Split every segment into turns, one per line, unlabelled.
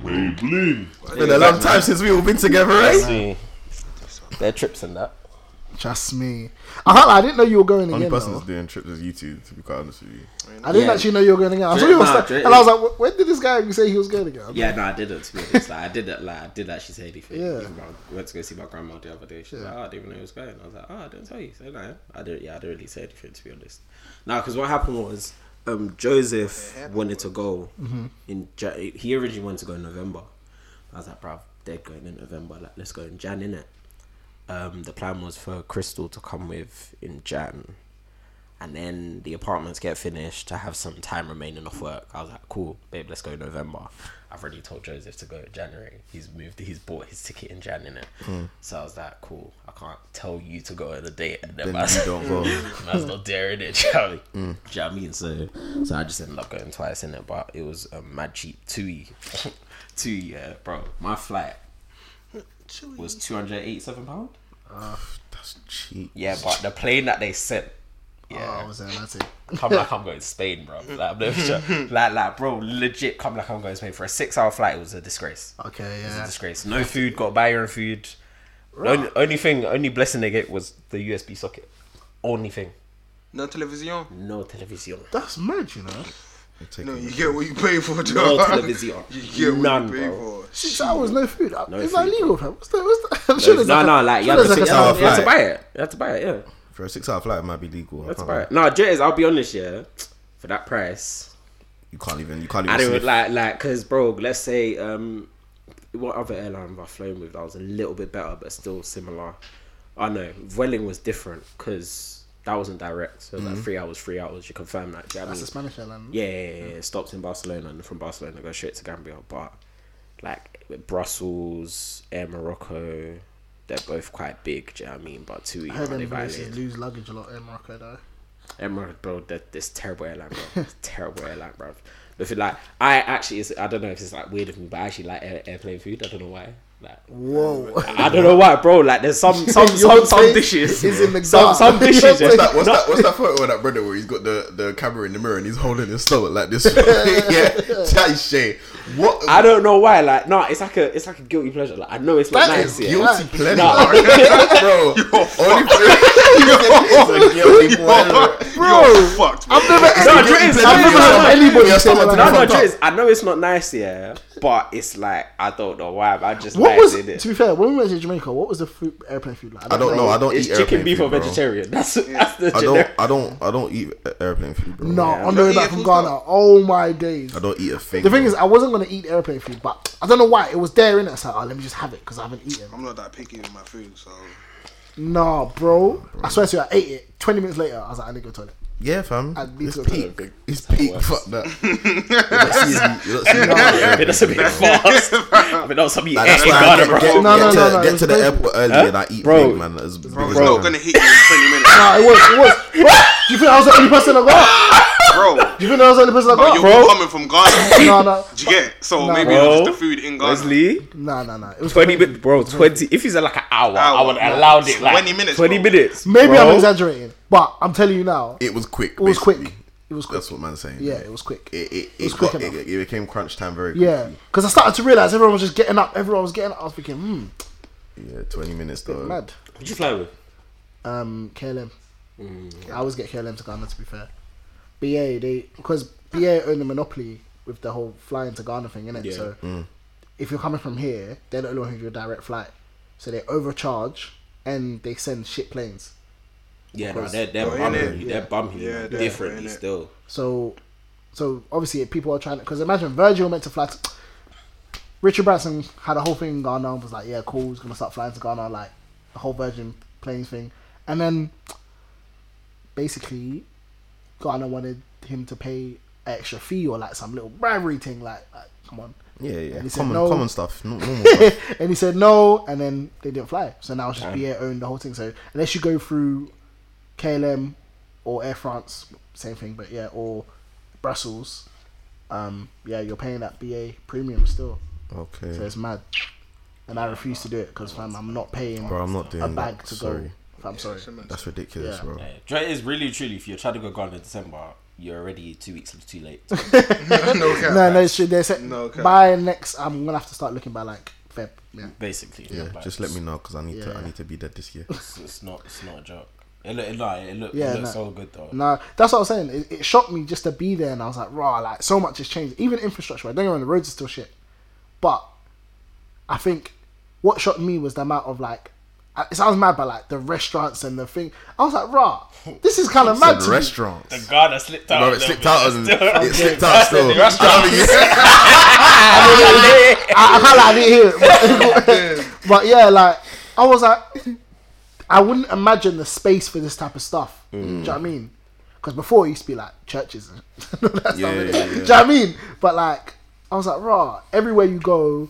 Maybelline.
It's been a long time since we've all been together,
eh?
right?
See, their trips and that.
Trust me. I, can't- I didn't know you were going
Only
again.
person that's
though.
doing trips is you two, to be quite honest with you.
I didn't
Yeah.
actually know you were going again. I saw
Drake-
you were
nah,
sta-
Drake
and I was
is-
like, "Wh- when did this guy say he was going again?
Yeah, no, I didn't. To be honest, like, I did that. Like, I did actually say anything.
Yeah.
Even when I went to go see my grandma the other day. She was
Yeah.
like, "Oh, I didn't even know it was going." I was like, "Oh, I didn't tell you." So no, I didn't. Yeah, I didn't really say anything to be honest. No, because what happened was um, Joseph wanted to go
Mm-hmm.
in. Ja- he originally wanted to go in November. I was like, "Bruv, they're going in November. Like, let's go in Jan, innit?" Um, the plan was for Crystal to come with in Jan and then the apartments get finished to have some time remaining off work. I was like, cool, babe, let's go in November. I've already told Joseph to go in January. He's moved, he's bought his ticket in Jan, innit?
Hmm.
So I was like, cool, I can't tell you to go on a date and then
Then
man's,
you don't go. Hmm.
man's not daring it, do you know what I mean? Do you know what I mean? So, so I just ended up going twice in it, but it was um, mad cheap, two two yeah, bro. My flight was two hundred eighty-seven pound.
Ah, That's cheap.
Yeah, but the plane that they sent, yeah,
Oh, was that that's it?
come like I'm going to Spain, bro. Like, I'm never sure. like, like, bro, legit, come like I'm going to Spain for a six-hour flight. It was a disgrace.
Okay,
It was a
yeah.
disgrace. No food. Got to buy your own food. The Only, only thing, only blessing they get was the USB socket. Only thing.
No television.
No television.
That's mad, you know.
No, you get what you pay for, dog.
No television.
You get what
None,
you pay
bro.
for.
Six hours, no food. No it's
food.
not legal, fam. What's that? What's that? I'm
No,
sure there's
no,
a-
like you
sure
have, to, you,
there's like a-
six-hour
have, you have to
flight.
buy it. You have to buy it. Yeah,
For a six hour flight, it might be legal. I
you have to
can't
buy
remember.
it. No, Jez, I'll be honest. Yeah, for that price,
You can't even. You can't even.
I didn't
sniff.
like like because bro, let's say um, what other airline have I flown with that was a little bit better but still similar? I know Vueling was different because that wasn't direct, so like three hours, three hours. You confirm that. do you know what I
That's a
mean?
Spanish airline.
yeah, yeah, yeah, yeah. Stopped in Barcelona and from Barcelona go straight to Gambia, but like with Brussels, Air Morocco, they're both quite big. Do you know what I mean? But two E
I heard them
they
basically
violated.
lose luggage a lot in Morocco, though.
Emirates, bro, that this terrible airline, bro. It's terrible airline, bro. If it like, I actually, it's, I don't know if it's like weird of me, but I actually like air, airplane food. I don't know why. Like,
Whoa.
I don't know why, bro. Like, there's some some
Your
some, some
plate
dishes.
is in the
some
dark.
some dishes.
What's
yeah.
that? What's that? What's that photo of that brother where he's got the, the camera in the mirror and he's holding his stomach like this? yeah, that is shit. What?
I don't know why. Like, no, it's like a it's like a guilty pleasure. Like, I know it's not
That
nice.
is
yeah.
guilty
Nah.
pleasure,
Nah.
bro. Only it's a guilty pleasure.
Bro,
Fucked, bro.
I've never,
No,
I've
Drake is-
never
Drake
heard
is-
anybody
Yeah,
say that.
someone-
like
No, no,
that.
Jez, I know it's not nice, yeah, but it's like I don't know why. But I just
What
like
was,
it.
to be fair, when we went to Jamaica, what was the food, airplane food like?
I don't know. I don't
It's
eat
chicken
airplane
beef
food,
or
bro.
vegetarian. That's that's the
I don't.
generic.
I don't. I don't eat airplane food, bro.
No,
Yeah.
on the way back from Ghana. Oh my days.
I don't eat a thing.
The thing
bro.
is, I wasn't going to eat airplane food, but I don't know why. It was there, innit? It's like, oh, let me just have it because I haven't eaten.
I'm not that picky with my food, so
Nah, bro. I swear to you, I ate it. 20 minutes later, I was like, I need to go to the toilet.
yeah, fam.
I'd be
It's
so
peak.
tired.
It's peak. Fuck that. You're not seeing- you're not seeing-
I mean, that's a bit fast. I mean, that was something you
Like,
ate
that's
in
why I
Ghana,
get,
bro.
get, get
No, no,
to,
no, no,
get
it's
to the
crazy.
earport early
Huh?
and I eat
Bro.
big, man. As big as
it's not
I
gonna
can.
hit you in 20 minutes,
Nah, it was, it was. What? You think I was the only person that got?
bro.
Do you think I was the only person that
But
got?
you're
Bro.
coming from Ghana.
No, no,
Do you get? So
Nah,
maybe
bro.
it was just the food in Ghana.
Wesley,
no, no, no. It was
twenty
crazy.
minutes, bro. Twenty. If he's like an hour, I
Hour,
would
no.
allow it. Like
20 minutes,
Twenty
bro.
minutes.
Maybe
bro.
I'm exaggerating, but I'm telling you now, it
It was quick. It
was quick. It was quick.
That's what man's saying.
Yeah, it was quick.
It, it,
was
it,
quick
got, it,
enough.
it became crunch time very quickly.
Yeah, because I started to realize everyone was just getting up. Everyone was getting up. I was thinking, hmm,
Yeah, 20 minutes though.
mad.
Would you fly with?
Um, KLM. I always get KLM to Ghana. To be fair, BA they because BA own the monopoly with the whole flying to Ghana thing, innit?
Yeah.
So if you're coming from here, they're the only one who do a direct flight, so they overcharge and they send shit planes.
Yeah,
no,
they're
they're-
they're
Oh, yeah, bumming yeah.
bumming.
you,
They're bumming
Yeah, they're differently
differently
bumming it.
still.
So, so obviously people are trying to. Because imagine Virgil meant to fly. To, Richard Branson had a whole thing in Ghana and was like, "Yeah, cool, he's gonna start flying to Ghana, like the whole Virgin planes thing." And then, basically, Ghana wanted him to pay an extra fee or like some little bribery thing. Like, like come on.
Yeah, yeah.
And he said
Common,
no.
common stuff. No, normal stuff.
and he said no, and then they didn't fly. So now it's just BA owned the whole thing. So unless you go through KLM or Air France, same thing, but yeah, or Brussels, um, yeah, you're paying that BA premium still.
Okay.
So it's mad. And I refuse to do it because fam, I'm not paying
Bro, I'm not doing
a bag
that.
to
sorry.
go. Fam, sorry.
That's ridiculous,
Yeah.
bro.
It is really truly. If you're trying to go Ghana in December,
you're already two weeks too late.
no cap.
no, no, it's true. They said
No cap.
by next. I'm gonna have to start looking by like Feb. Yeah.
basically.
Yeah,
Like,
just let me know because I need to.
Yeah.
I need to be dead this year.
It's, it's not. It's not a joke. It look. It, like, it look.
Yeah,
it looks
no.
so good though.
No, that's what I was saying. It, it shocked me just to be there, and I was like, raw, like so much has changed. Even infrastructure. I don't get me wrong, the roads are still shit, but I think what shocked me was the amount of like. I- It sounds mad, but like the restaurants and the thing, I was like, "Raw, this is kind of mad."
Said
to me."
restaurants.
The guard that slipped out.
No,
a
it
little
slipped
bit.
out. and It slipped out.
That's the
Still,
restaurant.
I don't think you-
I, I can't lie, I didn't hear it. But, but yeah, like I was like, I wouldn't imagine the space for this type of stuff. Do you know what I mean? Because before it used to be like churches. and that stuff.
Yeah, yeah,
Do you know what I mean? But like, I was like, raw. Everywhere you go,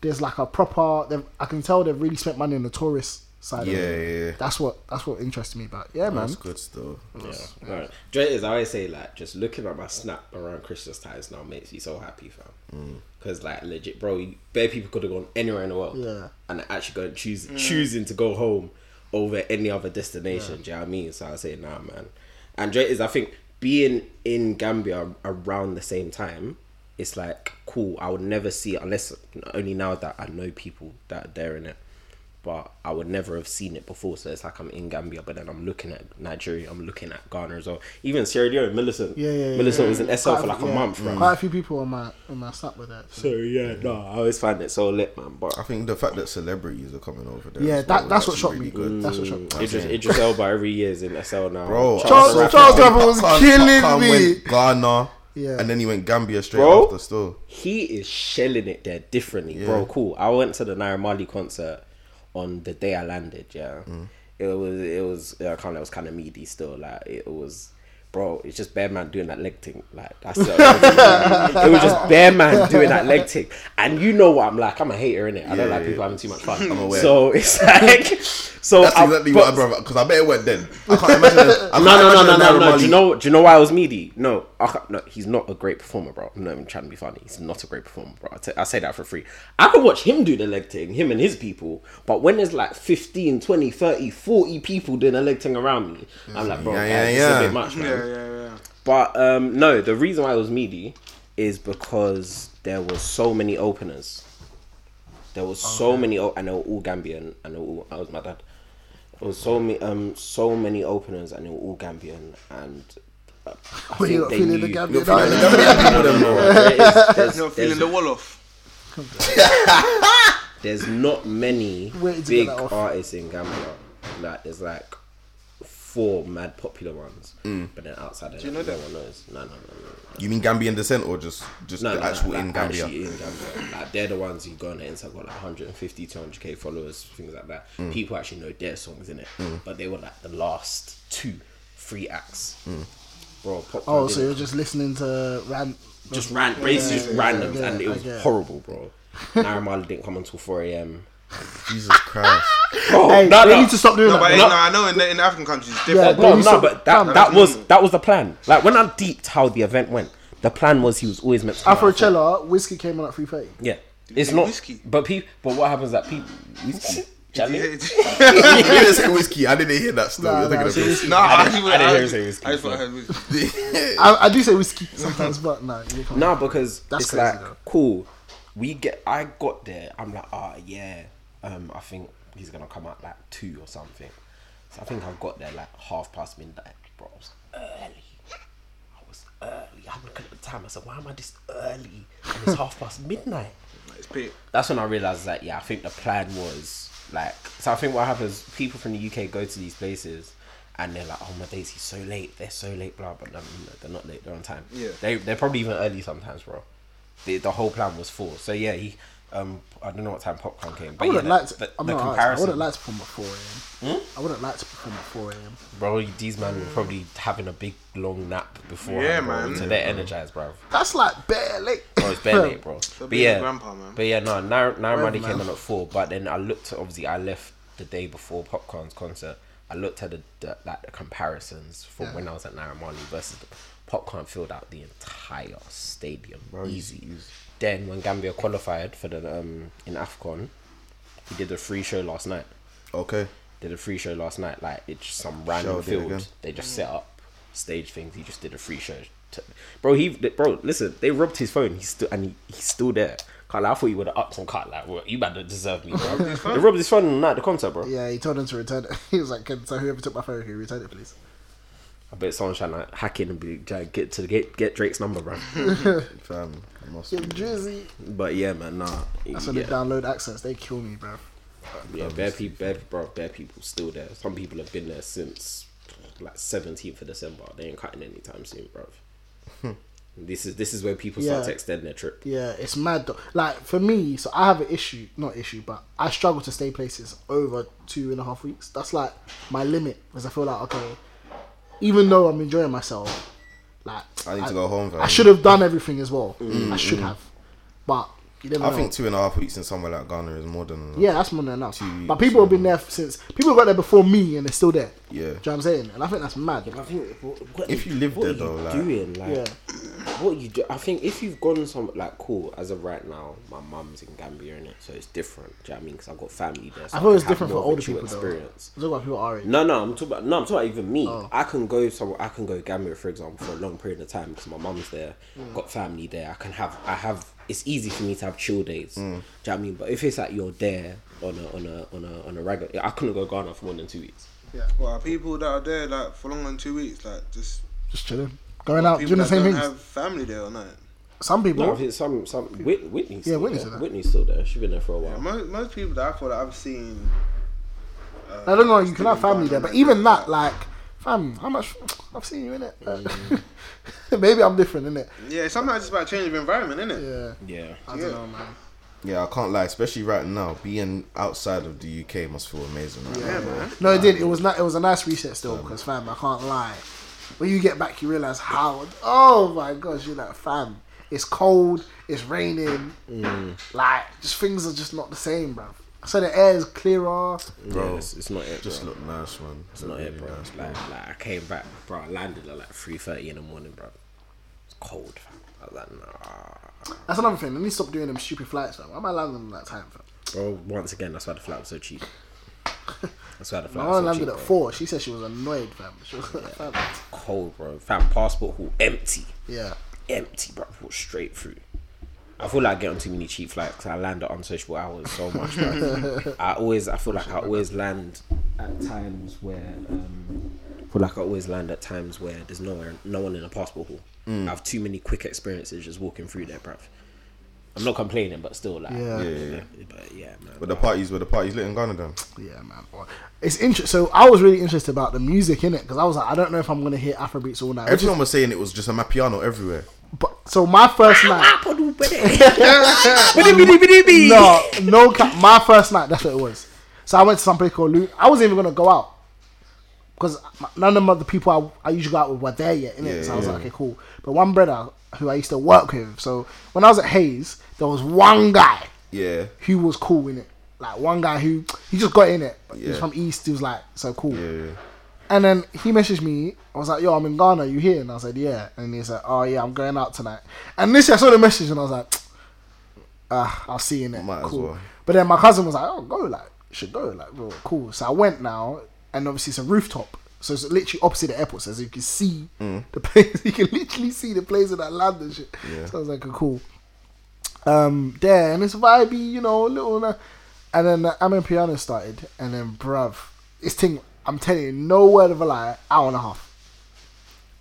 there's like a proper. they've- I can tell they've really spent money on the tourist side. of
Yeah,
it.
yeah, yeah.
That's what that's what interests me. But yeah, man.
That's good stuff.
Yeah. Right. Do you know what it is I always say like just looking at my snap around Christmas times now makes me so happy, fam. Because like legit, bro, you, bare people could have gone anywhere in the world,
Yeah.
and they're actually going choose
Mm.
choosing to go home over any other destination. Do you know what I mean? So I say nah, man. And do you know what it is I think being in Gambia around the same time, it's like cool. I would never see it unless only now that I know people that are there in it but I would never have seen it before. So it's like I'm in Gambia, but then I'm looking at Nigeria, I'm looking at Ghana as well. Even Sierra Leone, Millicent.
Yeah, yeah, yeah.
Millicent
yeah.
was in SL
Quite
for like a
yeah,
month, right?
Quite a few people on my on my snap with that.
So yeah, no, I always find it so lit, man. But
I think the fact that celebrities are coming over there.
Yeah,
as well
that, that's
is
what shocked
actually
me. Mm.
really good.
That's what shocked me.
Idris, Idris Elba every year is in SL now.
Bro,
Charles-
Rafa-
Charles Rafa was
Rafa-
killing
Rafa
me.
Went Ghana,
Yeah.
and then he went Gambia straight
Bro.
after. Still,
he is shelling it there differently, bro. Cool. I went to the Naira Marley concert on the day I landed. Yeah,
Mm.
it was it was I can't. It was kind of meaty still. Like it was. Bro, it's just bare man doing that leg thing. Like that's it. it was just bare man doing that leg thing, and you know what I'm like. I'm a hater in it. I don't
Yeah,
like people
yeah.
having too much fun.
I'm aware.
So it's like, so
that's
I-
exactly
but-
what I brother. Because I bet it went then. I can't imagine. it. I
no, no, no, no,
can't imagine Naira
no, no. Do
Marley-
you know? Do you know why I was meaty? No, I can't, no. He's not a great performer, bro. I'm not even trying to be funny. He's not a great performer, bro. I, t- I say that for free. I could watch him do the leg thing, him and his people. But when there's like 15, 20, 30, 40 people doing a leg thing around me, I'm like, bro,
Yeah,
guys,
yeah,
it's
yeah.
a bit much, man.
Yeah, yeah, yeah.
But um, no, the reason why it was meaty is because there were so many openers. There was so many, o- and they were all Gambian, and they were all, I was my dad. There was so many, um, so many openers, and they were all Gambian, and uh, I
But
think
you're not
they
feeling the
knew-
Gambia.
You're feeling
no,
the
no.
Gambia people them, bro.
There is- there's-
You're
there's-
feeling the wall off.
there's not many
Where did you
big
get that off?
artists in Gambia. Like there's like four mad popular ones, but then outside of that,
Mm. you know
no
them?
one knows. No, no, no, no. no.
You mean Gambian descent or just just
No,
the
no,
actual
like,
in Gambia?
Actually in Gambia. Like, they're the ones who go on the Insta, got like 150, 200k followers, things like that. People actually know their songs in it, but they were like the last two, three acts. Bro, pop
Oh,
Punk
so
didn't-
you're just listening to ran?
just ran, basically just
yeah,
random,
yeah,
and it
I
was
get it.
horrible, bro. Naramala didn't come until 4 a.m.
Jesus Christ!
Bro,
Hey,
no,
they
no.
need to stop doing
No,
that.
but
No.
no, I know in the, in the African countries it's
Yeah,
different.
but-
no,
you
no,
saw-
but that,
Fam,
that
that's
was
normal.
that was the plan. Like when I deeped how the event went, the plan was he was always meant to. come out at four.
Afrochella whiskey came on at three thirty.
Yeah, it's
say
not.
whiskey?
But people, but what happens that people whiskey. Charlie?
you didn't say whiskey. I didn't hear that. Still,
Nah,
you're
nah,
thinking
so
of
no, I, actually
I didn't hear him
I,
say whiskey.
I just thought I heard whiskey.
whiskey.
I, I do say whiskey sometimes, but no. you can't.
No, because
That's
it's
crazy,
like
though.
cool. We get. I got there. I'm like, ah, yeah. Um, I think he's gonna come out like two or something. So I think I got there like half past midnight, bro. I was early. I was early. I'm looking at the time. I said, why am I this early? And it's half past midnight
It's pit.
that's when I realized that yeah, I think the plan was like so. I think what happens, people from the UK go to these places and they're like, oh my days, he's so late. They're so late, blah blah. blah. No, They're not late. They're on time.
Yeah.
they they're probably even early sometimes, bro. The, the whole plan was four. So yeah, he um I don't know what time popcorn came, but
I
yeah,
wouldn't like
the,
to.
the,
I'm
the
not. honest, I
comparison, Hmm?
wouldn't like to perform at four a.m. I wouldn't like to perform at four a.m.
bro. These men were probably having a big long nap before.
Yeah, man.
So they're energized, bro.
That's like bare late.
Oh, it's bare late, bro. But
being a
yeah,
grandpa, man.
but yeah, no, Naira Money came
man.
on at four. But then I looked at obviously I left the day before Popcorn's concert. I looked at the, the like the comparisons from when I was at Naira Marley versus the Popcorn filled out the entire stadium, easy. Then when Gambia qualified for the um in Afcon, he did a free show last night.
okay.
Did a free show last night, like it's just some random
Showed it
field
again.
they just set up. stage things. He just did a free show. T- Bro, he bro, listen, they robbed his phone. He's still and he, he's still there. Can't lie, I thought you would have upped and cut like, well, you better deserve me. Bro. they robbed his phone on the night of the concert, bro.
Yeah, he told him to return it. He was like, "Can so whoever took my phone, can you return it, please?"
I bet someone's trying to hack in and be trying to get to the get get Drake's number, bro.
Fam, I must
Yo,
be-
Drizzy.
but yeah, man, nah.
That's when
yeah,
they download accents. They kill me, bro.
yeah, bare people, bare, bro, bare people still there. Some people have been there since like 17th of December. They ain't cutting anytime soon, bro. Hmm. this is this is where people start
Yeah.
to extend their trip.
Yeah, it's mad though. Like for me, so I have an issue, not issue, but I struggle to stay places over two and a half weeks. That's like my limit because I feel like okay, even though I'm enjoying myself, like
I need to go home, fam.
I should have done everything as well. I should have, but you never
I
know.
think two and a half weeks in somewhere like Ghana is more than enough.
yeah, that's more than enough.
Two
But
weeks,
people have
yeah.
been there since people got there before me, and they're still there.
Yeah.
do you know what I'm saying? And I think that's mad.
I think what, what
If you live
what
there,
are
though,
you
like-
doing like
Yeah.
what you do. I think if you've gone some like cool as of right now, my mum's in Gambia in it, so it's different. Do you know what I mean? Because I've got family there. So
I thought it was
can have
different for
more of a
older
chill
people though. Look about people our age.
No, no, I'm talking about no, I'm talking about even me.
Oh.
I can go somewhere. I can go Gambia for example for a long period of time because my mum's there, got family there. I can have. I have. It's easy for me to have chill days. Do you know what I mean? But if it's like you're there on a on a on a on a regular, I couldn't go Ghana for more than two weeks.
Well, people that are there like for longer than two weeks, like just
Just chilling, going out,
people
doing the
that
same
don't
things.
have family there or nothing.
Some people.
No, I think some some Whit- Whitney's
Yeah,
still
Whitney's
there.
still there.
Whitney's still there. She's been there for a while.
Most, most people that I thought that I've seen. uh,
I don't know. You can have
still in
family there,
Ghana,
but
like,
even that, like, fam, how much? I've seen you in it. Maybe I'm different in it.
Yeah, sometimes it's about change of environment, isn't it?
Yeah,
Yeah.
I
Yeah.
don't know, man.
Yeah, I can't lie. Especially right now, being outside of the UK must feel amazing. Right
Yeah,
now.
man.
No, it did. It was not. It was a nice reset still, because fam, I can't lie. When you get back, you realize how. Oh my gosh, you're like fam. It's cold. It's raining. Like, just things are just not the same, bro. So the air is clearer.
Bro,
Bro,
it's, it's not it.
Just
bro.
look nice, man.
It's not it, bro. Like, like I came back, bro. I landed at like three thirty in the morning, bro. It's cold. Fam. I was like, nah.
That's another thing. Let me stop doing them stupid flights, fam. Why am I landing on that time, fam?
Bro, once again, that's why the flight was so cheap. That's why the
My
flight
mom
was so
landed
cheap.
at
bro.
four. She said she was annoyed, fam. She was like, fam.
Cold, bro. Fam, passport hall empty,
Yeah.
empty, bro. Walked straight through. I feel like I get on too many cheap flights. 'cause I land at unsociable hours so much. Bro. I always, I feel like I always land at times where, um, I feel like I always land at times where there's nowhere, no one in a passport hall.
Mm.
I have too many quick experiences just walking through there, bruv. I'm not complaining, but still, like,
Yeah. Yeah,
yeah,
but yeah, man.
But the
bro.
parties, were the parties lit in Ghana then?
Yeah, man. It's interesting. So I was really interested about the music in it because I was like, I don't know if I'm gonna hear Afrobeats all night. Which is,
Everyone was saying it was just a mapiano everywhere.
but, so my first night, no, no, cap, my first night. That's what it was. So I went to some place called Lu. I wasn't even gonna go out because none of my- the people I, I usually go out with were there yet. Innit?
Yeah,
so I was
yeah.
like, okay, cool. But one brother who I used to work with. So when I was at Hayes, there was one guy
Yeah,
who was cool in it. Like one guy who he just got in it. He was
Yeah.
from East. He was like so cool.
yeah, yeah.
And then he messaged me. I was like, "Yo, I'm in Ghana. You here?" And I said, "Yeah." And he said, "Oh yeah, I'm going out tonight." And this, I saw the message, and I was like, "Ah, I'll see you in it."
Might as
cool.
well.
But then my cousin was like, "Oh, go like, you should go like, bro, cool." So I went now, and obviously it's a rooftop, so it's literally opposite the airport, so as you can see
Mm.
the place, you can literally see the place that I landed. and Shit.
Yeah.
So I was like, oh, "Cool." Um, there and it's vibey, you know, little. Uh, and then uh, I'm in piano started, and then bruv, this thing, I'm telling you, no word of a lie, hour and a half,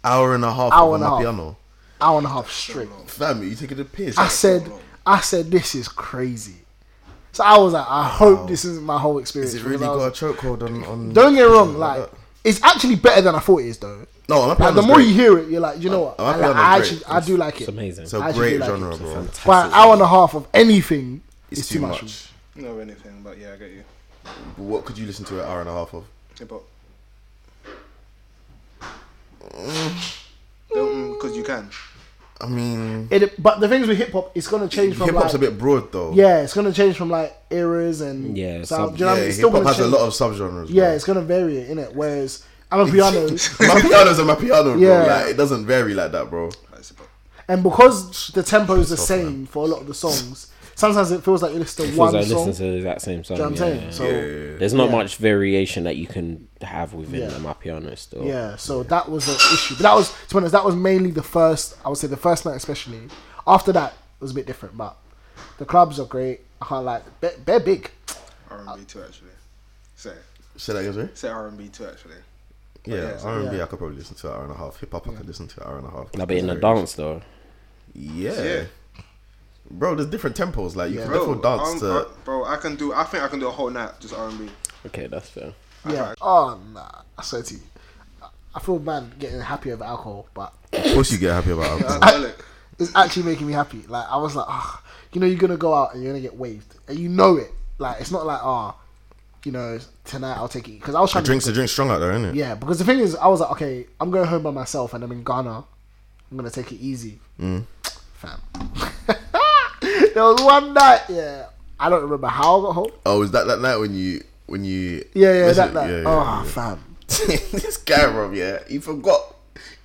Hour and a half
Hour
of
and
a
a half.
mapiano.
hour and a half straight.
Fam, you taking the piss?
I said,
long.
I said, this is crazy. So I was like, I hope this isn't my whole experience.
Is it
because
really
I was-
got a chokehold on, on?
Don't get me wrong, like it's actually better than I thought it is though.
no, a
Like
mapiano's
the more
great.
you hear it, you're like, you know what?
Uh, I
I, like,
feel
I
I'm
actually,
great.
I do like
It's
it.
amazing.
It's a
I actually
great
do like
genre,
it.
bro.
Fantastic.
But an hour and a half of anything
It's,
is
too much.
for me.
No, anything, but yeah, I get you.
But what could you listen to an hour and a half of?
Hip hop. Don't because you can.
I mean,
It, but the things with hip hop, it's gonna change
hip
from
hop's
like,
a bit broad though.
yeah, it's gonna change from like eras and
Yeah,
sound-
some-
do you know what I
yeah.
mean? Um, It's
Hip
still
hop
gonna
has
change.
a lot of subgenres.
yeah,
bro.
it's gonna vary in it. Whereas I'm a piano,
my piano's a my piano, bro.
Yeah.
Like, it doesn't vary like that, bro.
Like, it's hip hop.
and because the tempo is the same for a lot of the songs, sometimes it feels like you listen to
Feels
one
like
song.
listening to the exact same song.
do you know what
yeah,
I'm saying?
yeah.
So
There's not
yeah.
much variation that you can have within
Yeah.
yeah. my piano still.
Yeah, so that was an issue. But that was to be honest, that was mainly the first I would say the first night especially. After that it was a bit different, but the clubs are great. I can't like they're, they're big.
R&B too, actually. Say,
Say that again, sorry?
say R&B too, actually.
Yeah,
yeah, so-
R and B.
yeah.
I could probably listen to an hour and a half. Hip hop, I could listen to an hour and a half.
Like, but in a
Very-
dance though.
Yeah.
Yeah.
Bro, there's different tempos. Like you
Yeah.
can
Bro,
definitely dance
um,
to.
bro, bro, I can do. I think I can do a whole night just R&B.
Okay, that's fair.
Yeah. Oh nah, I swear to you. I- I feel bad getting happy over alcohol, but
Of course, you get happy about
That's
alcohol.
garlic.
it's actually making me happy. Like I was like, ah, you know, you're gonna go out and you're gonna get waved, and you know it. Like it's not like ah, you know, tonight I'll take it because I was
The
trying to
drinks, the drinks strong out there, isn't it?
Yeah, because the thing is, I was like, okay, I'm going home by myself, and I'm in Ghana. I'm gonna take it easy,
Mm.
fam. there was one night, yeah, I don't remember how I got home.
Oh, is that that night when you when you?
Yeah, yeah,
Listen-
that night.
yeah, yeah, yeah.
oh, fam.
this guy, bro. Yeah, he forgot.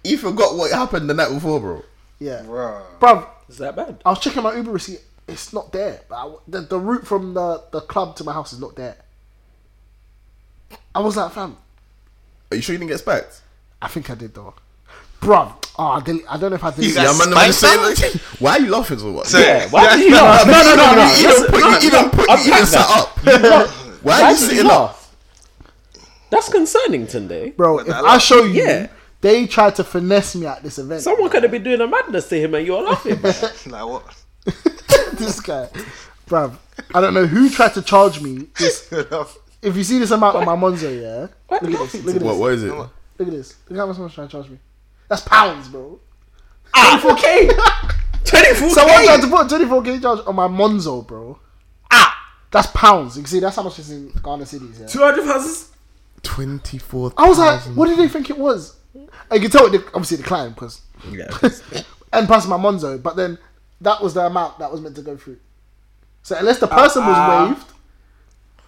He forgot what happened the night before, bro.
Yeah,
Bro,
bruv.
Is that bad?
I was checking my Uber receipt. It's not there. But I, the, the route from the, the club to my house is not there. I was like, fam.
Are you sure you didn't get spacked?
I think I did though, bruv. Oh, I, del- I don't know if I deleted.
Yeah,
it.
man, the man say, like, why are you laughing so much?
Yeah,
Why did you laugh? No, no, no, no.
You don't put, you don't put, you don't set up. Why are
Why
you
did you
sitting up?
laugh? That's concerning today.
bro. If
that
I show you,
Yeah.
they tried to finesse me at this event.
Someone could have been doing a madness to him and you're laughing. man.
like what?
this guy, bruv. I don't know who tried to charge me. This, if you see this amount on my Monzo, yeah.
What?
Look at this. Look at this.
What? What is it?
Look at this. Look how much someone's trying to charge me. That's pounds, bro.
24k! 24k!
Someone tried to put a twenty-four k charge on my Monzo, bro. Ah, that's pounds. You can see, that's how much is in Ghana cities. Yeah.
200 houses?
Twenty four.
I was like, what did they think it was? I can tell it dec- obviously declined because,
Yeah.
and plus my Monzo. But then that was the amount that was meant to go through. So unless the person was waived,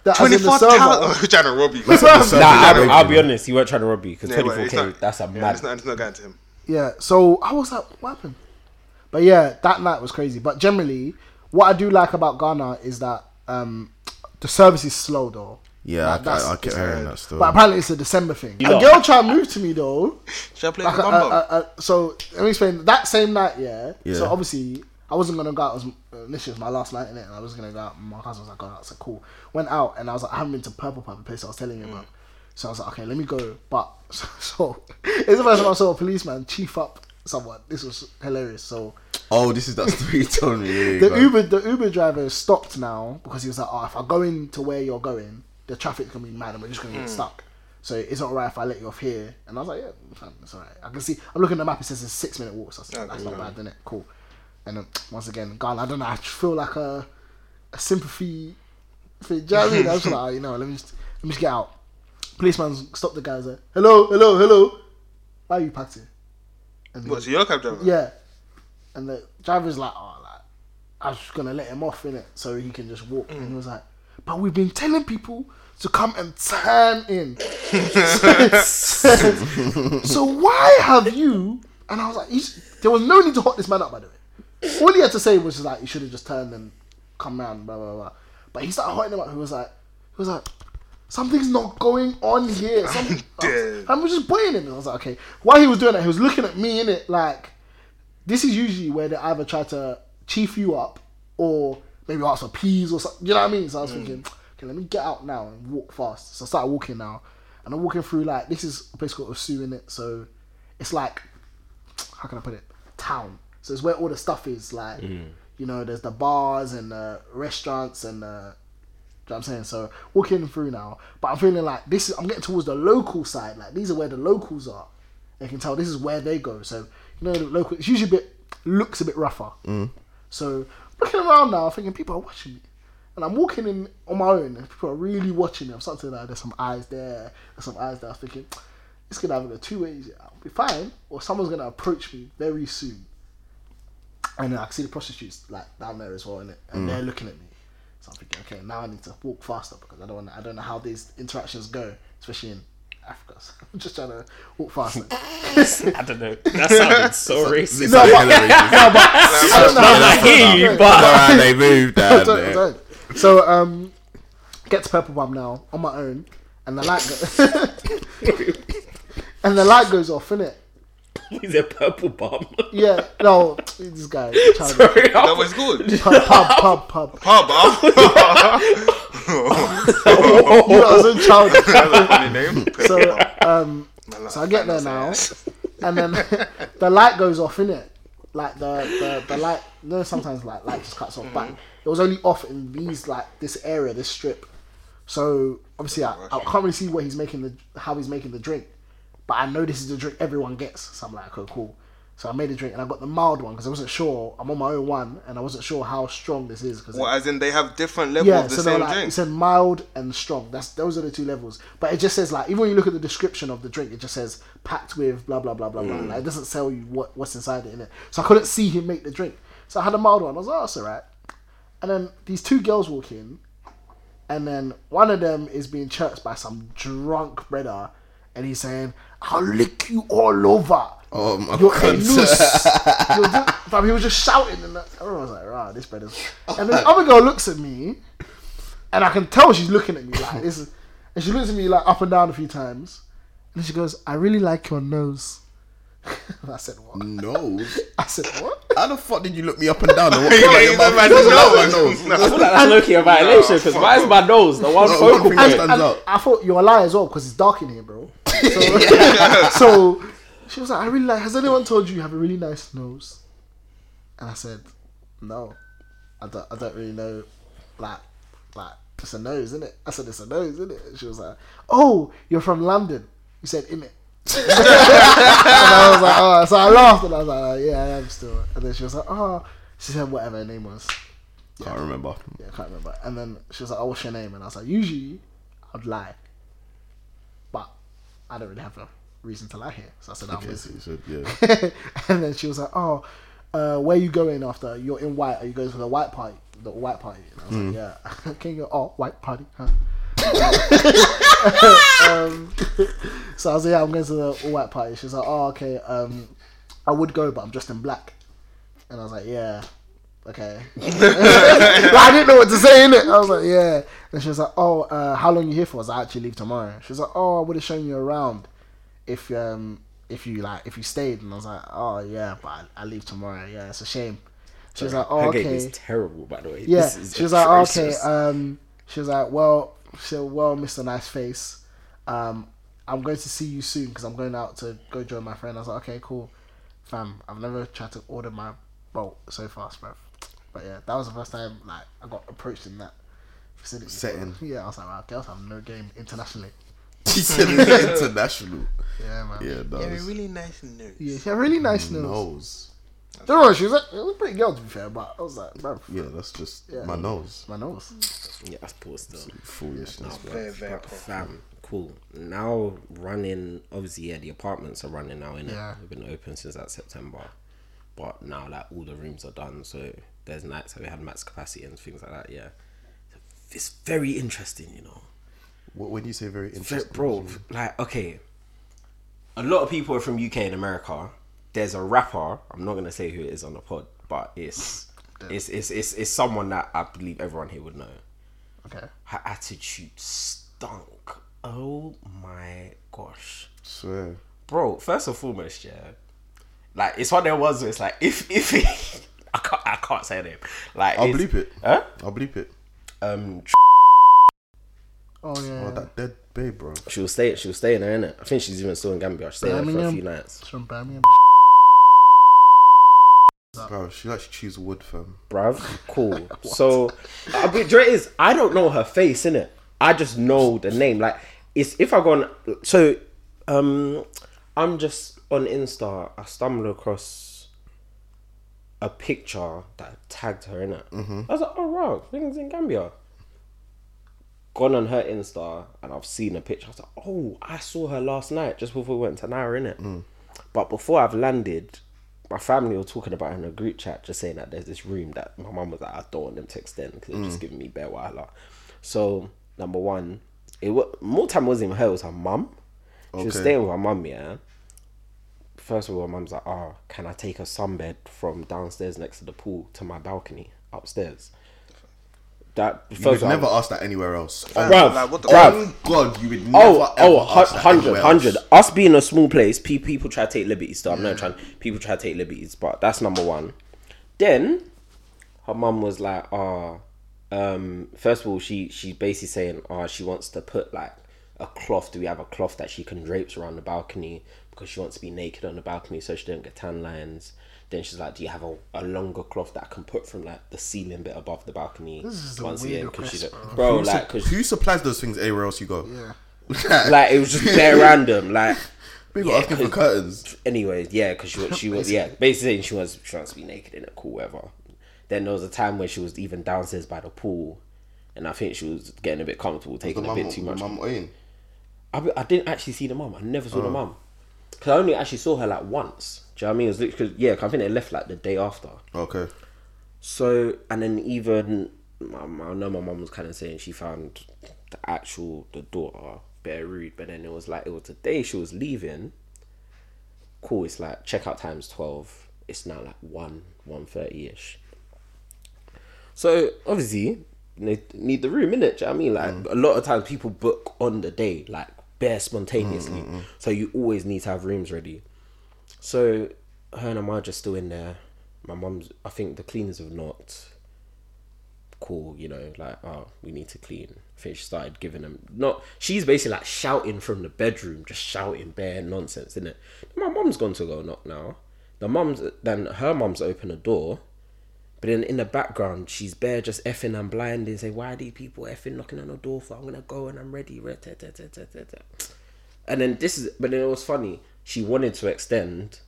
that was in the
Ah, Twenty-four
server.
thousand. Trying to rob you.
Bruv,
Nah, I'll, I'll be honest, he weren't trying to rob you because
Yeah, but
24k,
it's not-
that's a
Yeah,
mad.
it's not. It's not going to him.
Yeah, so I was like, what happened? But yeah, that night was crazy. But generally, what I do like about Ghana is that um, the service is slow though.
Yeah, I,
that's-
I, I kept hearing that still.
But apparently it's a December thing.
You
a
lot.
girl tried to move to me though.
Should I play
Like,
the
uh,
bumbo?
uh, uh, so let me explain. That same night, yeah.
Yeah.
So obviously, I wasn't gonna go out. It was, uh, initially, it was my last night in it, and I was gonna go out. My cousin was like, "Go out." So cool. Went out, and I was like, "I haven't been to Purple Pub, the place I was telling you about." So I was like, "Okay, let me go." But so, so it's the first time I saw a policeman chief up someone. This was hilarious. So
Oh, this is that story you told me. Yeah,
the
go on.
Uber the Uber driver stopped now because he was like, "Oh, if I go in to where you're going, the traffic's gonna be mad, and we're just gonna get stuck. So it's not right if I let you off here." And I was like, "Yeah, fine, it's alright. I can see. I'm looking at the map. It says it's six minute walk. So I said,
Okay,
that's not
yeah.
bad, isn't it? Cool." And then, once again, Ghana. I don't know. I just feel like a, a sympathy. For, do you know what I mean? I was just like, oh, you know, let me just let me just get out. Policeman stopped the guys. Like, hello, hello, hello. Why are you packed here? And
What's your cab driver?
yeah. And the driver's like, oh, like, I was just gonna let him off in it so he can just walk. And he was like, but we've been telling people to come and turn in. so why have you? And I was like, you s- there was no need to hot this man up, by the way. All he had to say was just like, you should have just turned and come round, blah blah blah. But he started hotting him up. He was like, he was like, something's not going on here. Some-
dead.
I was just boying him. And I was like, okay. While he was doing that, he was looking at me in it like, this is usually where they either try to chief you up or maybe ask for peas or something. You know what I mean? So I was thinking, okay, let me get out now and walk fast. So I started walking now, and I'm walking through like this is a place called Osu in it. So it's like, how can I put it? Town. So it's where all the stuff is. Like, you know, there's the bars and the restaurants and the do you know what I'm saying? So walking through now, but I'm feeling like this is I'm getting towards the local side. Like these are where the locals are. They can tell this is where they go. So you know the local it's usually a bit looks a bit rougher. So looking around now, thinking people are watching me. And I'm walking in on my own and people are really watching me. I'm starting to like there's some eyes there, there's some eyes there. I'm thinking, it's gonna either go two ways, I'll be fine, or someone's gonna approach me very soon. And then I can see the prostitutes like down there as well, innit? and they're looking at me. So I'm thinking, okay, now I need to walk faster because I don't want I don't know how these interactions go, especially in Africa. So I'm just trying to walk faster. no,
I don't know. That sounded so
This
racist.
sounds
but-
hilarious.
I don't know.
No, I hear you, but
Alright, they moved down
Don't-
there.
don't. So um, get to Purple Bomb now on my own, and the light go- and the light goes off, innit?
He's a purple bum.
Yeah. No, this guy. Child,
Sorry, I
That was good.
pub, pub, pub, pub.
Pub, ah.
You know, I was in childish.
That's a funny name.
So um, so I get there now, and then the light goes off, innit? Like the, the the light. No, sometimes like light just cuts off, but it was only off in these like this area, this strip. So obviously, I, I can't really see what he's making the how he's making the drink, but I know this is the drink everyone gets. So I'm like, okay, cool. So I made a drink and I got the mild one because I wasn't sure. I'm on my own one and I wasn't sure how strong this is because
Well, as in they have different levels
yeah,
of the
so they're
same
like
drink.
it said mild and strong. That's those are the two levels. But it just says like even when you look at the description of the drink, it just says packed with blah blah blah blah
Mm.
blah. Like, it doesn't tell you what what's inside it in it. So I couldn't see him make the drink. So I had a mild one. I was like, oh, that's alright. And then these two girls walk in, and then one of them is being chirped by some drunk brother, and he's saying, "I'll lick you all over."
Oh my
You're a
God.
loose. You're ju- fam, he was just shouting, and everyone was like, "Rah, this brother's." And then the other girl looks at me, and I can tell she's looking at me like this, is- and she looks at me like up and down a few times, and then she goes, "I really like your nose." And I said, "What?"
No.
I said, "What?"
How the fuck did you look me up and down? And what
Yeah,
colour
he's
your mouth
a man
is?
who
I
knows.
know.
feel like that's low-key a violation because why is my nose the one
No,
focal
one thing
point?
stands
And
out.
I thought you're a liar as well because it's dark in here, bro. So, so she was like, I really like. Has anyone told you you have a really nice nose? And I said, No, I don't. I don't really know. Like, like it's a nose, isn't it? I said it's a nose, isn't it? And she was like, Oh, you're from London. You said in it. and I was like, oh, so I laughed and I was like, yeah, I am still. And then she was like, oh, she said whatever her name was.
Can't remember.
Yeah, I can't remember. And then she was like, oh, what's your name? And I was like, usually I'd lie. But I don't really have a reason to lie here. So I said, I'm
Okay, so
busy.
you said, yeah.
and then she was like, oh, uh, where you going after? You're in white. Are you going to the white party? The white party. And I was
Hmm.
like, yeah. Can you go, oh, white party? Huh? um, so I was like, yeah, I'm going to the all white party. She was like, oh, okay. Um, I would go, but I'm dressed in black. And I was like, yeah, okay. But I didn't know what to say in it. I was like, yeah. And she was like, oh, uh, how long you here for? I was like, I actually leave tomorrow. She was like, oh, I would have shown you around if um if you like if you stayed. And I was like, oh yeah, but I, I leave tomorrow. Yeah, it's a shame. She was like, oh
Her
okay.
gig is terrible, by the way.
Yeah,
This is
she was like, oh, okay.
atrocious.
Um, she was like, well, she said, well, Mister Nice Face, um, I'm going to see you soon because I'm going out to go join my friend. I was like, okay, cool, fam. I've never tried to order my bolt so fast, bruv. But yeah, that was the first time like I got approached in that facility.
Setting.
Yeah, I was like, wow, girls have no game internationally.
She said it's international.
Yeah, man.
Yeah, does.
really nice news.
Yeah, she had really nice nose.
Nose.
Don't worry, she was like, it was a pretty girl to be fair, but I was like, bruv,
Yeah, that's just
Yeah.
my nose.
my nose.
yeah, that's poor stuff.
Foolishness. bro.
Very, very cool.
Fam, cool. Now running, obviously, yeah, the apartments are running now, innit?
Yeah.
They've been open since that September. But now, like, all the rooms are done, so there's nights that we had max capacity and things like that, yeah. It's very interesting, you know.
What when you say very
Ve-
interesting?
Bro, like, okay. A lot of people are from UK and America. There's a rapper, I'm not going to say who it is on the pod, but it's. It's, it's, it's, it's someone that I believe everyone here would know
Okay.
her attitude stunk. Oh my gosh,
Swear.
bro! First and foremost, yeah, like it's one of them ones where it's like if if I can't I can't say them. Like
I'll
it's-
bleep it.
Huh?
I'll bleep it.
Um,
Oh yeah.
Oh, that dead babe, bro.
she'll stay. She'll stay in there, innit? I think she's even still in Gambia. She'll stay there for a
Birmingham.
few nights,
It's from Birmingham.
Bro, she likes to choose wood, fam.
bruv. Cool. so, uh, I mean, Dre is. I don't know her face, innit? I just know the name. Like it's if I go on. So, um, I'm just on Insta. I stumbled across a picture that tagged her in it. I was like, oh wow, things in Gambia. Gone on her Insta and I've seen a picture. I was like, oh, I saw her last night just before we went to Naira in it. But before I've landed, my family were talking about it in a group chat, just saying that there's this room that my mum was like, I don't want them to extend because they're just giving me bare wala. So number one, it was more time it wasn't even her, it was her mum.
Okay.
She was staying with her mum, yeah. First of all, her mum's like, oh, can I take a sunbed from downstairs next to the pool to my balcony upstairs? That
You would
first of all,
never ask that anywhere else. Oh,
Bruv,
Like, what the
bruv.
oh God, you would never.
Oh,
ever
oh,
ask
hu-
that
hundred,
anywhere
hundred.
else.
Us being a small place, pe- people try to take liberties. Though I'm not trying. People try to take liberties, but that's number one. Then her mum was like, "Ah, um, first of all, she she's basically saying, ah, she wants to put like a cloth. Do we have a cloth that she can drapes around the balcony because she wants to be naked on the balcony so she don't get tan lines." Then she's like, "Do you have a, a longer cloth that I can put from like the ceiling bit above the balcony
This is a
once a
weird
year?" Because she,
request,
don't-
bro.
bro,
Who,
like,
su-
'cause-
who supplies those things anywhere else you go?
Yeah.
like it was just bare random, like.
people
yeah,
asking for
'cause-
curtains.
Anyway, yeah, because she was, she was, yeah, basically saying she was she wants to be naked in a cool weather. Then there was a time when she was even downstairs by the pool, and I think she was getting a bit comfortable,
The
taking a
mum,
bit too
the
much.
mum oh, Oyin.
I, be- I didn't actually see the mum. I never saw the mum. Cause I only actually saw her like once. Do you know what I mean? It was literally, 'cause, yeah, 'cause I think they left like the day after.
Okay.
So and then even um, I know my mum was kind of saying she found the actual the daughter bare rude, but then it was like it was the day she was leaving. Cool, it's like checkout times twelve. It's now like one one thirty ish. So obviously they need the room in it. You know what I mean, like a lot of times people book on the day, like bare spontaneously. So you always need to have rooms ready. So her and Amar just still in there. My mum's I think the cleaners have not cool, you know, like, oh, we need to clean. I think she started giving them not she's basically like shouting from the bedroom, just shouting bare nonsense, isn't it? My mum's gone to go knock now. The mum's then her mum's open a door. But then in the background, she's bare just effing and blind and say, Why are these people effing knocking on the door for? I'm gonna go and I'm ready. Re- ta- ta- ta- ta- ta- ta." And then this is but then it was funny. She wanted to extend,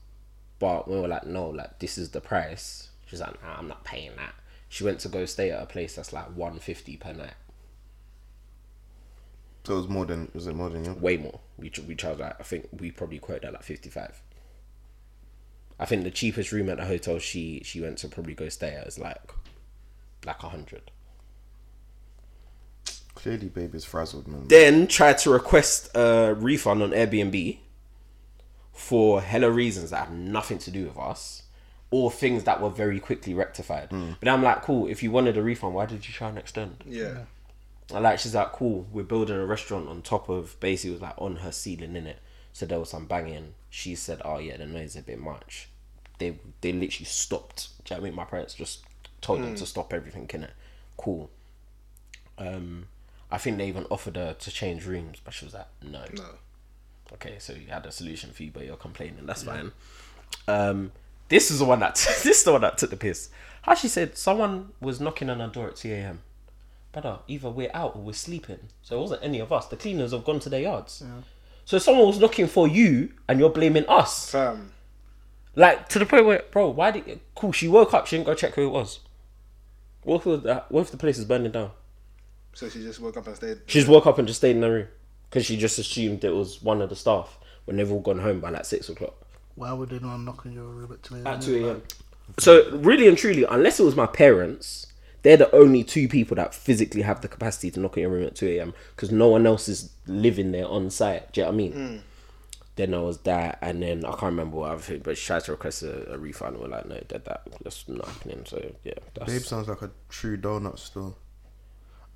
but we were like, No, like this is the price. She's like, nah, I'm not paying that. She went to go stay at a place that's like one fifty per night.
So it was more than was it more than you?
Way more. We ch- we charge like I think we probably quoted at like fifty five. I think the cheapest room at the hotel she she went to probably go stay at is like like a hundred.
Clearly, baby's frazzled, man.
then tried to request a refund on Airbnb for hella reasons that have nothing to do with us or things that were very quickly rectified. But I'm like, cool, if you wanted a refund, why did you try and extend?
Yeah.
And like, she's like, cool, we're building a restaurant on top of basically was like on her ceiling in it. So there was some banging. She said, oh yeah, the noise is a bit much. They they literally stopped. Do you know what I mean? My parents just told them to stop everything in it. Cool. Um, I think they even offered her to change rooms, but she was like, no
No.
okay, so you had a solution for you, but you're complaining. That's fine. Um, this is the one that this is the one that took the piss. How she said someone was knocking on our door at two a.m. Brother, either we're out or we're sleeping, so it wasn't any of us. The cleaners have gone to their yards. So someone was knocking for you, and you're blaming us.
Fam.
Like to the point where, bro, why did? Cool, she woke up. She didn't go check who it was. What if, it was that, what if the place is burning down?
So she just woke up and stayed.
She just woke up and just stayed in her room because she just assumed it was one of the staff when they've all gone home by like six o'clock.
Why would anyone knock on your room at 2 a.m.?
So really and truly, unless it was my parents, they're the only two people that physically have the capacity to knock on your room at two a.m. because no one else is living there on site. Do you know what I mean? Then I was that, and then I can't remember what other thing, but she tried to request a, a refund. and We're like, no, that that that's not happening. So yeah, that's,
Babe sounds like a true donut still.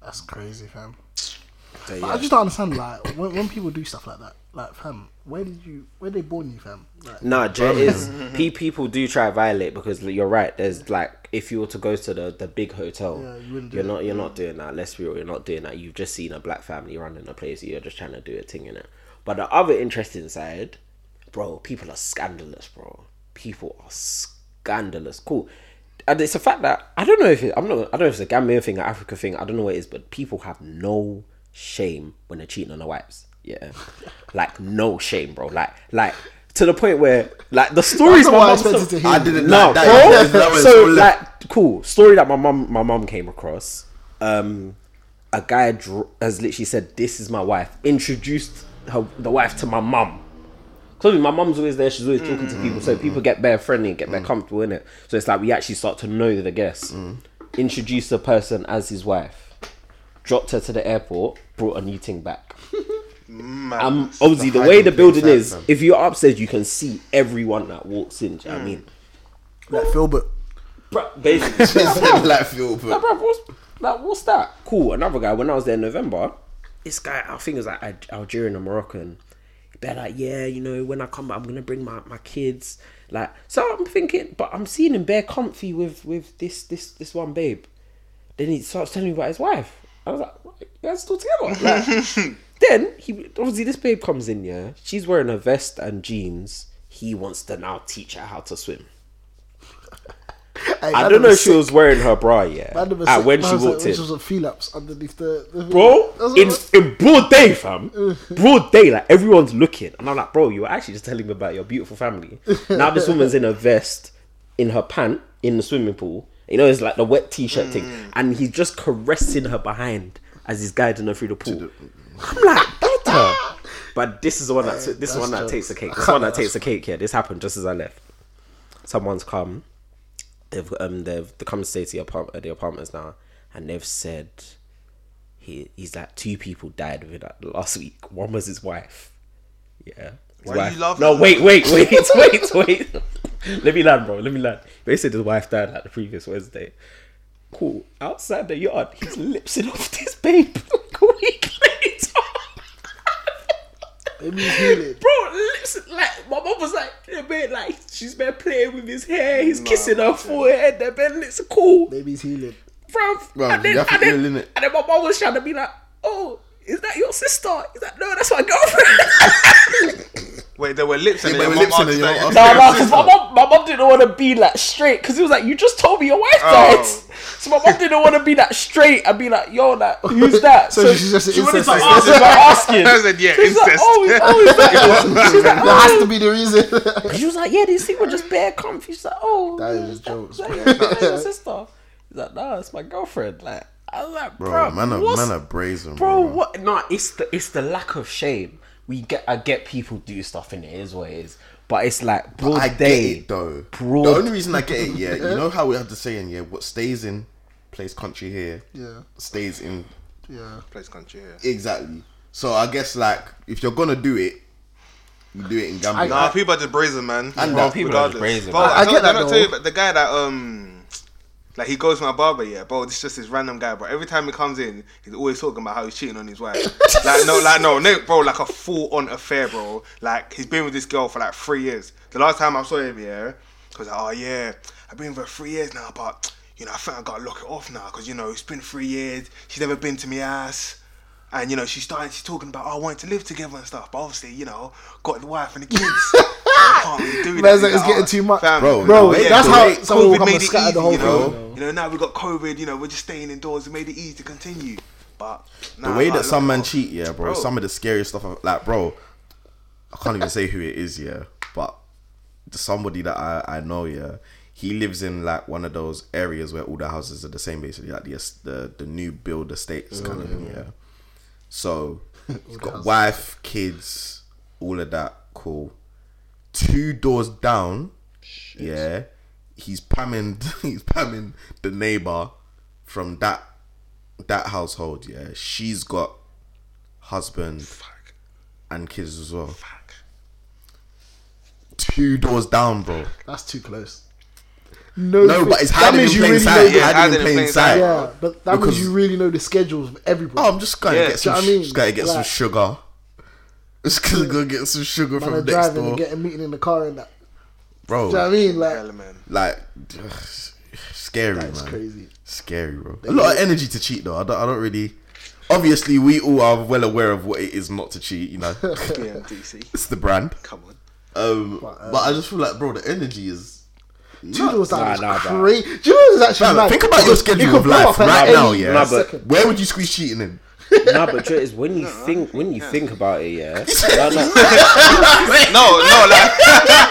That's crazy, fam.
so,
But I
yeah.
just don't understand, like, when, when people do stuff like that, like, fam, where did you, where they born you, fam? Like,
No, it is. Pe- people do try to violate because you're right. There's like if you were to go to the, the big hotel,
Yeah, you
you
wouldn't do
are
it.
not you're not doing that. Let's be real, you're not doing that. You've just seen a black family running a place. You're just trying to do a thing in it. But the other interesting side, bro, people are scandalous, bro. People are scandalous. Cool. And it's a fact that I don't know if it, I'm not. I don't know if it's a Gambian thing, or Africa thing. I don't know what it is, but people have no shame when they're cheating on their wives. Yeah, like no shame, bro. Like like to the point where like the stories
That's
my
what I
mum
expected
told-
to hear.
I didn't
no,
like that.
bro.
Is that what it's
so
all like-
like, cool story that my mum my mum came across. Um, a guy dr- has literally said, "This is my wife." Introduced her the wife to my mum. Clearly, my mum's always there. She's always talking to people, so people get better friendly, get better comfortable in it. So it's like we actually start to know the guests. Introduced the person as his wife. Dropped her to the airport. Brought a new thing back.
mad.
Um, obviously, the,
the
way
hiding
the
place,
building
that,
is,
fam.
if you're upstairs, you can see everyone that walks in. Do you know what I mean?
Like Philbert.
Bruh, basically,
like Phil,
Nah,
but
bruv, what's, like, what's that? Cool. Another guy, when I was there in November, this guy, I think it was like Al- Algerian or Moroccan. They're like, yeah, you know, when I come back, I'm going to bring my, my kids. Like, so I'm thinking, but I'm seeing him bare comfy with, with this, this, this one babe. Then he starts telling me about his wife. I was like, what? you guys still together? Like, then he obviously this babe comes in, yeah. She's wearing a vest and jeans. He wants to now teach her how to swim. I don't know if she was wearing her bra yet. At when she walked in.
Which was a Philips underneath the. the
Bro,
That's what-
in, in broad day, fam. Broad day, like everyone's looking. And I'm like, bro, you were actually just telling me about your beautiful family. Now this woman's in a vest, in her pant, in the swimming pool. You know, it's like the wet t shirt thing.
Mm.
And he's just caressing her behind as he's guiding her through the pool. I'm like, brother. But this is the one that this is the one that
that's
takes the cake. This is the one that takes the cake here. This happened just as I left. Someone's come they've um they've they come and stay to the apart- at the apartments now, and they've said he he's like two people died within that last week. One was his wife. Yeah. His
Why are you laughing?
No, wait, wait, wait, wait, wait. Let me land, bro. Let me land. They said his wife died like the previous Wednesday. Cool. Outside the yard, he's lipsing off this babe like a week later.
Maybe he's healing.
Bro, listen, like my mom was like, yeah, man, like she's been playing with his hair, he's kissing her forehead, that man it's cool,
Maybe he's healing.
bro.
Bro,
and, then,
you have to
and, then,
deal, innit?
and then my mom was trying to be like, oh, is that your sister? Is that no, that's my girlfriend.
Wait, there were lips and
Yeah,
your
but
mum
lips and
asked
your
that
mum
if
asked
No, no, because
they're a sister.
my mom, my mom didn't want to be like straight, because he was like, "You just told me your wife died."
Oh.
So my mom didn't want to be that straight and be like, "Yo, that who's that?"
So she's just an
she wanted to
incest
ask, like, asking.
I said, "Yeah,
She's like,
incest."
"Oh, is- oh, is that-" She's like,
That has
"Oh."
to be the reason.
She was like, "Yeah, these people just bare comfy." She's like, "Oh,
That
yeah,
is jokes,
that-
bro.
yeah, that's your sister." He's like, "Nah, it's my girlfriend." Like, I was like,
bro,
"Bro,
man, are,
what's-
man, are brazen,
bro,
bro.
what? Nah, it's the it's the lack of shame. We get, I get people do stuff, and it is what it is. But it's like broad
I
day.
get it though.
Broad-
The only reason I get it, yeah, you know how we have the saying, yeah, what stays in plays country here,
Yeah.
stays in
yeah.
Place country, yeah.
exactly. So I guess like if you're gonna do it, you do it in Gambia.
Nah, people are just brazen, man.
And
Bro,
that-
people are just
regardless.
brazen,
Bro,
man.
I,
I
know-
get that,
did I not tell you
though.
about the guy that um, like he goes to my barber, yeah, bro. This just this random guy, bro. Every time he comes in, he's always talking about how he's cheating on his wife. like no, like no, no, bro, like a full on affair, bro. Like he's been with this girl for like three years. The last time I saw him, yeah, he was like, oh yeah, I've been for three years now, but you know, I think I gotta lock it off now, cause you know, it's been three years. She's never been to me ass. And you know, she started. She's talking about, oh, I wanted to live together and stuff. But obviously, you know, got the wife and the kids. I can't really do
Man's
that.
like, it's
Oh,
getting too much.
fam,
Bro,
Bro,
no, yeah,
that's
bro.
how
It-
someone will
COVID
come
made
and
it
scatter
easy,
the whole
you know.
thing.
You know, now we got COVID. You know, we're just staying indoors. It made it easy to continue. But
the
nah,
way
nah,
that some
look,
man
bro.
cheat, yeah, bro,
Bro.
Some of the scariest stuff, I've- like, bro, I can't even say who it is, yeah, but somebody that I I know, yeah, he lives in like one of those areas where all the houses are the same, basically, like the es- the, the new build estates kind of thing, yeah. So he's got wife, kids, all of that, cool. Two doors down, yeah, he's pamming, he's pamming the neighbor from that that household, yeah, she's got husband
Fuck,
and kids as well.
fuck.
Two doors down, bro.
That's too close. No,
No, but it's hiding in plain
know
sight.
the-
Yeah,
hiding in plain sight.
Yeah, but that means
Because-
you really know the schedules of everybody.
Oh, I'm just gonna
Yeah.
get some.
Do you know what I
sh-
mean?
Just gotta get some
Like-
sugar. Just gonna go get some sugar
man are
from next
driving
door,
and getting meeting in the car and that.
bro.
Do you know what I mean? Like,
Hell, man.
Like, ugh, scary,
it's
man.
crazy.
Scary, bro. A lot of energy to cheat, though. I don't. I don't really. Obviously, we all are well aware of what it is not to cheat. You know,
BMDC.
it's the brand.
Come on.
Um,
But, uh,
but I just feel like, bro, the energy is.
Two doors down
Nah,
is
nah, bruh.
crazy. Do you know what's actually
Fam,
mad?
think about your
Because you
schedule
could
of
blow
life
up at
right
any
now, yeah.
Nah, but-
second.
Where would you squeeze cheating in?
nah, but Joe, it's when you think when you think about it, yeah. Nah, nah.
No, no, like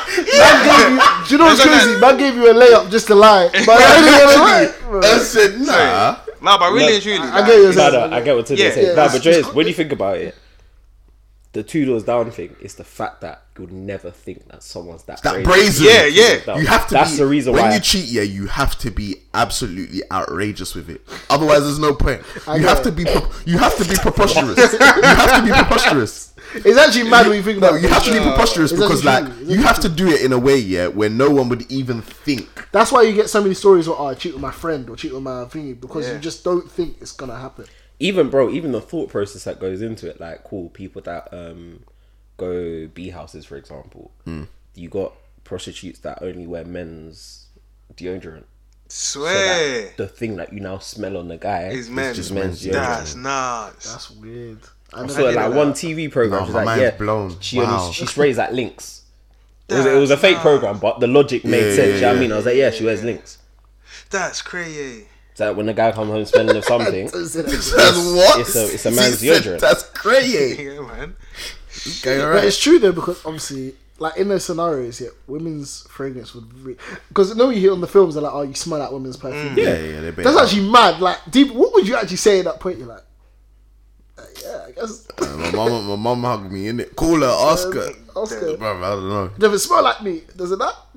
Man gave you- do you know what's
It's like
crazy? Man gave you a layup just to lie. But I didn't get a lie, bro.
I said, nah.
no, but really
Look,
and truly,
I
like,
get you.
No, no, I get what Tinder
Yeah,
said.
yeah,
no,
it's-
but Dre,
it's
when you think about it, the two doors down thing is the fact that would never think that someone's that,
That
brazen.
brazen.
Yeah, yeah.
You have to.
That's
be-
the reason
when
why-
you cheat. Yeah, you have to be absolutely outrageous with it. Otherwise, there's no point. You
get
have
it.
to be. Pro- you have to be preposterous. you have to be preposterous.
It's actually mad when you think
No,
about it.
you have to be preposterous
It's
because,
actually
like,
true. It's
you have to do it in a way, yeah, where no one would even think.
That's why you get so many stories where oh, I cheat with my friend or cheat with my thingy because
Yeah.
you just don't think it's gonna happen.
even bro, even the thought process that goes into it, like cool people that um go bee houses, for example, you got prostitutes that only wear men's deodorant. So
Swear.
that, the thing that you now smell on the guy
It's men's.
just men's deodorant.
That's nuts.
That's weird. I
So
know.
like one TV program,
No,
she's
my
like,
mind's
yeah,
blown.
she
Wow.
only she sprays like links. It was, it was a fake program, but the logic made
Yeah,
sense.
yeah,
you know what
yeah.
I mean, I was like, yeah, she wears links.
That's crazy.
So that when the guy comes home smelling of something,
That's what?
it's a- it's a
He
man's
said
deodorant.
That's crazy.
Yeah, man.
Okay, all
But
right.
it's true though because obviously, like in those scenarios, yeah, women's fragrance would because no, you hear on the films they're like, oh, you smell like women's perfume.
Mm. Yeah, yeah, they're
That's
better.
actually mad. Like, deep. What would you actually say at that point? You're like, uh, yeah, I guess.
my mom, my mom hugged me in it. Call her, ask her.
Oscar,
Bruv, I don't know.
does it smell like me? Does it not?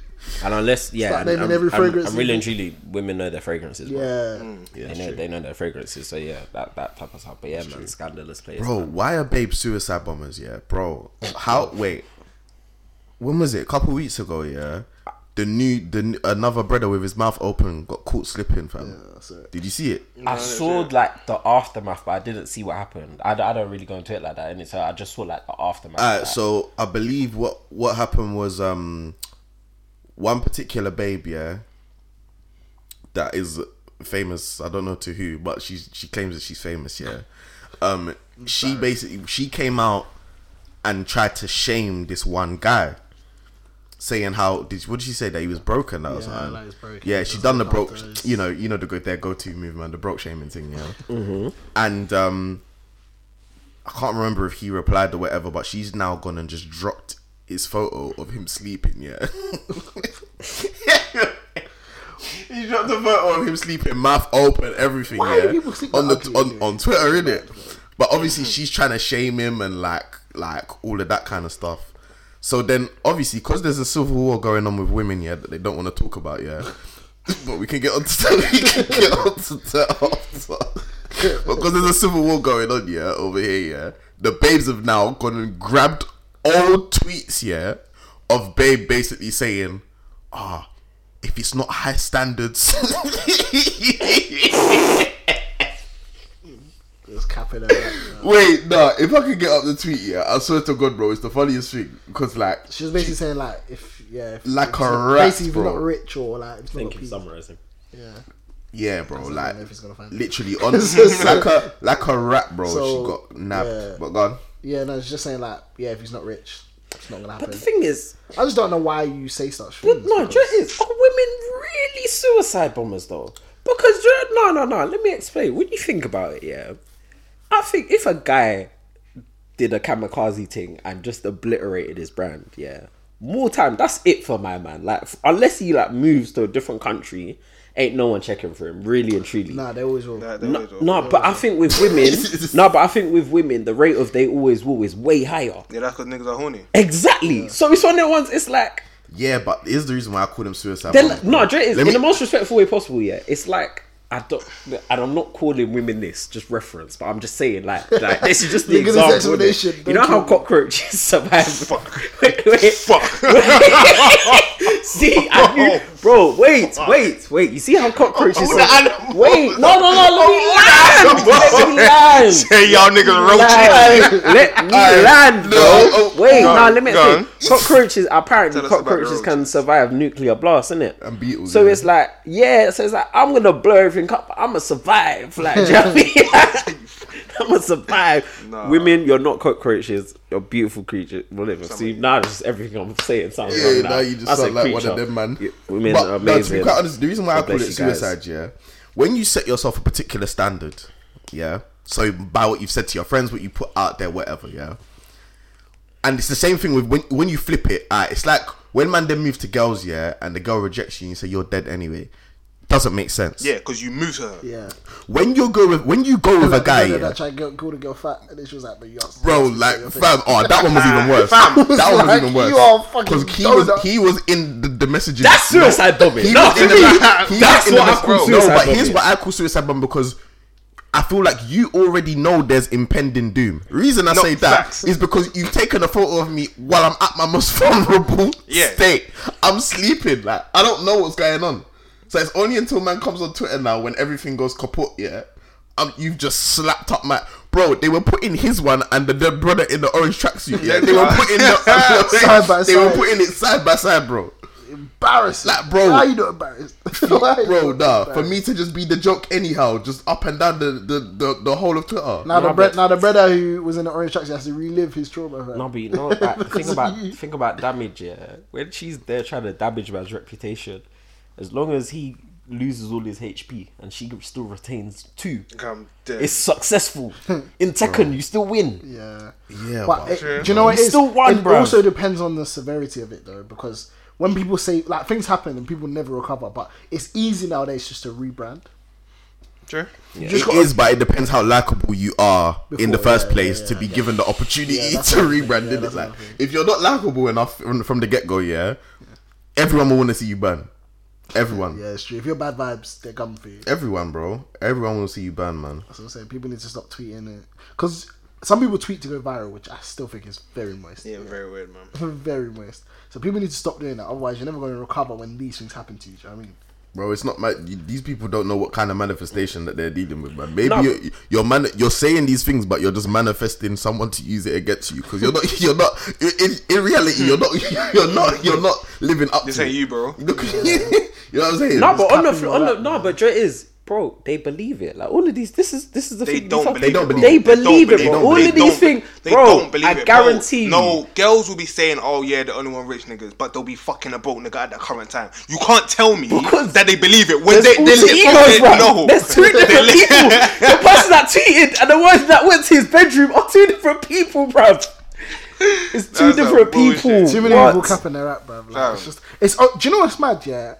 and unless yeah,
Start
and
naming
I'm,
every
I'm-
fragrance
I'm really and truly, women know their fragrances. bro.
yeah.
Mm.
they know they know their fragrances. So yeah, that that type of stuff. But yeah, man, scandalous place.
Bro, why are babes suicide bombers? Yeah, bro. How? Wait. When was it? A couple weeks ago. Yeah. The new, the n- another brother with his mouth open got caught slipping, fam.
So
Did you see it?
I saw like the aftermath, but I didn't see what happened. I, d- I don't really go into it like that, and so I just saw like the aftermath.
Alright,
like,
so I believe what what happened was um one particular babe, yeah, that is famous. I don't know to who, but she she claims that she's famous. Yeah, um, she basically she came out and tried to shame this one guy, saying how did what did she say that he was broken? That was
Yeah,
something.
like he's broken.
Yeah, she
That's
done the
like
broke.
after his-
You know, you know the go their go to movement, the broke shaming thing. Yeah,
Mm-hmm.
and um. I can't remember if he replied or whatever, but she's now gone and just dropped his photo of him sleeping. Yeah. he dropped the photo of him sleeping, mouth open, everything.
Why do
yeah,
people sleep
on the
that ugly,
on, on Twitter, innit? But obviously, she's trying to shame him and like like all of that kind of stuff. So then, obviously, because there's a civil war going on with women, yeah, that they don't want to talk about, yeah. But we can get on to that. We can get on to that after. because there's a civil war going on, yeah, over here, yeah. The babes have now gone and grabbed all tweets, yeah, of babe basically saying, ah, if it's not high standards.
Just capping it. out.
Wait, nah, if I could get up the tweet, yeah, I swear to God, bro, it's the funniest thing. Because, like,
She was basically saying like, if yeah, if,
Like
if
a
it's not-
rat,
basically if you're
bro.
not rich or like, if you're
thank
not
you
peas-
for summarizing.
yeah.
yeah, bro,
I
like,
don't know if he's gonna find it.
literally, on like a like a rat, bro.
So,
she got nabbed,
yeah.
but gone.
Yeah, no, it's just saying like, yeah, if he's not rich, it's not gonna happen.
The thing is,
I just don't know why you say such
but
things.
no,
because-
do you know what it is are women really suicide bombers though? Because do you know- no, no, no. Let me explain. When you think about it, yeah, I think if a guy did a kamikaze thing and just obliterated his brand, yeah. More time, that's it for my man. Like, f- unless he like moves to a different country, ain't no one checking for him. Really and truly,
Nah, they always will.
That, that
No,
was all.
no, but I think with women, no, but I think with women, the rate of they always will is way higher.
Yeah, that's because niggas are horny.
Exactly. So it's one of the ones. It's like
Yeah, but here's the reason why I call them suicide.
they're
bombers,
like, no,
bro.
do you know what it is?
Let
in
me-
the most respectful way possible. Yeah, it's like I don't, and I'm not calling women this, just reference, but I'm just saying like, like this is just the
You're giving us
example. innit?
explanation,
You
don't
know how
you?
cockroaches survive?
Fuck.
Wait, wait.
Fuck.
See, I knew, bro. Wait, wait, wait. You see how cockroaches?
All the
survive-
animals.
Wait, no, no, no. Let me land. Let me land.
Hey, y'all niggas roaches.
Land. Let me
Aye.
land, bro.
No, oh,
Wait,
go
no,
on,
let me
go
explain. Cockroaches, apparently,
Tell us about
cockroaches
roaches.
can survive nuclear blasts, innit?
And beetles,
So
yeah.
it's like, yeah, so it's like, I'm gonna blow everything up, but I'm gonna survive. Like, do you know what I mean? I'm gonna survive.
Nah.
Women, you're not cockroaches, you're beautiful creatures, whatever. See, now it's just everything I'm saying sounds wrong.
Yeah,
now.
now you just
That's a
sound like one
creature.
of them, man.
You- Women
But,
are
no,
amazing.
to be quite honest, the reason why I
God
call it
bless you guys.
suicide, yeah, when you set yourself a particular standard, yeah, so by what you've said to your friends, what you put out there, whatever, yeah, and it's the same thing with when when you ah, flip it, uh, it's like when man then moves to girls, yeah, and the girl rejects you, and you say you're dead anyway. doesn't make sense.
Yeah, because you moved her.
Yeah.
When you go with when you go with a
Like,
guy,
you know,
yeah,
That tried to go- call the girl fat, and then she was like, "But you are
bro,
sexy,
like
so you're
fam, oh that one was even worse.
Fam,
that one was
like,
even worse.
you are fucking
he was
dozer.
he was in the, the messaging.
That's suicide bombing.
He
No,
was in
for
the-
me,
he
that's
was in the
what I
mess-
call
bro,
suicide
No, but here's
bombing.
what I call suicide bomb because. I feel like you already know there's impending doom. Reason I
No,
say that
facts.
is because you've taken a photo of me while I'm at my most vulnerable
Yeah.
state. I'm sleeping, like I don't know what's going on. So it's only until man comes on Twitter now when everything goes kaput. Yeah, um, you've just slapped up my bro. They were putting his one and the, the brother in the orange tracksuit. Yeah, they were putting the,
Side by
They were
side.
putting it side by side, bro.
embarrassed,
Like, bro.
How are you not embarrassed, Why are you
Bro,
not
nah.
embarrassed?
For me to just be the joke anyhow, just up and down the the, the, the whole of Twitter.
Now the
Nah,
bre-
but-
now the brother who was in the orange tracksuit has to relive his trauma. fam.
No, but you know, like, think about think about damage. Yeah, when she's there trying to damage man's reputation, as long as he loses all his HP and she still retains two,
Come, dead.
it's successful. In Tekken, you still win.
Yeah.
Yeah,
But
but-
it- do you know what
You
it is?
still won,
it
bruv.
also depends on the severity of it, though, because when people say like things happen and people never recover, but it's easy nowadays just to rebrand.
True.
It is, but it depends how likable you are in the
Before,
first
yeah,
place
yeah,
to
yeah,
be given the opportunity
Yeah,
to
that's what I think,
rebrand.
yeah,
it?
that's
It's like
what I
if you're not likable enough from, from the get go, yeah, everyone will want to see you burn. Everyone,
Yeah, it's true. If you're bad vibes, they're coming for you.
everyone, bro, everyone will see you burn, man.
That's what I'm saying. People need to stop tweeting it because some people tweet to go viral, which I still think is very moist.
Yeah, very weird, man.
very moist. So people need to stop doing that. Otherwise, you're never going to recover when these things happen to you. Do you know what I mean?
Bro, it's not my. These people don't know what kind of manifestation that they're dealing with, man. Maybe
No.
you're, you're man. You're saying these things, but you're just manifesting someone to use it against you because you're not. You're not. In, in reality, you're not. You're not. You're not living up.
This
to
ain't
it.
you, bro.
Look, you know what I'm saying?
No, but on the
capping
fl- on
all
the
that,
no, but Dre is bro. They believe it. Like all of these. This is this is the
They
thing. we
don't,
talk-
believe
They don't
it, bro.
believe
They believe it,
believe
bro.
it.
All
They
of these things,
They
bro.
don't believe
I
it, bro.
guarantee you.
No, girls will be saying, "Oh yeah, the only one rich niggas," but they'll be fucking a broke nigga at the current time. You can't tell me
Because
that they believe it when
There's
they
two
they lit-
egos,
they-
bro.
no.
There's two different
lit-
people. The person that tweeted and the one that went to his bedroom are two different people, bro. It's two
That's some
different
bullshit.
people.
Too many
What?
people capping their app, bruv. Like, it's
Fam.
just, it's. Oh, do you know what's mad? Yeah,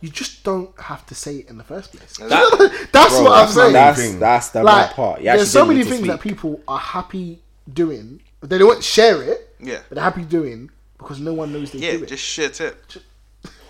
you just don't have to say it in the first place.
That-
that's what I'm
that's
saying.
mad.
That's that's the
like,
bad part. You actually
there's so
didn't
many
need to
things that
speak.
people are happy doing. They don't share it.
Yeah.
but they're happy doing because no one knows they
Yeah,
do it.
just shit it.
Do you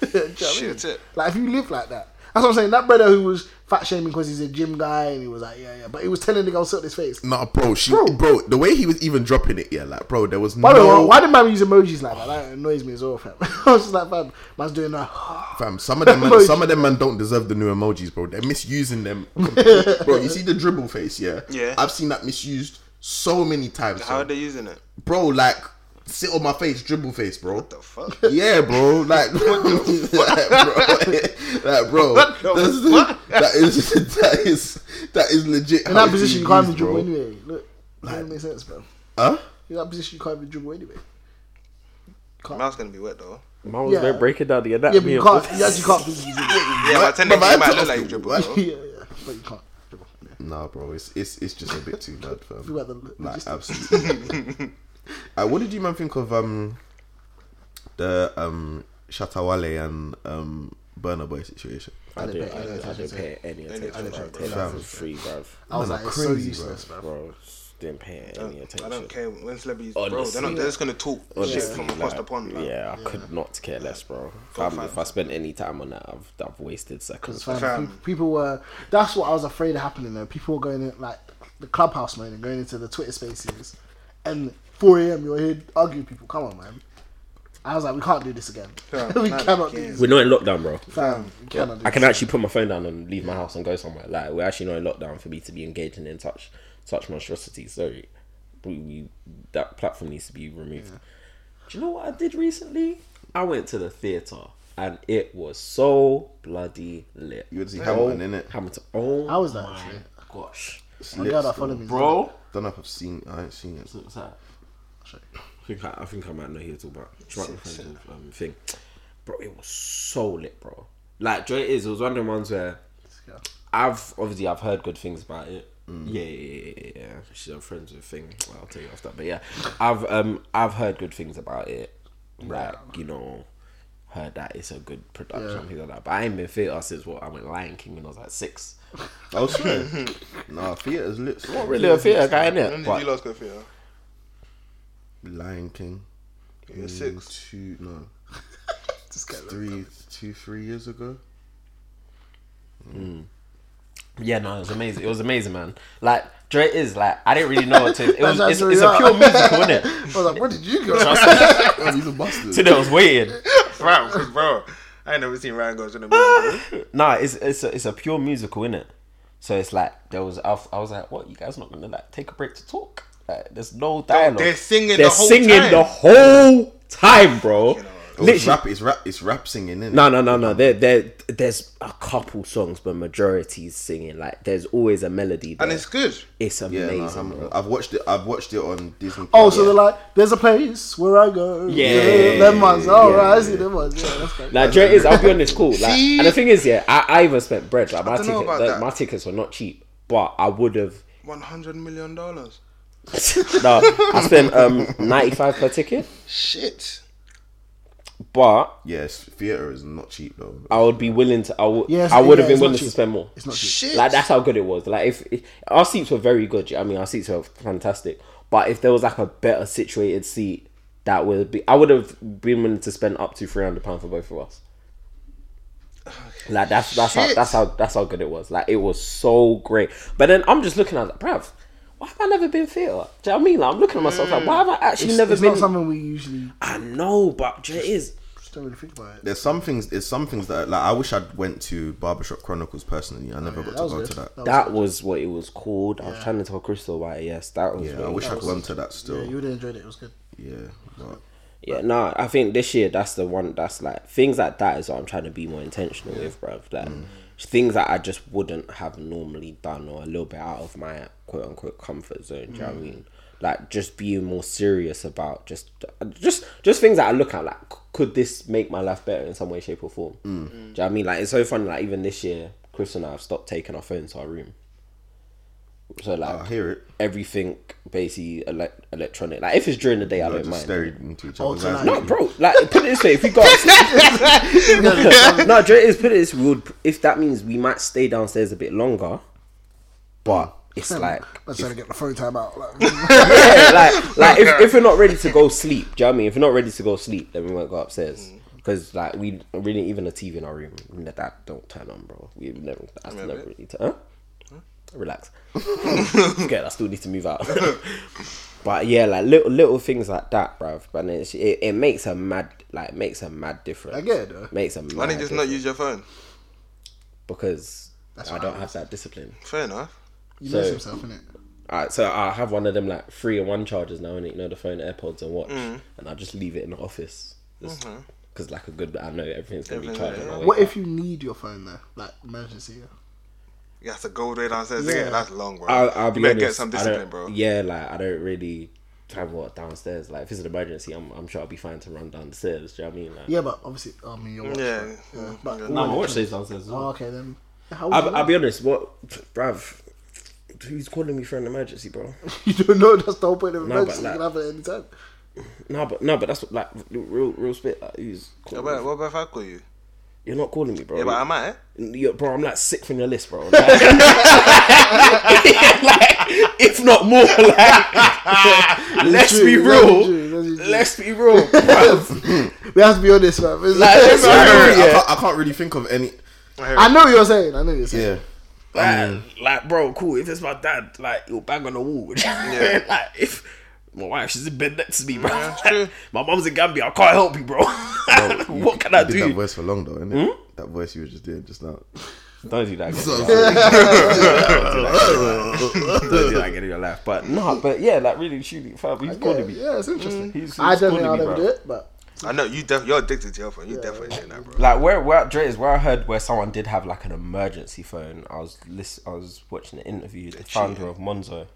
know what I
shit
mean?
it.
Like if you live like that, that's what I'm saying. That brother who was fat shaming because he's a gym guy and he was like, yeah, yeah, but he was telling the girl sit on his face.
Nah, bro, she,
Bro.
bro. the way he was even dropping it, yeah, like, bro, there was
By the
no,
way, why do man use emojis like that? That annoys me as well, fam. I was just like, fam, man's doing that.
fam. Some of them, man,
Emoji.
some of them, man, don't deserve the new emojis, bro. They're misusing them, completely. bro. You see the dribble face, yeah,
Yeah.
I've seen that misused so many times,
How
so-
are they using it?
bro. Like, sit on my face, dribble face, bro.
The fuck?
Yeah, bro. Like, like, bro. like, bro.
What the
that's-
fuck?
that is that is that is legit.
In
how
that
it's
position, you
being
can't even
used, bro.
dribble anyway. Look, that doesn't make sense, bro.
Huh?
In that position, you can't even dribble anyway.
Mouth's gonna be wet though.
Man was
Yeah.
breaking down the
Yeah, but
anatomy
you
of
can't. You actually can't physically dribble.
Yeah, but technically,
but
it
I
might
took
look
off
like
the-
you dribble.
what?
though.
yeah, yeah, but you can't dribble. Yeah.
Nah, bro, it's it's it's just a bit too bad, fam.
You had the
like,
logistics.
absolutely. uh, what did you man think of um the um Shatawale and um Burner Boy situation?
I
didn't
don't,
pay
I
any
don't, I don't
attention
pay any attention.
attention,
bro. That was free, bro.
I was
Man,
like,
I'm
it's so
crazy,
useless, bro.
Bro, just didn't pay any attention.
I don't care when celebrities, bro.
Honestly.
They're, not, they're just gonna talk
Honestly,
shit from across
like,
the pond. Like.
yeah, I could not care less, bro. Fam, if I spent any time on that, I've, I've wasted
It's
seconds.
fine.
Fam.
Pe- People were. That's what I was afraid of happening though. People were going in like the clubhouse mode and going into the Twitter spaces, and 4 a.m. You're here arguing with people. Come on, man. I was like, we can't do this again.
Fam,
we
man,
cannot do
again.
this.
We're not in lockdown, bro.
Fam, we cannot do
I can
this.
actually put my phone down and leave my house and go somewhere. Like we're actually not in lockdown for me to be engaging in such such monstrosities. So we, we that platform needs to be removed. Do you know what I did recently? I went to the theater and it was so bloody lit.
You went to see Hamilton, innit?
Hamilton. Oh,
How was that, Oh.
my
actually?
Gosh,
My girl that followed me.
bro.
Don't know if I've seen. I ain't seen it.
What's that? I think I, I think I might know who you're talking about. It's right in front of, um, thing, bro. It was so lit, bro. Like, Joy is. It was one of the ones where. I've obviously I've heard good things about it. Yeah, yeah, yeah, yeah, yeah. She's a friends with thing. Well, I'll tell you after. But yeah, I've um I've heard good things about it. Like you know, heard that it's a good production, things like that. But I ain't been theatre since what I went Lion King when I was like six.
Oh shit! nah, theaters lit. still.
Not really a theatre guy,
When
innit?
did you
But
last go theatre?
Lion King.
You were
Mm,
six.
Two no
Just get
three two three years ago.
yeah, no, it was amazing. It was amazing, man. Like Dre is like I didn't really know what to. It was,
That's
it's, it's a
actually-
pure musical, innit?
I was like, where did you go?
Man, he's a bastard.
Today I was waiting.
Bro, bro. I ain't never seen Ryan goes in a movie.
No, it's it's a, it's a pure musical, innit? So it's like there was I was I was like, what? You guys not gonna like take a break to talk? Like, there's no dialogue.
they're singing the
They're
whole
singing
time.
the whole time, bro.
Oh, it's
Literally.
rap. It's rap. It's rap singing. Innit?
No, no, no, no. There, there, there's a couple songs, but majority is singing. Like, there's always a melody. There.
And it's good.
it's
Yeah,
amazing.
no,
bro.
I'm- I've watched it. I've watched it on Disney.
Oh,
Plus.
so they're like, there's a place where I go.
Yeah.
them ones. Oh,
Yeah.
right, I see them ones. Yeah, that's great.
Like Dre is, I'll be honest, cool. Like,
See?
and the thing is, yeah, I, I even spent bread. Like my
don't know
ticket,
about
like,
that.
my tickets were not cheap, but I would have.
One hundred million dollars.
No, I spent um ninety five per ticket,
Shit.
but
yes, theater is not cheap though.
I would be willing to. I would.
Yes,
I would
yeah,
have been
it's not
willing to
cheap.
spend more.
It's not cheap.
Shit.
Like that's how good it was. Like if, if our seats were very good. I mean, our seats were fantastic. But if there was like a better situated seat, that would be. I would have been willing to spend up to three hundred pound for both of us. Like that's that's how
Shit.
that's how that's how good it was. Like it was so great. But then I'm just looking at like, bruv, why have I never been theatre? Do you know what I mean? Like I'm looking at myself like, why have I actually
It's,
never
it's
been?
not something we usually
I know, but do you know what it is.
just don't really think about. It.
There's some things. There's some things that like I wish I'd went to Barbershop Chronicles personally. I never got
That
to
was
go
good.
to that.
That was
That was what it was called. I was trying to tell Crystal about it. Yes, that was.
yeah,
what
I
it
wish I'd
was.
gone to that
good. Yeah, you
still.
would have enjoyed it. It was good.
Yeah, but
Yeah, no, I think this year that's the one that's like things like that is what I'm trying to be more intentional with, bruv. Like
Mm.
things that I just wouldn't have normally done or a little bit out of my quote unquote comfort zone. Do you know
Mm.
what I mean? Like just being more serious about just just just things that I look at like c- could this make my life better in some way, shape or form?
Mm.
Mm.
Do you know what I mean? Like it's so funny. Like even this year, Chris and I have stopped taking our phones to our room. So like
Oh, I hear it.
everything basically ele- electronic. Like if it's during the day, I
I
don't
just
mind.
staring into each
Oh,
other's
tonight.
eyes.
No, bro. Like, put it this way: if we go, no, Dre is put it this. We would, if that means we might stay downstairs a bit longer, but it's like,
I'm trying to get the phone time out. Like,
Yeah, like, like if, if we're not ready to go sleep, do you know what I mean? If we're not ready to go sleep, then we won't go upstairs
Mm.
because like we really even a TV in our room that, that don't turn on, bro. We never, that's never really turn. Huh? Relax. Good. I still need to move out. But yeah, like little little things like that, bruv. But it's, it it makes a mad like makes a mad difference.
I get it, though.
Makes a mad.
Why didn't you just not
difference
use your phone?
because I
what
don't have that discipline.
Fair enough.
you
So-
lose yourself in it.
Alright, so I have one of them like three and one chargers now, and you know the phone, AirPods, and watch,
Mm.
and I just leave it in the office because like a good, I know everything's gonna be
Mm-hmm. Everything,
charged.
yeah.
Yeah.
What if you need your phone though, like emergency?
You have to go way downstairs
Yeah.
again. That's long, bro.
I'll, I'll be
you better
honest,
get some
I don't-
discipline, bro.
Yeah, like I don't really travel downstairs. Like if it's an emergency, I'm, I'm sure I'll be fine to run downstairs. Do you know what I mean? Like,
Yeah, but obviously, I mean, your watch.
Yeah.
right? yeah. But
No,
no, my watch stays downstairs. As well.
Oh, okay then. How would you
I'll, I'll
know?
be honest, what, bruv, who's calling me for an emergency, bro?
You don't know. That's the whole point of
No,
emergency.
but
you can
like-
have it any time.
No, but no, but that's what, like real, real spit. Like, who's
What
calling me?
about, what about if I call you?
You're not calling me, bro.
Yeah, but I might.
Yo, bro, I'm like sick from your list, bro. Like, like, if not more, like, let's be
True, that's
real.
true, that's true.
Let's be real, bruv.
We have to be honest, man. It's-
Like, let's be
I can't,
real,
I,
yeah.
can't, I can't really think of any.
I know what you're saying. I know what you're saying.
Yeah,
Like, like, bro, cool. If it's my dad, like, he'll bang on the wall.
Yeah.
like, if my wife, she's in bed next to me, bro.
that's true.
my mum's in Gambia. I can't help you, bro.
You-
what can
you
I
did That
do? Hmm?
voice for long though, innit? That voice you were just doing just now.
Don't do that. Again, bro.
Don't
Don't do that again in your life. But no, but yeah, like, really, truly, fam, he's
Yeah,
calling me.
yeah, it's interesting.
He's- he's
Mm. I don't think
calling
I'll
me,
ever
bro.
do it, but
I know you. Def- you're addicted to your phone. You definitely doing that, bro.
Like where where Dre is where I heard where someone did have like an emergency phone. I was list, I was watching an interview, the founder of Monzo,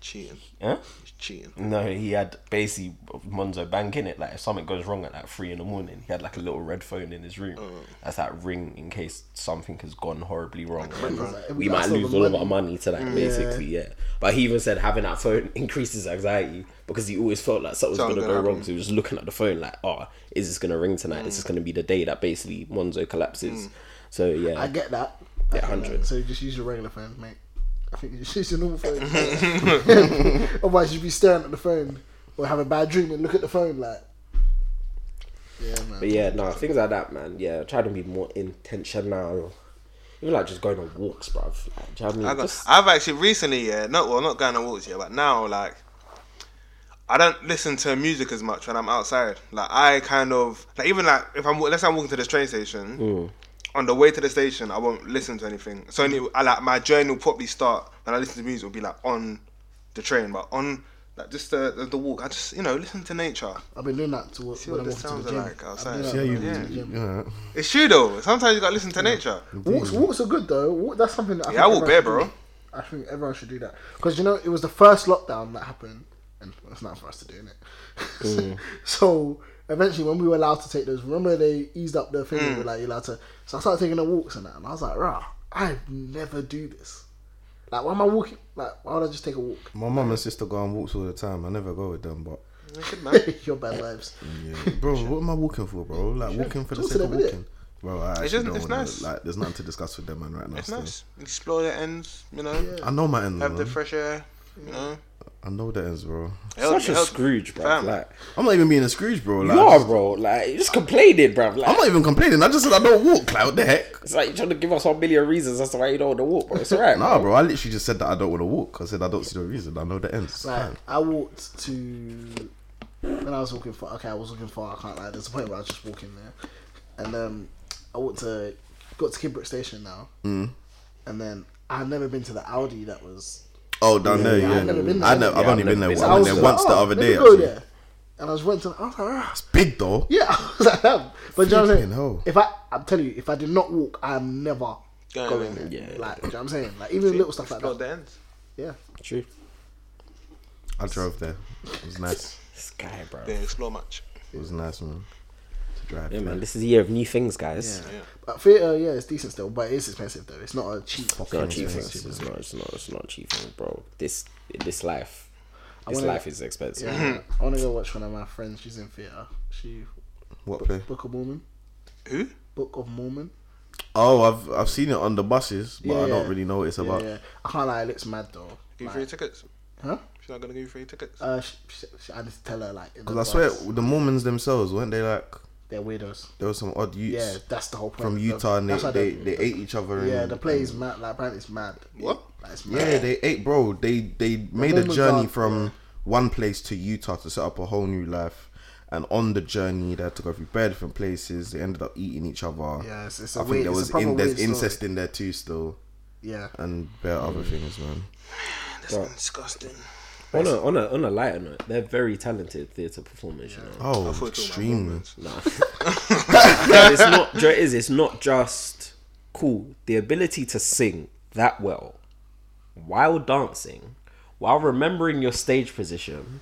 Cheating.
Huh?
He's cheating.
No, he had basically Monzo Bank in it. Like if something goes wrong at like three in the morning, he had like a little red phone in his
Mm.
room. That's that ring in case something has gone horribly wrong. we
That's
might
all
lose
the
all of
money.
our money to like basically yeah. But he even said having that phone increases anxiety because he always felt like something's
Something
gonna go
gonna Mm.
wrong. So he was just looking at the phone like, oh, is this gonna ring tonight? Is this gonna be the day that basically Monzo collapses? So yeah,
I get that.
Yeah,
I get
100.
that. So just use your regular phone, mate. I think you just use your normal phone. Otherwise, you'd be staring at the phone or have a bad dream and look at the phone like. Yeah, man.
But yeah, no, things like that, man. Yeah, try to be more intentional. Even like just going on walks, bruv. Like, do you know what I mean?
I got,
Just-
I've actually recently, yeah, not well, not going on walks yet, but now like I don't listen to music as much when I'm outside. Like I kind of like even like if I'm let's say I'm walking to the train station, on the way to the station I won't listen to anything. So only, I like my journey will probably start when I listen to music will be like on the train, but on like just the the, the walk. I just you know listen to nature.
I've been doing that to when
See what
I'm
the
walking to
sounds
the
are
gym.
like
I've
outside.
been doing that
Yeah,
when
you-
I'm walking to the
you
gym.
know,
It's true though. Sometimes you gotta listen to nature.
Walks, walks are good though. Walk, that's something that I
Yeah, I
think
walk
everyone
bare,
should do.
bro.
I think everyone should do that because you know it was the first lockdown that happened, and it's not for us to do it. so eventually, when we were allowed to take those, remember they eased up the thing. We
Mm.
were like, you're allowed to. So I started taking the walks and that, and I was like, rah, I never do this. Like, why am I walking? Like, why would I just take a walk?
my mum and sister go on walks all the time. I never go with them, but
Good man.
Your bad vibes.
yeah, bro, what am I walking for, bro? Like walking for the
Talk to
sake of
them, innit?
walking. Bro, I actually
just-
don't
it's
wanna,
nice.
like. There's nothing to discuss with them, man, right now.
It's
so.
nice. Explore the ends. You know,
I know my ends,
have the
man.
fresh air. You know.
I know the ends, bro.
Help-
such a
help-
Scrooge, bro.
Fam.
Like
I'm not even being a Scrooge, bro. Like,
you are, bro. Like you just complaining, bro. Like
I'm not even complaining. I just said I don't walk. Like, what the heck?
It's like you're trying to give us one million reasons as to why you don't want to walk, bro. It's alright.
Nah, bro. I literally just said that I don't want to walk. I said I don't see the reason. I know the ends. It's
Like
fine.
I walked to when I was walking far. Okay, I was walking far. I can't lie. There's a point where I was just walking there, and um, I walked to got to Kidbrook Station now,
Hmm.
mm. and then I've never been to the Audi that was.
Oh, down there,
yeah,
yeah.
I've
I've,
never been
I
there.
never, I've only
Yeah, I've
been there.
never
I
I
went
was
there
like,
once the
"Oh,
other
let
day.
me Go
Actually.
there. And I was went to. I was like, ah.
It's big though.
yeah, I was like, damn. But do you know what I'm saying?
Flipping hell.
If I, I'm telling you, if I did not walk, I am never
Going
going there.
there.
Yeah.
Like, do you know what I'm saying? Like even little stuff like
Explore
that.
the ends.
Yeah.
True.
I drove there. It was nice.
This guy, bro.
Didn't explore much.
It was nice, man. To drive.
Yeah, man.
man.
This is the year of new things, guys.
Yeah. But theatre, yeah, it's decent still, but it's expensive though. It's not a cheap.
It's not a cheap thing.
expensive,
It's not. It's not. It's not a cheap thing, bro. This this life, this
wanna-
life is expensive.
Yeah, I want to go watch one of my friends. She's in theatre. She
What play?
Book of Mormon.
Who?
Book of Mormon.
Oh, I've I've seen it on the buses, but
Yeah,
I don't
yeah.
really know what it's
Yeah,
about.
yeah. I can't lie, it looks mad though.
Give you free tickets.
Huh?
She's not gonna give you free tickets.
Uh, sh sh sh I need to tell her like. in
Because I swear,
advance,
the Mormons themselves weren't they like
they're weirdos.
there were some odd
Yeah,
youths
that's the whole point.
from
of-
Utah and they,
that's why
they,
the-
they ate each other. And,
Yeah, the play is mad. Like, apparently it's mad.
What?
Like, it's mad.
Yeah, they ate, bro. They they made a
Mormons
journey
are-
from
yeah.
one place to Utah to set up a whole new life, and on the journey they had to go through bare different places. They ended up eating each other.
Yeah, it's- it's a
I think
weird-
there
it's a
was
proper
in, there's
weird story.
incest in there too still,
Yeah.
and bare other
Mm.
things, man.
That's disgusting.
On a on a on a lighter note, they're very talented theatre performers. You know,
Oh,
thought it was about
extremely.
But it's not. do you know what It is. It's not just cool. The ability to sing that well, while dancing, while remembering your stage position,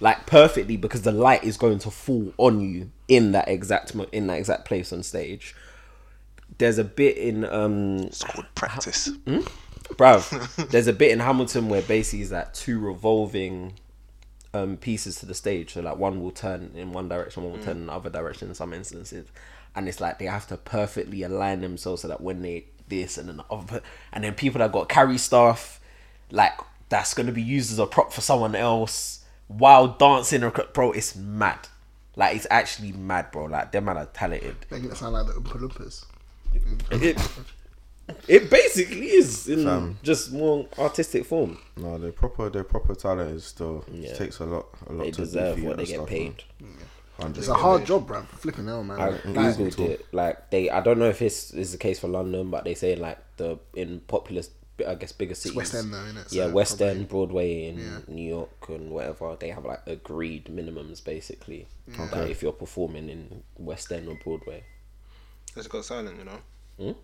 like perfectly, because the light is going to fall on you in that exact mo- in that exact place on stage. There's a bit in um
It's called practice.
bruv there's a bit in hamilton where basically is that two revolving um pieces to the stage so like one will turn in one direction one will turn in the other direction in some instances and it's like they have to perfectly align themselves so that when they this and then the other and then people that got carry stuff like that's going to be used as a prop for someone else while dancing acro- bro it's mad like it's actually mad bro like them man are talented
Making it sound like the Oompa Loompas.
it, it basically is in just more artistic form
No, their proper their proper talent is still
Yeah.
it takes a lot a lot
they
to do
deserve
for you
what
and
they get
stuff,
paid.
Man.
It's a hard job, bro. Flipping hell, man.
I
Like,
Googled it. Like they, I don't know if this is the case for London, but they say like the in populous, I guess, bigger cities.
West End though, innit?
yeah,
So
West
probably-
End, Broadway in
Yeah.
New York and whatever. They have like agreed minimums basically. Like, if you're performing in West End or Broadway.
It's got silent, you know.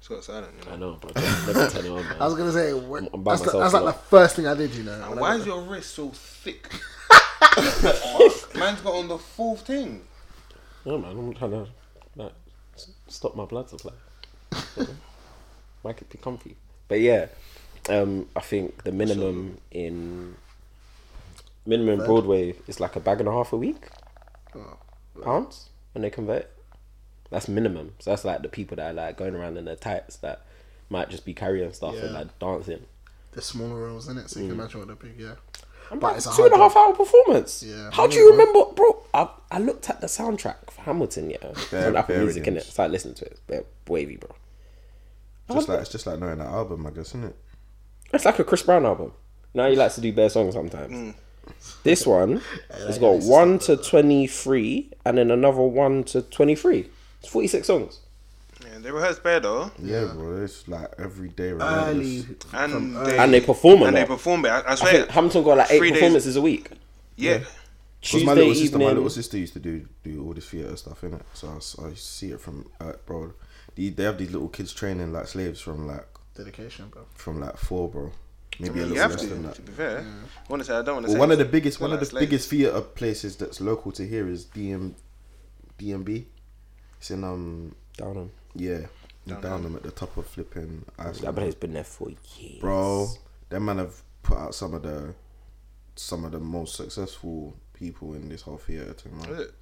Scott Silent, you know.
I know, but never turn it on, man.
I was gonna say wh-
I'm by
that's, the,
myself
that's
a
like the
lot.
first thing I did, you know.
And
When I
why
got
is your wrist so thick? Fuck, Man's got on the full thing.
No, man, I'm trying to like, s- stop my blood supply. You know? Make it be comfy. But yeah, um, I think the minimum in minimum Broadway is like a bag and a half a week.
oh.
Pounds when they convert. That's minimum. So that's like the people that are like going around in their tights that might just be carrying stuff and
Yeah.
like dancing.
the smaller roles in it, so you can imagine what the big yeah.
And
But
bro,
it's a
two and a
hard
half hour performance.
Yeah,
How
man,
do you
bro.
remember, bro? I, I looked at the soundtrack for Hamilton, yeah,
Fair-
on Apple
fair
Music,
readings.
innit? Started listening to it. They're wavy, bro.
Just like it's just like knowing that album, I guess, isn't it?
It's like a Chris Brown album. Now he likes to do bare songs sometimes.
Mm.
This one has got one to twenty three, and then another one to twenty three. It's forty six songs.
Yeah, they rehearse bare though.
Yeah, bro. It's like every day.
Early,
Relentless.
And
uh,
they,
And they perform a
and they
lot.
perform bare. I, I
I
swear.
think Hamilton got like eight
Three days-
performances a week.
yeah.
Because
Tuesday
my little
evening.
sister, my little sister used to do do all this theater stuff in it. So I, s- I used to see it from uh, bro. They, they have these little kids training like slaves from like
dedication, bro.
from like four, bro. Maybe a
You
little
have
less than
to,
that.
to be fair. I want to say I don't want to
Well,
say
one of the
it's-
biggest
it's
one
not
of the
like slaves.
biggest theater places that's local to here is DM DMB. It's in um
Downham.
yeah in Downham at the top of flipping
That
Iceland.
place been there for years,
bro. Them man have put out some of the some of the most successful people in this whole theater thing. man.
Is it?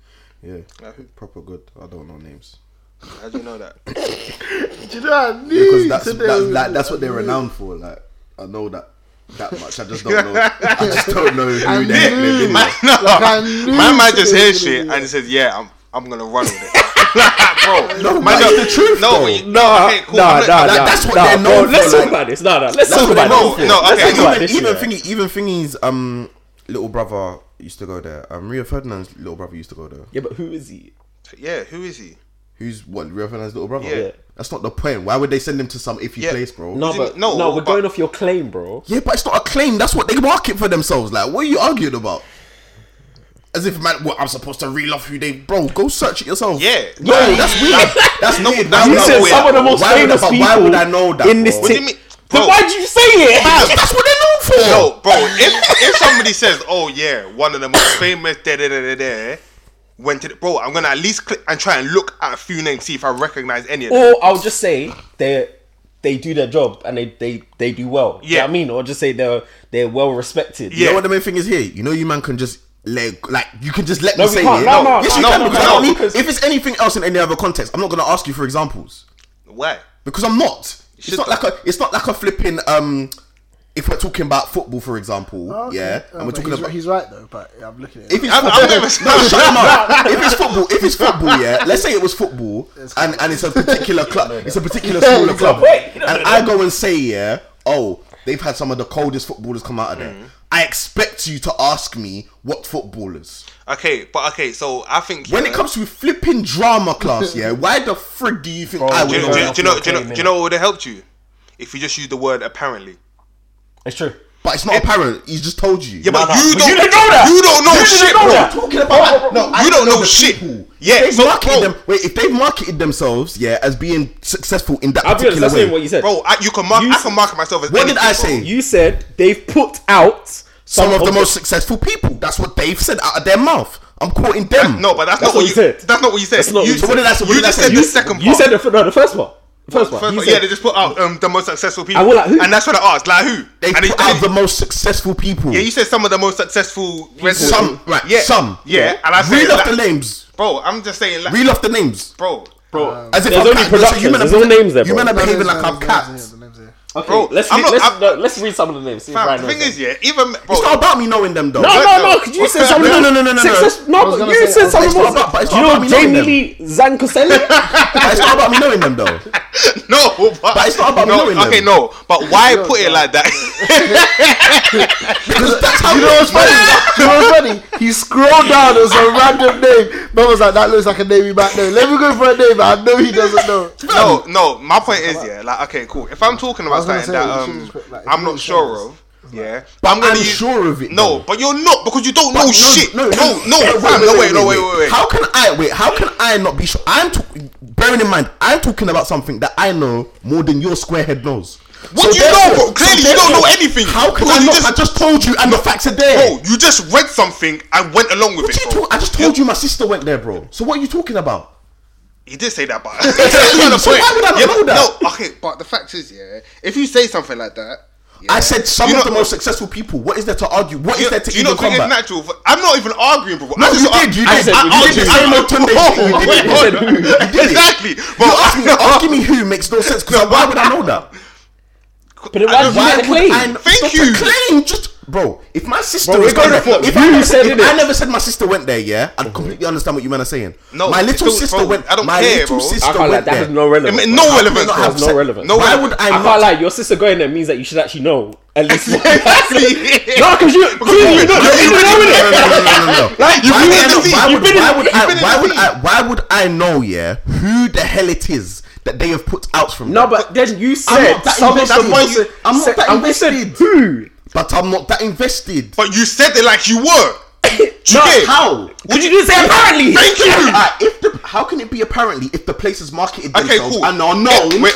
Yeah,
Like who?
proper good. I don't know names.
How do you know that?
Do you know what I need
because that's
today?
that's, like, that's what they're renowned for. Like I know that that much. I just don't know. I just don't know who the heck they're dealing with.
no,
I knew
my man just
today was gonna
hears shit
be
and he says, "Yeah, I'm, I'm gonna run with it." Like, bro, no, man,
it's the truth,
No,
though.
you-
Nah,
okay, cool,
nah,
I'm not-
nah,
that-
nah,
that's what
nah,
they're known
bro, Let's
for,
talk
like-
about this. Nah, nah, let's talk
what
about
they're known
this.
for. No,
Let's
okay,
talk about
even,
this.
even
yeah.
thingy, even thingy's um little brother used to go there. Um, Rio Ferdinand's little brother used to go there.
Yeah, but who is he?
yeah, who is he?
Who's what? Rio Ferdinand's little brother.
Yeah.
That's not the point. Why would they send him to some iffy
Yeah.
place, bro?
No,
Is it-
but
no,
no, no, we're
but-
going off your claim, bro.
Yeah, but it's not a claim. That's what they market for themselves. Like, what are you arguing about? As if man, what I'm supposed to reel off who they, bro. Go search it yourself.
Yeah.
no, that's weird. That's
No,
no, weird. That's
that's You
You
not
No, said
said
wait,
weird.
some
some
of
of
the
the
most
most
why would I- famous
famous
but
people
why would people I know that, in
in
this bro?
this.
What do you mean,
Then
bro?
why'd you say it?
Fam, that's what they're known for.
Yo, bro, if, if somebody says, "Oh yeah, one of the most famous," da da da da da, went to the, bro, I'm gonna at least click and try and look at a few names, see if I recognize any of them.
Or I'll just say they they do their job and they they, they do well. Yeah, you know
Yeah.
what I mean, or just say they're they're well respected.
You
Yeah.
know what the main thing is here? You know, you man can just let it- like you can just let
No,
me
we
say
can't.
it.
No, no,
yes, you
no,
can.
no,
because
no,
I mean,
because-
if it's anything else in any other context, I'm not gonna ask you for examples
Why?
because I'm not. It's
should
not like a. It's not like a flipping. Um, if we're talking about football, for example,
Okay.
yeah,
Oh,
and we're
but
talking
he's,
about.
he's right though, but yeah, I'm looking at it.
If it's
I'm-
football,
I'm never-
no, shut him up. If it's football, if it's football, yeah. Let's say it was football, and, and it's a particular club, it's a particular smaller club,
Wait,
and I go and say, yeah, oh, they've had some of the coldest footballers come out of
Mm.
there. I expect you to ask me what footballers.
Okay, but okay, so I think
When
yeah,
it comes to flipping drama class, yeah, why the frig do you think I
do
would?
you,
know
do, you,
that?
do you know, do you know, do you know what would have helped you if you just used the word apparently?
it's true.
But it's not apparent. He's just told you.
Yeah, but
no,
you
but
don't
you didn't know that.
You don't know
You didn't
shit,
know
bro.
that.
talking about no, I
You don't know
the
shit.
people.
Yeah,
they've
so,
marketed
bro-
them. Wait, if they've marketed themselves, yeah, as being successful in that
I'll be honest,
particular
that's not
way.
even what you said.
Bro, I, you can mark.
You
I
s-
can market myself as.
What did
anything,
I
bro.
say?
you said they've put out
some of the most successful people. That's what they've said out of their mouth. I'm quoting them.
No, but that's,
That's
not what
what
you
you said.
That's not what you said.
That's not what
you,
you said.
What did I say? What
you
did I
just
say?
said the
You-
second part.
You said the, f- no, the first one. The first
First
one. You
part,
said-
yeah, they just put out um, the most successful people.
And we're like, who?
And that's what I asked. Like who?
They
and
put
it-
out the most successful people.
yeah, you said some of the most successful. residents.
some right?
Yeah,
some.
Yeah, and I said,
reel off
like,
the names.
bro, I'm just saying, like,
Reel off the names.
bro,
bro.
As if I'm
There's only
cat- so you
productions.
men are-
There's no names there,
You
bro.
men are behaving
No,
like
no,
I'm
no,
cats.
the names here, the names here.
okay,
bro,
let's
I'm
read,
not-
let's,
I'm-
no, let's read some of the names. See if
fam,
Ryan
the
knows
thing
them.
is, yeah, even bro,
It's not about me knowing them though.
No,
But
no,
no.
no, because you said some
No,
of
no,
the-
no, no, no, no.
Success,
I was
no, but
gonna
you
say- I
said some of
was
gonna
the
say
most.
about- but it's
Do you
not
know
about me knowing
Jamie Lee Zancoselli?
It's not about me knowing them though.
no, but,
it's not about
no,
knowing them.
Okay, no, but why put it like that?
Because that's how
You know what's funny? you know what's funny? He scrolled down, there was a random name. But was like, that looks like a name he might know. Let me go for a name, but I know he doesn't know.
No,
Um,
no. My point is, yeah, like, okay, cool. If I'm talking
I was
about
gonna
something
say,
that
you should
um,
just put, like,
I'm
really
not sure
famous.
of, yeah,
But
I'm gonna
I'm
use-
sure of it,
No,
though.
but you're not because you don't know Oh, shit. No, no, no, fam, no, wait, no, wait, wait, wait.
How can I wait? How can I not be sure? I'm t- bearing in mind, I'm talking about something that I know more than your squarehead knows.
What do you know, bro? Clearly, you don't know anything.
How could
Because
I
you
not?
just- Oh,
I just told you, and the facts are there.
Bro, you just read something and went along with
what
it.
you
bro.
talk- I just told you my sister went there, bro. So what are you talking about?
He did say that, but
Exactly, so why would I not
yeah,
know
but-
that?
No, okay, but the fact is, yeah, if you say something like that, yeah,
I said some
you
of
know-
the most successful people. What is there to argue? What is
You,
there to
do you
even
not think it's
combat?
natural? For, I'm not even arguing, bro.
No,
I just,
you did. You
I,
did.
I, I,
you did. the same
I,
old Tunde thing, you did.
I,
it. You did it.
Exactly. Bro,
You asking me,
I-
asking me who makes no sense. Because why would I know that?
But then why did you
Why
make
would
a claim?
I
Thank
stop
you.
the claim? Just bro, if my sister
Bro,
was
we're
going,
going
there,
for-
if,
you
I never,
said
if
it.
I never said my sister went there, yeah, I'd completely understand what you men are saying.
No,
my little
don't-
sister
bro,
went.
I don't
my
care,
little
bro.
sister
I can't like
went
that
there.
has no relevance.
I mean, no
bro.
relevance,
not
bro.
have
no
sex.
relevance.
No
Why
relevance.
would
I
I
can't
not?
lie. Your sister going there means that you should actually know at least. One.
Exactly.
no, because you, clearly you don't. You don't know
No,
it.
no, no, no, no, no.
Like, you've
Why
been
would I
in the
know-
scene.
why
You've
would-
been in
why
the-
would
you've been
I-
in
Why
the
would
scene.
I? Why would I know? Yeah, who the hell it is that they have put out from?
No,
them?
but then you said
not that
some of the
invested.
most.
I'm not that
and we said
invested.
who?
but I'm not that invested.
But you said it like you were. Do you
No,
get it?
How?
Would you just say apparently?
Thank you.
Alright, if the, how can it be apparently if the place is marketed
Okay,
themselves
cool.
and are known?
Wait.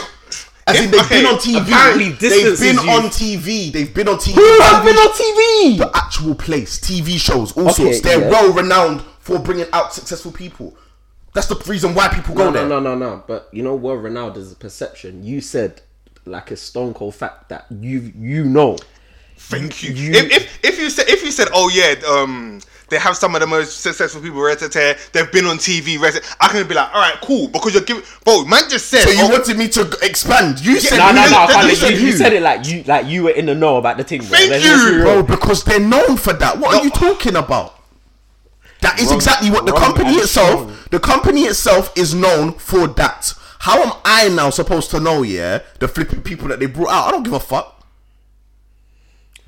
As in, they've
Okay,
been on TV.
apparently
they've
distances
been
you.
on TV. They've been on TV.
Who have been on TV?
The actual place, TV shows, all
Okay,
sorts. They're
yeah.
well renowned for bringing out successful people. That's the reason why people go
No,
there.
no, no, no, no. But you know what, Ronaldo is a perception. You said like a stone cold fact that you you know.
Thank you.
You-
If, if if you said if you said, oh yeah, um, they have some of the most successful people. Right there, they've been on TV. Right, I can be like, all right, cool, because you're giving. Bro, man just said.
So you
oh,
wanted me to expand? You said
No, no,
you-
no. I
you
can't
said
let you, you
who?
said it like you like you were in the know about the thing. Bro.
Thank
Let's just be
you.
bro,
real.
because they're known for that. What
No.
are you talking about? That is exactly what the
wrong
company
and
itself.
wrong.
The company itself is known for that. How am I now supposed to know? Yeah, the flipping people that they brought out. I don't give a fuck.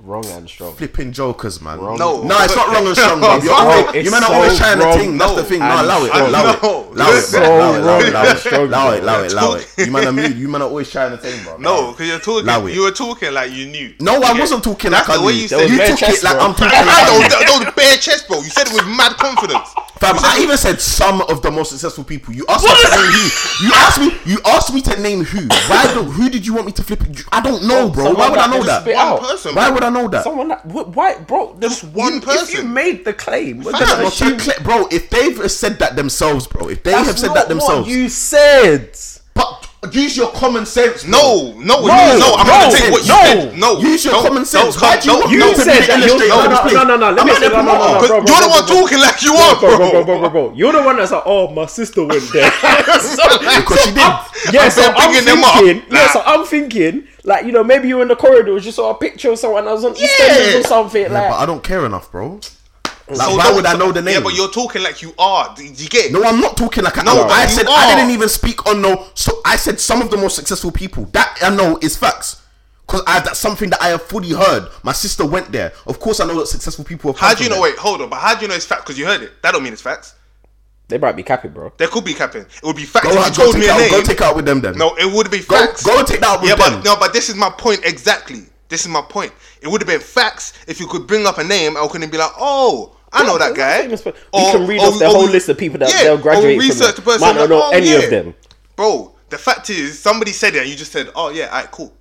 Wrong and strong.
Flipping jokers, man.
No.
no, it's not wrong and strong, bro. You're
No,
always,
it's
you man are
so
always trying to
wrong
ting. That's the thing. No,
and
allow it,
strong.
allow it,
No,
allow it,
it's
bro.
so
allow it, allow
wrong
it, allow
and
it,
strong,
allow it,
bro.
allow it, allow it.
Talk-
You man are mute. You man are always trying to ting, bro.
No, because you're talking.
Allow it.
You were talking like you knew.
No, I
Yeah.
wasn't talking
That's
like
the
I
way
knew.
you
was
said.
You
bare
took it
chest,
like
bro.
I'm talking
I
like I
know
knew.
that, that was bare chest, bro. You said it with mad confidence.
Fam, I even said some of the most successful people. You asked me to name who. You asked me. You asked me to name who. Why do? Who did you want me to flip? it? I don't know, bro. Why would I know
Someone
that?
that-
One
Out.
person.
Why
bro.
would I know that?
Someone like what? Why, bro? The,
Just one
you, If you
person.
made the claim, we're
That's
gonna
not so
assume.
clear- bro. If they've said that themselves, bro. If they
That's
have said
not
that themselves,
What you said.
but use your common sense. bro.
No, no,
No,
no, no. I'm
no,
gonna take what you
no.
said. No,
Use your
no,
common sense.
No,
Why do you
no,
want
You
no,
me to
said
be an
that you're-
illustrator
no,
on this
no,
place?
no, no, no, let
I'm
me
not
say-
the
no, no, no,
promoter.
no, Bro,
Cause
bro,
you're the
bro,
one
bro, bro.
talking like you are,
bro, bro, bro,
bro.
bro, bro, bro. You're the one that's like, oh, my sister went there.
Because she did.
Yeah,
I've
so
been
I'm
picking them up.
thinking. Yeah,
Nah.
so I'm thinking. Like you know, maybe you were in the corridors, you saw a picture of someone that was on
Yeah.
Eastenders or something.
Yeah, but
like,
I don't care enough, bro. Like,
So
why
no,
would I know the name?
Yeah, but you're talking like you are. Do you get it?
No, I'm not talking like I
No,
know.
but
I
you
said
are.
I didn't even speak on no. So I said some of the most successful people that I know is facts. Cause I, that's something that I have fully heard. My sister went there. Of course, I know that successful people. Have come
How do you
from
know?
there.
Wait, hold on. But how do you know it's facts? Because you heard it. That don't mean it's facts.
they might be capping, bro.
There could be capping. It would be facts
Go,
if you
out- go,
told
take
me
it
a
out,
name.
go take it out with them then.
No, it would be
go,
facts.
go take that out with
yeah,
them.
but no, but this is my point exactly. This is my point. It would have been facts if you could bring up a name. I couldn't be like, oh, I know that guy.
We can read off the
or-
whole
or-
list of people that
yeah,
they'll
or
graduate from.
research the person.
Might not
like,
know
oh,
any
yeah.
of them.
bro. The fact is, somebody said it, and you just said, oh yeah, alright, cool.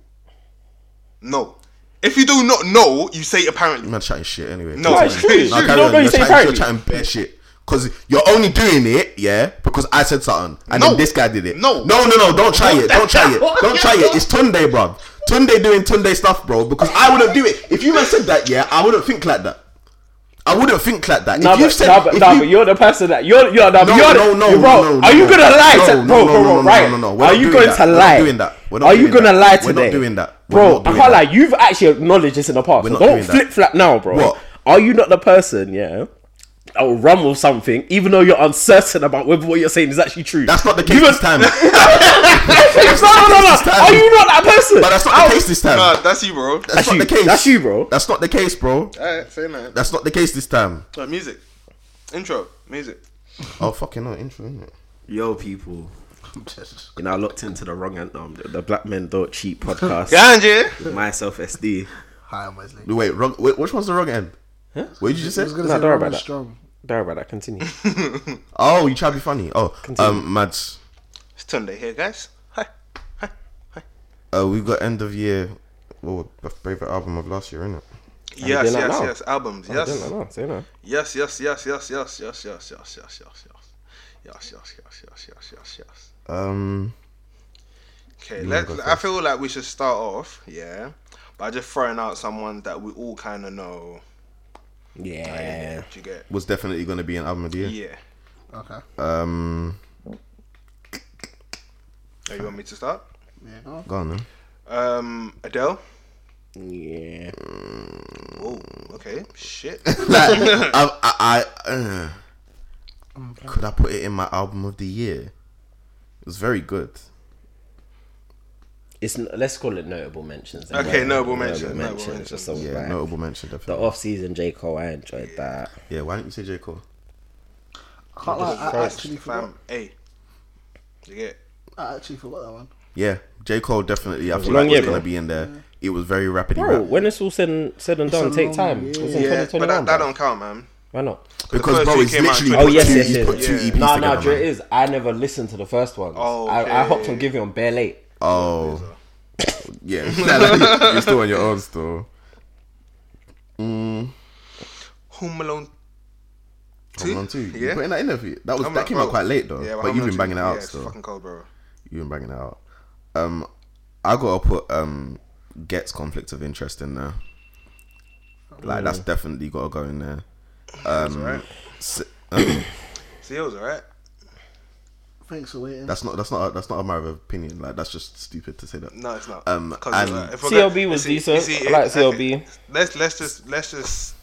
No, if you do not know, you say apparently.
You man chatting shit anyway.
No,
Carry
it's
on.
true, it's
No,
true.
carry
No,
on.
no, you
you're,
say
chatting, you're
apparently.
chatting bare shit. Cause you're only doing it, yeah, because I said something, and
No.
then this guy did it.
No.
no, no, no! Don't try it! Don't try it! Don't try it! It's Tunde, bro. Tunde doing Tunde stuff, bro. Because I wouldn't do it if you man said that, yeah. I wouldn't think like that. I wouldn't think like that.
No,
if you
but,
said,
no, but,
if
no,
you-
but you're the person that you're you're no,
No,
you're
no,
the,
no,
you're
no,
wrong.
no,
Are you
no.
gonna lie?
No, no,
to, bro,
no, no,
bro, bro,
no, no,
right?
no, no. We're
Are
not
you
doing
going
that.
to
We're not
lie?
doing that. We're not
Are you
doing
gonna
that.
lie today?
We're not doing that. We're
bro.
not
I
doing
can't
that.
lie. You've actually acknowledged this in the past.
We're
So
not
don't
doing that.
flip flap now, bro.
What?
Are you not the person? Yeah. I will run with something, even though you're uncertain about whether what you're saying is actually true.
That's not the case
You-
this time. but
no, no, no,
This
no.
time.
Are you not that person?
that's not the case this time.
Nah, that's you, bro.
That's not
you.
the case.
That's you, bro.
That's not the case, bro.
Alright, say that.
That's not the case this time.
Right, music, intro, music.
Oh fucking no intro, isn't it?
Yo, people.
Jesus.
You know, I looked into the wrong end, um, the, the Black Men Don't Cheat podcast.
Ganja.
with My self SD.
Hi, I'm Wesley.
Wait, wrong. Wait, which one's the wrong end? What did you just say?
I was gonna
Nah,
say
don't worry
Roman
about that.
strong.
Don't worry about that. Continue.
Oh, you try to be funny. Oh, um, Mads.
Sunday here, guys. Hi. Hi.
Uh, we've got end of year. Well, favorite album of last year, innit?
Yes,
doing that
yes,
now?
yes. Albums.
I
Yes.
don't know. Say no.
Yes, yes, yes, yes, yes, yes, yes, yes, yes, yes, yes, yes, yes, yes, yes, yes, yes, yes.
Um,
Okay,
You
let
wanna go
I
first?
feel like we should start off, yeah, by just throwing out someone that we all kind of know.
Yeah.
Do you get?
was definitely going to be an album of the year.
Yeah.
Okay.
Um,
Oh, you want me to start?
Yeah, go on.
go on then.
Um, Adele.
Yeah.
Oh, okay. Shit.
Like, I, I, I uh, could I put it in my album of the year? It was very good.
It's n- let's call it notable mentions. then.
Okay, notable mentions, notable mentions.
just some,
Yeah,
like,
notable mention
The
definitely.
off season J Cole, I enjoyed that.
yeah, why didn't you say J Cole?
Can't lie, I
Christ,
actually forgot.
Fam. Hey. Do you get?
I actually forgot that one.
Yeah, J Cole definitely. I
was
feel
a long
like
year,
was gonna
bro.
be in there. It was very rapidly.
Bro,
rap.
when it's all said and, said and
It's
done,
a
take
long
time.
year.
It's in
Yeah, but
2021,
that, that
bro.
don't count, man.
Why not?
because
the
bro,
first
it's
two came
Oh
literally put
out in
yes,
two,
yes,
he's
yes.
put two
Yeah.
EPs
no, no, do
together.
you know
man.
it is. I never listened to the first ones.
Oh,
I, I
okay.
hopped on Giveon bare late.
Oh, yeah. Nah, You're still on your own, still. Mm,
Home Alone.
Home Alone two. You
Yeah.
putting that in there for you. That was
I'm
that
like,
came
bro.
out quite late though.
Yeah,
but
Home
you've
Alone
been banging it
two,
out
Yeah, it's
still.
fucking cold, bro.
You've been banging it out. Um, I gotta put um gets conflict of interest in there. Like that's definitely gotta go in there. Um,
alright.
s-
See, it was alright.
Thanks for waiting.
that's not that's not that's not a matter of opinion. Like that's just stupid to say that.
No, it's not.
Um,
'Cause it's
and-
not. If we're gonna-
CLB was
you see- you
decent.
see,
I like
it-
CLB.
Let's let's just let's just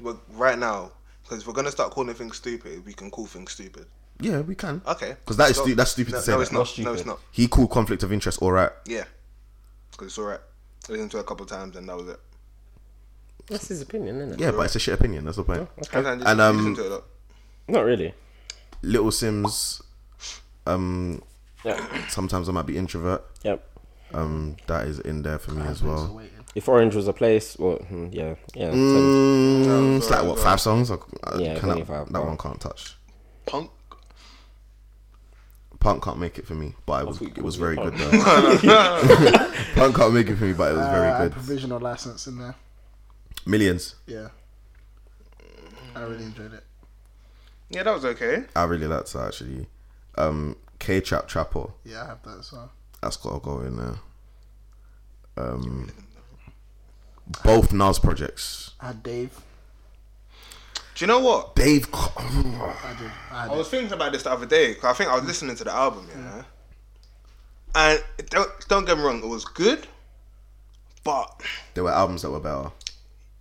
we're, right now because we're gonna start calling things stupid. We can call things stupid.
Yeah, we can.
Okay.
'Cause that is
So-
stu- that's stupid
no,
to say
No,
that.
it's not.
That's
No, it's
stupid.
not.
He called conflict of interest all right.
Yeah, because it's alright. I listened to it a couple times and that was it.
That's his opinion, isn't it?
Yeah, but it's a shit opinion. That's the point.
Sometimes you
And,
listen-
um,
you listen to it, though.
Not really.
Little Sims. Um,
Yeah.
sometimes I might be introvert.
Yep.
Um, that is in there for me as
Thanks for
well.
waiting.
If Orange was a place, well, hmm, yeah, yeah. so-
Mm,
No,
it's
sorry,
like what
sorry.
five songs? I, I
Yeah,
cannot-
25,
that
bro.
one can't touch.
punk.
Punk can't make it for me, but it was
thought you
it was
called
very
me
good though. Punk can't make it for me, but it was
Uh,
very
and
good.
provisional license in there.
Millions.
Yeah. I really enjoyed it.
Yeah, that was okay.
I really liked that actually. Um, K Trap Chapel.
Yeah, I have that as well.
That's gotta go in there. Um, both Nas projects.
I had Dave.
Do you know what?
Dave. Co-
I did. I had
I
it.
was thinking about this the other day 'cause I think I was listening to the album, yeah. And don't don't get me wrong, it was good, but
there were albums that were better.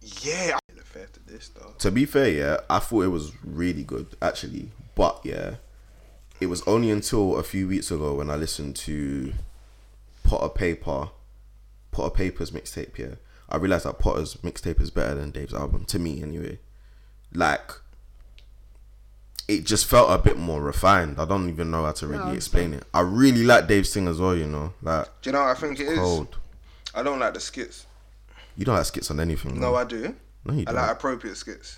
yeah, I'm not fair to this though.
To be fair, yeah, I thought it was really good actually, but yeah, it was only until a few weeks ago when I listened to Potter Paper, Potter Paper's mixtape. Yeah, I realized that Potter's mixtape is better than Dave's album to me, anyway. Like, it just felt a bit more refined. I don't even know how to really explain it. I really like Dave's thing as well. You know, like
Do you know what I think it is?
cold.
I don't like the skits.
You don't like skits on anything.
No,
man.
I do.
no, you
I
don't.
like appropriate skits.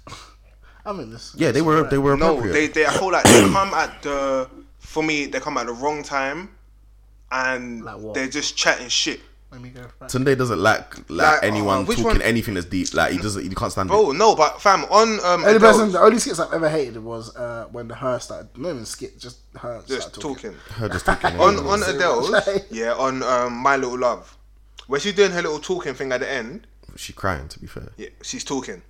I'm in this.
yeah, they were they were
No,
appropriate.
they, they I feel like they come at the for me they come at the wrong time, and
Like what?
they're just chatting shit.
Let me go back.
Sunday doesn't like like,
Like,
anyone
uh, which
talking
one-
anything that's deep. Like he doesn't, he can't stand
Oh.
it.
Bro, Oh, no, but fam on um
Only
Adele,
person, the only skits I've ever hated was uh, when the her started, not even skit, just her
just
started talking.
talking.
Her just talking.
on
anyway.
on Adele's,
Like-
yeah, on um, My Little Love, where she's doing her little talking thing at the end.
she crying. To be fair,
Yeah, she's talking,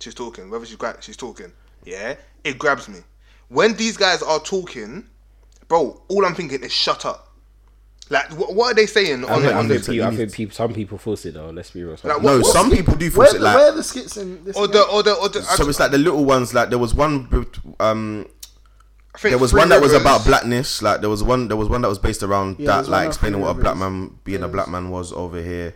she's talking. Whether she's gra- she's talking. Yeah, it grabs me. When these guys are talking, bro, all I'm thinking is shut up. Like, wh- what are they saying on,
heard
on
that
the
it's
People- I
you
think people, some people force it though. Let's be real.
Like,
no,
what's
some people do
Where,
force
the,
it. Like
where are the skits in this?
or
game?
Oh, the or the or the
so, it's like the little ones. Like there was one. bet- Um,
I think
there was
Three
one that was
Rivers-
about blackness. Like there was one. There was one that was based around
Yeah,
that,
there's one
like
of
explaining
Three
what a black
Rivers.
man being a black man was over here.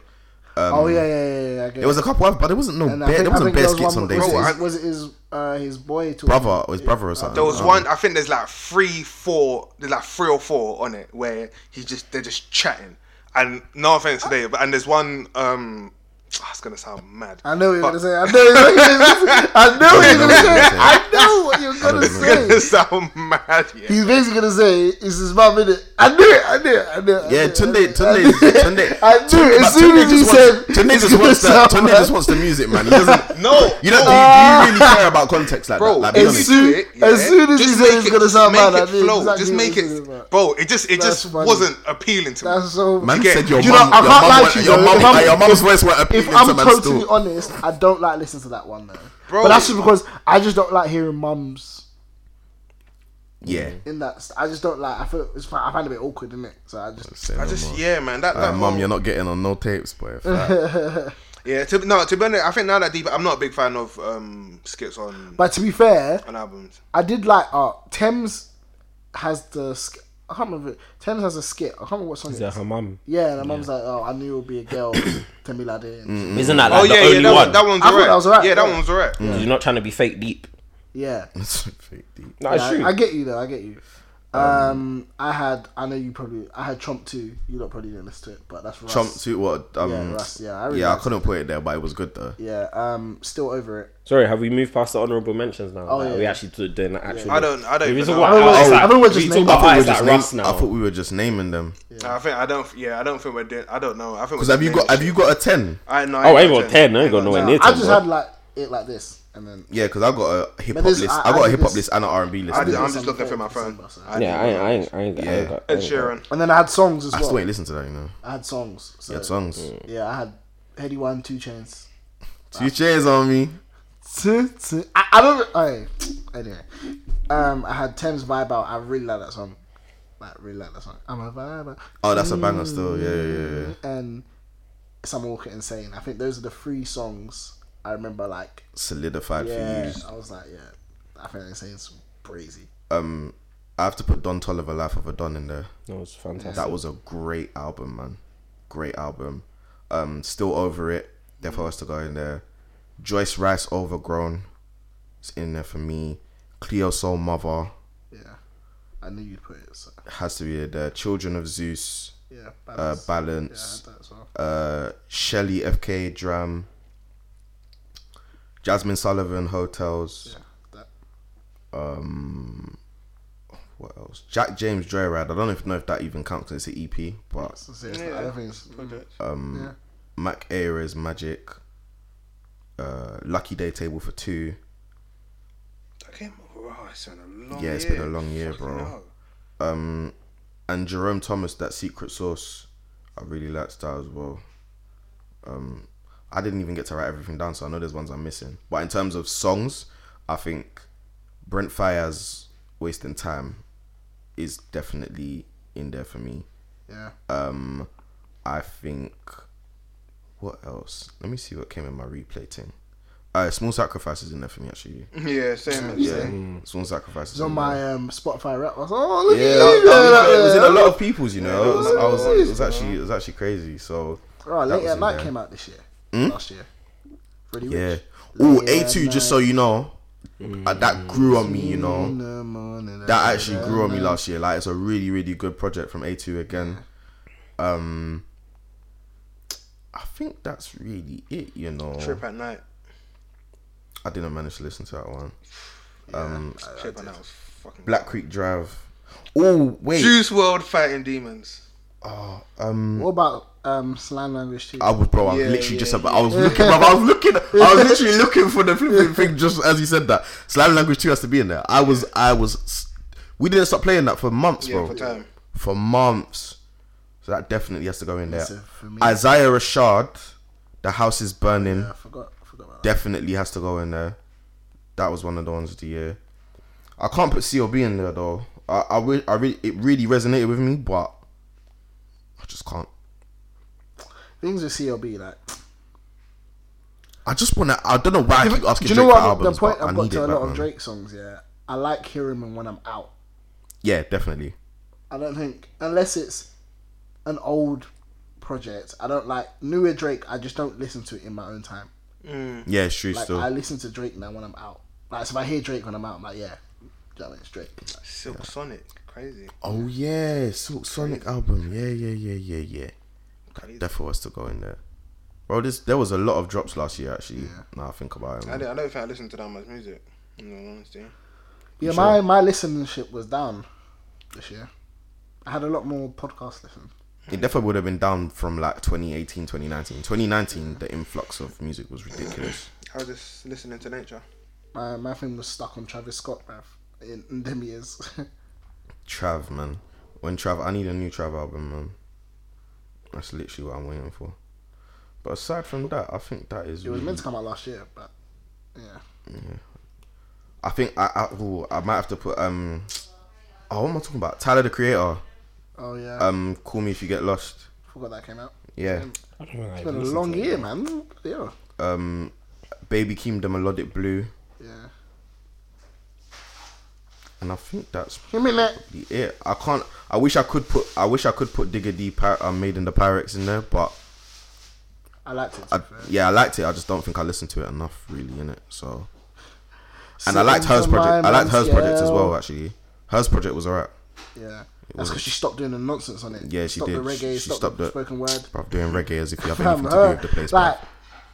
oh, yeah, yeah, yeah. yeah, yeah I get
There was a couple, of, but there wasn't no.
And I
Bare,
think-
there
I
wasn't
think
bare
there was
skits
one-
on
was,
Dave's
it-
Bro, I-
was it his, uh, his boy talking?
brother or his brother or something.
There was
Um,
one. I think there's like three, four. There's like three or four on it where he just they're just chatting. And no offense today, but and there's one um That's gonna sound mad.
I know what you're gonna say. I know you're gonna say. I know what you're gonna say. I know what you're gonna say.
gonna sound mad. Yeah.
He's basically gonna say, "This is my minute." I knew it. I knew it. I knew it. I knew
Yeah,
it,
Tunde,
I
Tunde,
knew it.
Tunde.
I knew it.
but
As soon
Tunde
as you
just wants-
said,
Tunde
it's
just
gonna
wants the
sound
Tunde
bad.
just wants the music, man. He doesn't.
No,
You know, do, you, do you really care about context like
bro.
that? Like, be
As
if you
honest.
soon-
do it, yeah,
as soon as
just
he said
make
it's
it-
gonna sound
make
mad, I
it
knew
flow.
exactly
just
what
make
you're talking
it,
about.
bro. It just, it
That's
just
funny.
wasn't appealing to me.
That's so.
Man
get-
said your
Do you know,
mum,
I
your
can't
mum
lie
went-
to you,
your
though.
mum-
If I'm-
like, your mum's voice went
If
appealing
I'm
to man
totally
still.
honest, I don't like listening to that one though.
Bro.
But that's just because I just don't like hearing mums
Yeah.
in that. St- I just don't like. I feel it's. fi- I find it a bit awkward, isn't it? So I just.
I just, yeah, man. That, that
mum,
whole-
you're not getting on no tapes, boy. Fact.
Yeah, to, no, to be honest, I think now that deep, I'm not a big fan of um, skits on,
But to be fair,
on albums.
I did like. Uh, Thames has the. Sk- I can't remember. Thames has a skit. I can't remember what song it
Yeah,
is.
her mum.
Yeah, and my mum's like, "Oh, I knew it would be a girl." Temi Lade.
Mm. Isn't that like
Oh
the
yeah,
only
yeah,
one?
that, one, that one's
I thought
alright.
that was alright,
Yeah, that
yeah.
one's alright.
Mm.
You're not trying to be fake deep.
Yeah.
Fake deep.
No, it's
Yeah,
true.
I, I get you though. I get you. Um, I had. I know you probably. I had Chomp two. You lot probably didn't listen to it, but that's Russ.
Chomp to what? Um,
Yeah, Russ, yeah, I really
yeah, I
liked
couldn't put it there, but it was good though.
Yeah. Um, still over it.
Sorry, have we moved past the honourable mentions now?
Oh,
Like,
yeah,
Are we
yeah.
actually do- doing the actual?
I don't, I don't.
We
Even
talk
know.
about-
I don't
oh,
know,
it's
I don't know,
like-
just
we talk
naming-
about
I
artists
Just
like
name-
Russ now.
I thought we were just naming them.
I think I don't. Yeah, I don't think we're doing. I don't know. I think.
Because have you got have you got a ten?
I know.
Oh, I ain't got 10, I ain't got nowhere near
Uh, I
10,
just
bro.
had like it like this, and then
Yeah, because I got a hip hop
there's-
list. I,
I- I
got a
did
hip hop
this-
list and an R and B list.
I
I,
did,
didn't-
I'm just looking through my phone. I
Yeah, I ain't, I ain't, I ain't, I ain't
Yeah.
got. I ain't got-
Ed Sheeran.
and then I had songs as
I
well.
still ain't listened to that. You know,
I had songs. So,
yeah, songs.
Yeah, I had Heady One, Two Chains.
Two chairs on me.
Two, two. I, I don't. Oh, anyway, um, I had Thames Vibe out. I really like that song. Like really like that song. I'm a vibe out.
Oh, that's a banger still. Yeah, yeah, yeah. yeah.
and Summer Walker Insane. I think those are the three songs I remember. Like,
Solidified for
yeah,
you.
I was like, yeah, I think Insane's crazy.
Um, I have to put Don Tolliver, Life of a Don in there.
No, it's fantastic.
That was a great album, man. Great album. Um, still over it. Therefore, has to go in there. Joyce Rice, Overgrown. It's in there for me. Cleo Soul Mother
Yeah, I knew you'd put it. So
has to be in there. Children of Zeus,
yeah,
uh,
balance. yeah, I
Balance.
had that as well.
Uh, Shelly FK Dram. Jasmine Sullivan Hotels.
Yeah, that.
Um, what else? Jack James Joyride. I don't even know if that even counts 'cause it's an EP, but
So seriously, I don't think it's.
Um,
Yeah.
Mac Ares Magic, uh, Lucky Day Table for Two.
That came over. Oh, it's been a long
yeah, it's been a long year, bro. Um, and Jerome Thomas, that Secret Source, I really liked that as well. Um, I didn't even get to write everything down, so I know there's ones I'm missing. But in terms of songs, I think Brent Fires "Wasting Time" is definitely in there for me.
Yeah,
Um, I think what else? Let me see what came in my replay thing. Uh, small sacrifices in there for me actually.
Yeah, same. as-
Yeah, small sacrifices.
it's on
in
my
there.
um, Spotify rap. I was like, oh, look
Mm. Yeah,
at
that-
you,
that was-
yeah,
it was in
yeah.
a lot of people's. You know, it was, I was, it was actually, it was actually crazy. So
Right,
that
late
was
at
in
night
there. Hmm?
came out this year, last year. Pretty
yeah.
rich.
Oh,
Yeah,
A two. Just so you know, uh, that grew on me. You know, Oh.
uh,
that actually grew on me last year. Like it's a really, really good project from A two again. Um, I think that's really it. You know,
Trip at night.
I didn't manage to listen to that one. Um,
Trip at night was fucking.
Black Creek Drive. Oh wait.
Juice World fighting demons.
Oh, um,
What about um, slang language too?
I was bro. I'm
Yeah,
literally
yeah,
just about. I was looking. Bro, I was looking. I was literally looking for the flipping thing just as you said that. Slam language two has to be in there. I was. I was. We didn't stop playing that for months,
Yeah,
bro.
for time.
For months. So that definitely has to go in there.
So for me,
Isaiah Rashad, the house is burning.
yeah, I forgot, I forgot about that.
Definitely has to go in there. That was one of the ones of the year. I can't put CLB in there though. I I, re- I really it really resonated with me, but I just can't.
Things with CLB, like
I just wanna. I don't know why I keep asking
do you know
Drake
what
for albums,
the point
but
I've
I
got
need
to
it
a
back,
lot of
man.
Drake songs? Yeah, I like hearing them when I'm out.
Yeah, definitely.
I don't think unless it's an old project. I don't like newer Drake. I just don't listen to it in my own time.
Yeah, it's true.
Mm. Like
still,
I listen to Drake now when I'm out. Like so if I hear Drake when I'm out, I'm like yeah, do you know what I mean? it's Drake. Like,
Silk Sonic, crazy.
oh yeah, Silk Sonic album. Yeah, yeah, yeah, yeah, yeah. That definitely has to go in there. Bro, this there was a lot of drops last year actually. Now I think about it.
I, don't- I don't think I listened to that much music. In all honesty.
Yeah, my, my listenership was down this year. I had a lot more podcast listen.
It definitely would have been down from like 2018, 2019. 2019, the influx of music was ridiculous.
I was just listening to nature.
My my thing was stuck on Travis Scott, bruv, in, in them years.
Trav, man. When Trav, I need a new Trav album, man. That's literally what I'm waiting for. But aside from that, I think that is.
it was
really-
meant to come out last year, but yeah.
I think I I, ooh, I might have to put um. Oh, what am I talking about? Tyler the Creator.
Oh yeah,
Um, call me if you get lost.
forgot that came out.
Yeah.
I don't know.
It's been a long year, man. Yeah,
Um, Baby Keem the Melodic Blue,
yeah.
and I think that's
Give me that.
be it. I can't. I wish I could put. I wish I could put Digger D Pir- uh, Made in the Pyrex in there, but
I liked it. to
I,
be fair.
yeah, I liked it. I just don't think I listened to it enough, really, in it. So, and I
Sitting
liked hers
on
project.
my
I liked hers project as well,
man's
actually. Hers project was alright.
yell. Yeah, that's
wasn't-
because she stopped doing the nonsense on it.
Yeah, she
stopped
did.
The reggae,
She
stopped,
stopped
the
it.
spoken word.
Bruv, doing reggae as if you have
Fam,
anything to do
her-
with the place.
like-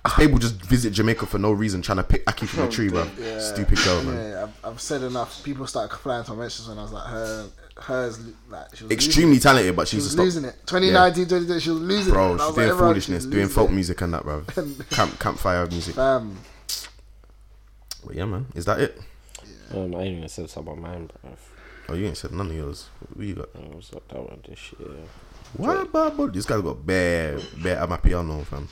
Like, this babe will just visit Jamaica for no reason, trying to pick ackee from a tree, bro. Stupid girl, man.
Oh, Yeah, I've, I've said enough. People started flying to my mentions when I was like, her, hers, like she was
Extremely talented, but
Losing,
she's
she was
just
losing it. 2019, 2020, she was losing it.
Bro,
And I
she's
was
doing
like, everyone,
foolishness,
she's
doing
losing
folk
it.
music and that, bro. Camp campfire music.
Um,
But yeah, man, is that it?
Um, I ain't even said something about mine, bruv.
Oh, you ain't said none of yours. What you got?
I was like, that one this year.
What about bro? this guy got bare bare at my piano, fam?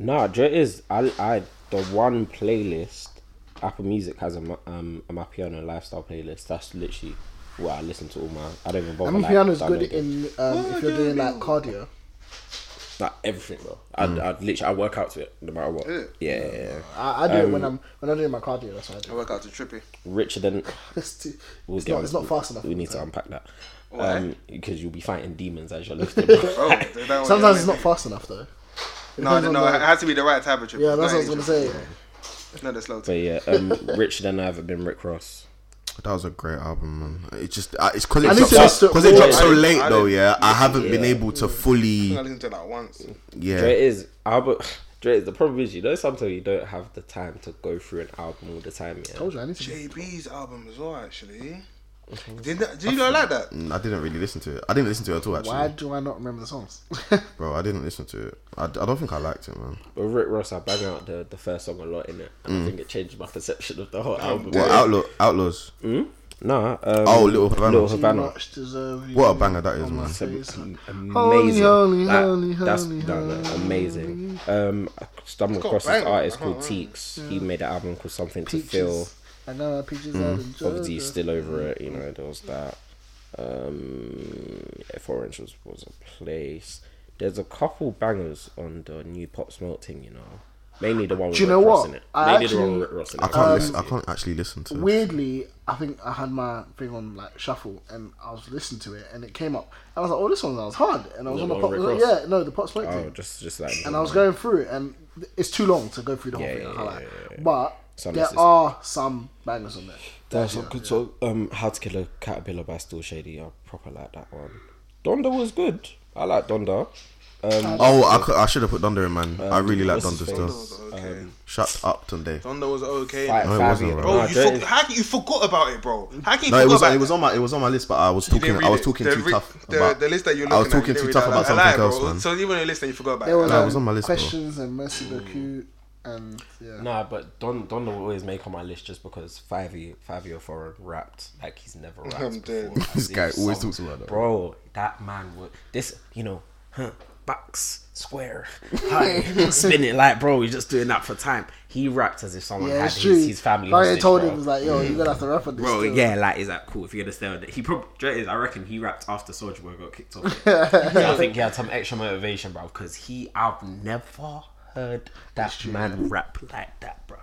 Nah, Dre is I I the one playlist Apple Music has a ma- um a Mapiano lifestyle playlist. That's literally what I listen to all my. I don't even bother.
I mean,
like,
piano's good
downloading.
in um, if you're doing like cardio.
like everything, bro. I I literally I work out to it no matter what. Yeah, yeah. yeah.
I, I do it when I'm when I'm doing my cardio. That's what I
I
do.
work out to trippy.
Richer than
It's, too,
we'll
it's
get
not
on-
it's not fast enough.
We need to unpack that.
Why?
Um, because you'll be fighting demons as you're lifting. bro.
Oh, that was-
Sometimes it's not fast enough though.
No,
Depends on
no,
the-
it has to be the right type of trippy.
Yeah, that's
Not
what I was gonna
any
say.
trippy. Not the slow
but
type.
yeah, um, richer than I ever been Rick Ross.
That was a great album, man. It just uh, it's because
I
it
need
dropped
to
so,
listen to
'cause it
all
dropped
of
so
it.
late
I
though.
didn't-
Yeah, I haven't been able to
I
fully.
listened to that once.
Yeah,
Dre is Albert. Dre, the problem is you know sometimes you don't have the time to go through an album all the time. Yeah,
Told you, I need to.
JB's album as well, actually. Did that, do you not like that?
I Mm, didn't really listen to it. I didn't listen to it at all, actually,
Why do I not remember the songs?
bro. I didn't listen to it. I, I don't think I liked it, man.
But Rick Ross, I bang out the, the first song a lot in it, and
Mm.
I think it changed my perception of the whole album.
What outlaw outlaws?
Nah, um,
uh, Oh, Little Havana.
Little
Do
Havana.
much deserve you
What a banger that is,
on my
man.
face.
Amazing.
Holy, holy,
That-
holy,
that's
holy,
no, no,
holy.
amazing. Um, I stumbled
got
across this
bangers,
artist
I can't
called Teeks. He made an album called Something to Feel.
Peaches. I got my peaches out in Georgia.
Obviously, he's still over it. You know, there was that. Um, yeah, Four Inch was, was a place. There's a couple bangers on the new Pop Smoke thing, you know. Mainly the one with
Do you
Rick
know
Ross
what?
in it.
I
Mainly the one
actually- Um,
with Rick Ross in it.
I can't listen. I can't actually listen to. it.
Weirdly, I think I had my thing on like shuffle, and I was listening to it, and it came up. I was like, "Oh, this one sounds hard," and I was
The
on the
one
pop.
with Rick Ross?
Yeah, no, the pot smoke
Oh,
thing.
just just like
And I was going through it, and th- it's too long to go through the whole
Yeah,
thing. I
yeah,
can't
yeah,
lie.
yeah, yeah.
But
Some
there
is-
are some bangers on there.
That's a good song. Um, How to Kill a Caterpillar by Still Shady. I proper like that one. Donda was good. I like Donda. Um,
Oh, I, cou- I should have put Thunder in,
Uh,
man. I really like
what's
Thunder
his
still.
Was okay.
Shut up, Tunde.
Thunder was okay.
Five,
No, it
Five
wasn't,
Year-
bro.
Oh,
Bro,
Nah,
you,
Dre-
for, how, can- you forgot about it, bro. How can you
No,
forget
it was
about
it was on my it was on my list, but I was talking
didn't
I
read
was
it.
talking
the,
too
re-
tough.
The,
about,
the list that you're looking
I was
at, you
talking
didn't
too
read
tough
that.
about
I lied,
something
bro.
else, man.
So even on your list, and you forgot about
There
it.
was,
No, it
um,
was on my list, bro.
Questions and Mercy Boku, and yeah.
Nah, but Don Donda will always make on my list just because Five Year Five Year Foreign rapped like he's never rapped
I'm
before.
dead.
This
Like,
guy
it's
always
some-
talks about that.
Bro, that man would this you know, huh, box square, high, spin it like bro. He's just doing that for time. He rapped as if someone
Yeah,
had
it's true.
his, his family.
Like, I
hostage,
told
bro.
him, was like, yo, you're gonna have to rap on this.
Bro,
still."
yeah, like is that cool? If you're gonna stay on it, he probably I reckon he rapped after Soldier Boy got kicked off. I think he had some extra motivation, bro, because he I've never heard that man rap like that, bro.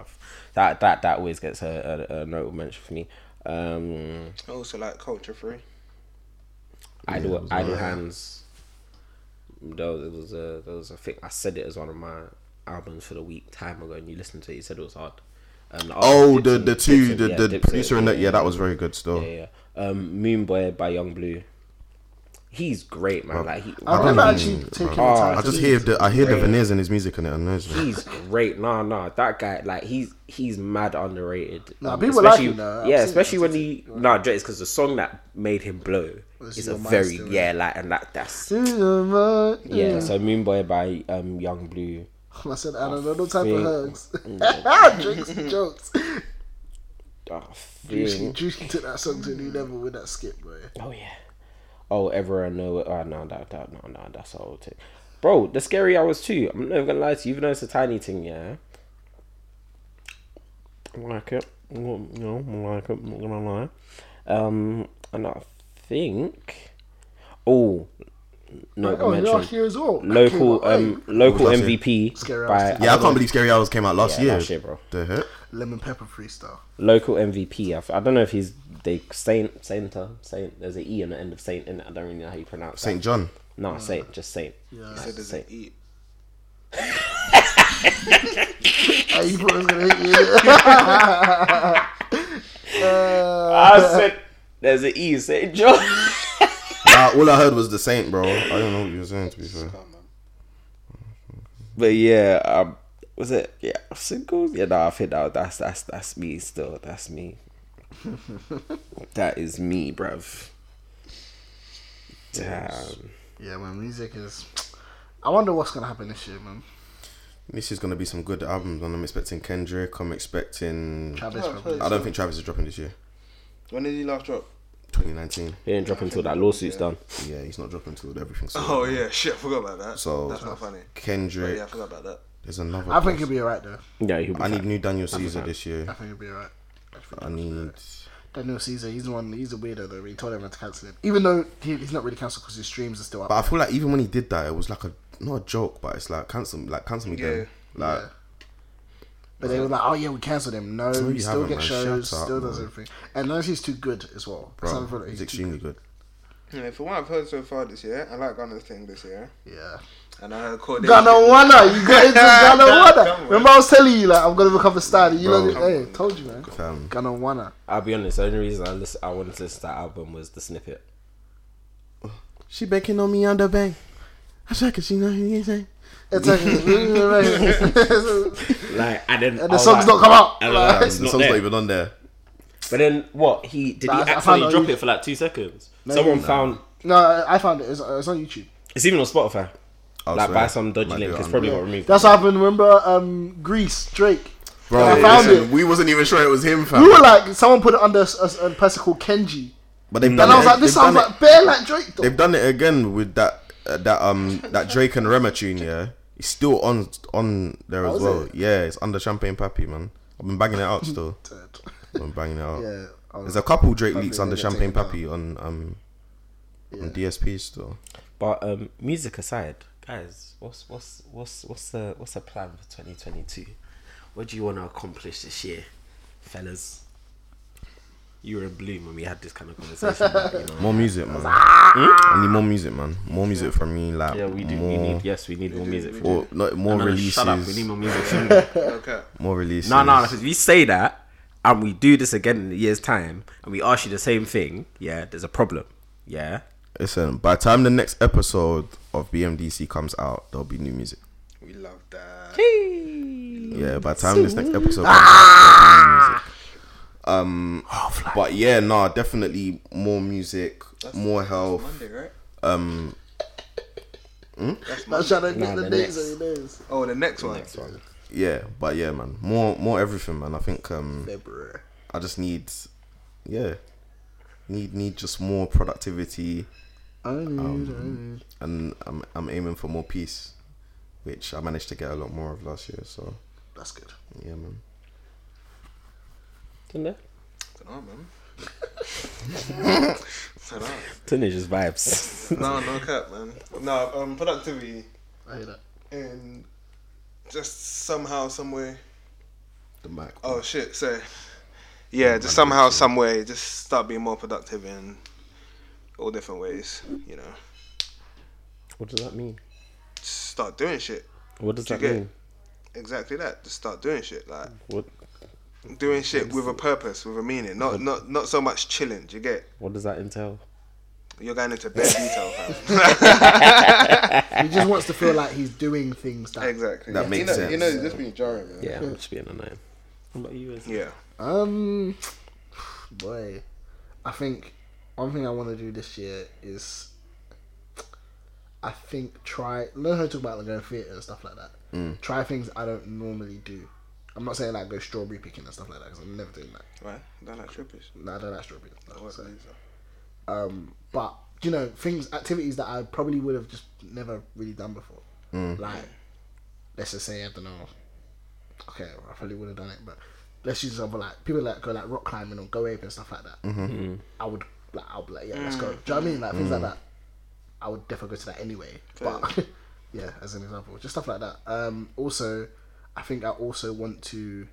That that that always gets a, a, a notable mention for me. Um,
I also like Culture Free.
idle idle hands. There was, there was a there was a thing I said it as one of my albums for the week time ago, and you listened to it. You said it was hard. And
Oh, the
Dipson-
the two
Dipson,
the
yeah,
the
Dipson,
producer in
yeah,
that yeah that was very good still.
yeah, yeah. Um, Moon Boy by Young Blue. He's great, man. Like he,
I've never actually taken the time.
Oh, I
to
just
listen
hear
to
the I hear the veneers in his music and it annoys me.
he's great. Nah, nah, that guy, like he's he's mad underrated.
Nah, people like him, though. I've
Yeah,
seen
especially when he nah, Dre, it's because the song that made him blow is a
Your Mind
very
Still,
yeah, like and that that's
it. Mm, mm,
yeah. So Moonboy by um Young Blue.
mm. I said, I don't know, no type
Fig.
of hugs. Jokes, jokes.
Oh,
Juicy,
thing.
Juicy took that song to a new level with that skip, bro.
oh yeah. Oh, ever I know it. Oh no, that that no no, that's all take. Bro, the scary hours too. I'm not even gonna lie to you, even though it's a tiny thing, yeah. I like it. No, I like it. I'm not gonna lie. Um, and I think, oh, no,
Oh,
I
you're
mentioned
here as well.
local
Okay,
um local
What's that
MVP
Scary
by
Hours.
Yeah, I can't believe Scary Hours came out last
Yeah,
year.
last year, bro.
The heck?
Lemon pepper freestyle.
local MVP. I, f- I don't know if he's they Saint Sainter Saint. There's an e on the end of Saint, and I don't really know how you pronounce
St.
Saint.
John.
No, Saint, just Saint. Yeah,
said there's an
Saint.
E.
Hey, you thought I was gonna hit you. uh,
I said there's an e Saint John.
Nah, all I heard was the Saint, bro. I don't know what you were saying to be fair.
but yeah, um, was it yeah singles? Yeah, no, I think that, that's that's that's me still. That's me. that is me, bruv. Damn.
yeah, man, music is. I wonder what's gonna happen this year, man.
This is gonna be some good albums. and I'm expecting Kendrick. I'm expecting.
Travis
Oh,
probably.
please.
I don't think Travis is dropping this year.
When did he last drop?
2019.
He didn't drop until that lawsuit's done.
Yeah, he's not dropping till everything's.
Oh yeah, shit, I forgot about that.
So-
that's not funny. But
Kendrick.
yeah, I forgot about that.
There's another.
I think
person.
he'll be alright though.
Yeah, he'll be
I
fine.
need new Daniel Caesar this
I
year.
think he'll be alright.
I need.
Daniel Caesar, he's the one. He's a weirdo though. He told everyone to cancel him, even though he, he's not really cancelled because his streams are still up.
But I feel like even when he did that, it was like a not a joke, but it's like cancel, like cancel me then. Like
But they were like, "Oh yeah, we cancelled him." No,
No,
he
you
still
haven't,
gets
man. Shut
shows,
up,
still
man.
does everything, and notice he's too good as well. Some of
bro,
it,
he's
too
extremely good.
Yeah, for what I've heard so far this year, I like Gunner's thing this year,
good. Yeah,
and I heard Cordae.
Ghana Wana, you got into Ghana
Come
Wana.
on.
Remember, I was telling you like I'm gonna become a star. and You
Bro.
know, hey, told you, man.
Fam,
Ghana Wana.
I'll be honest. The only reason I listen, I wanted to listen to that album was the snippet.
she banking on me on the bank. I said, cause she know who eh? you say.
It's like, and
Like, and then
the song's not come out.
I don't know.
Like,
The
It's not
song's not
there.
even on there.
But then what? He did
Nah, I
he
found it
accidentally
on
drop
YouTube.
it for like two seconds? Someone found
no, I found it. It's, it's on YouTube.
it's even on Spotify.
I
like
swear.
by some dodgy
Might do
link.
it
It's
on-
probably got removed.
That's what happened. Remember, um, Greece Drake.
Bro,
I found
listen,
it.
We wasn't even sure it was him, fam.
We were like, someone put it under a, a person called Kenji,
but they've
and
done
I was
it.
like, this
they've
sounds
done it-
like bare like Drake. Though.
They've done it again with that uh, that um that Drake and Rema tune. Yeah, it's still on on there as
Oh, is
well.
it?
Yeah, it's under Champagne Pappy, man. I've been banging it out still. I've been banging it out.
yeah, I was-
There's a couple Drake leaks
they're
under
gonna
Champagne
take it
Pappy on um on DSP still.
But um, music aside, guys, what's what's what's what's the what's the plan for twenty twenty two? What do you want to accomplish this year, fellas? You were in bloom when we had this kind of conversation. but, you know.
More music, man. I
Hmm?
need more music, man. More music from me, like
Yeah, we do.
More,
We need yes, we need more music. From
or not more
No, no,
releases.
Shut up. We need more music. From you.
Okay.
more releases.
No, no, because we say that and we do this again in a year's time and we ask you the same thing, yeah, there's a problem. Yeah.
Listen, by the time the next episode of BMDC comes out, there'll be new music.
We love that.
Yeah, by the time this next episode comes
Ah!
out, there'll be new music. Um, but yeah, no, definitely more music, more health.
Monday, right?
Um,
I was trying to get the dates on your names.
Oh, the next one.
yeah, but yeah, man, more, more everything, man. I think um, I just need, yeah, need need just more productivity, Um,
I need,
and I'm I'm aiming for more peace, which I managed to get a lot more of last year. So
That's good.
yeah, man.
Dunno, man.
Teenagers vibes.
No, no cap, man. No, um, productivity
I hear that.
and just somehow, some way.
The mic.
Oh shit! So, yeah, just somehow, some way, just start being more productive in all different ways. You know,
what does that mean?
just start doing shit.
What does
Do you
that
get
mean?
Exactly that. Just start doing shit. Like
What
doing shit with a purpose, with a meaning. Not not not so much chilling. Do you get?
what does that entail?
You're going into bare detail, fam.
He just wants to feel like he's doing things that.
exactly.
That
you
makes
know,
sense.
you know, it's just been jarring, man.
Yeah,
Hmm.
I'm just being annoying.
What about you? Wesley?
Yeah.
Um, boy, I think one thing I want to do this year is, I think try learn how to talk about like going theatre and stuff like that. Try things I don't normally do. I'm not saying like go strawberry picking and stuff like that because I'm never doing that.
Right. Don't like trippish.
No, I don't like strawberries. No, so. Um, but you know things, activities that I probably would have just never really done before. Like, let's just say I don't know. Okay, I probably would have done it, but let's use example like people like go like rock climbing or go ape and stuff like that. Mm-hmm. I would like I'll be like yeah, let's go. Do you know what I mean? Like things like that. I would definitely go to that anyway. But yeah, as an example, just stuff like that. Um, also, I think I also want to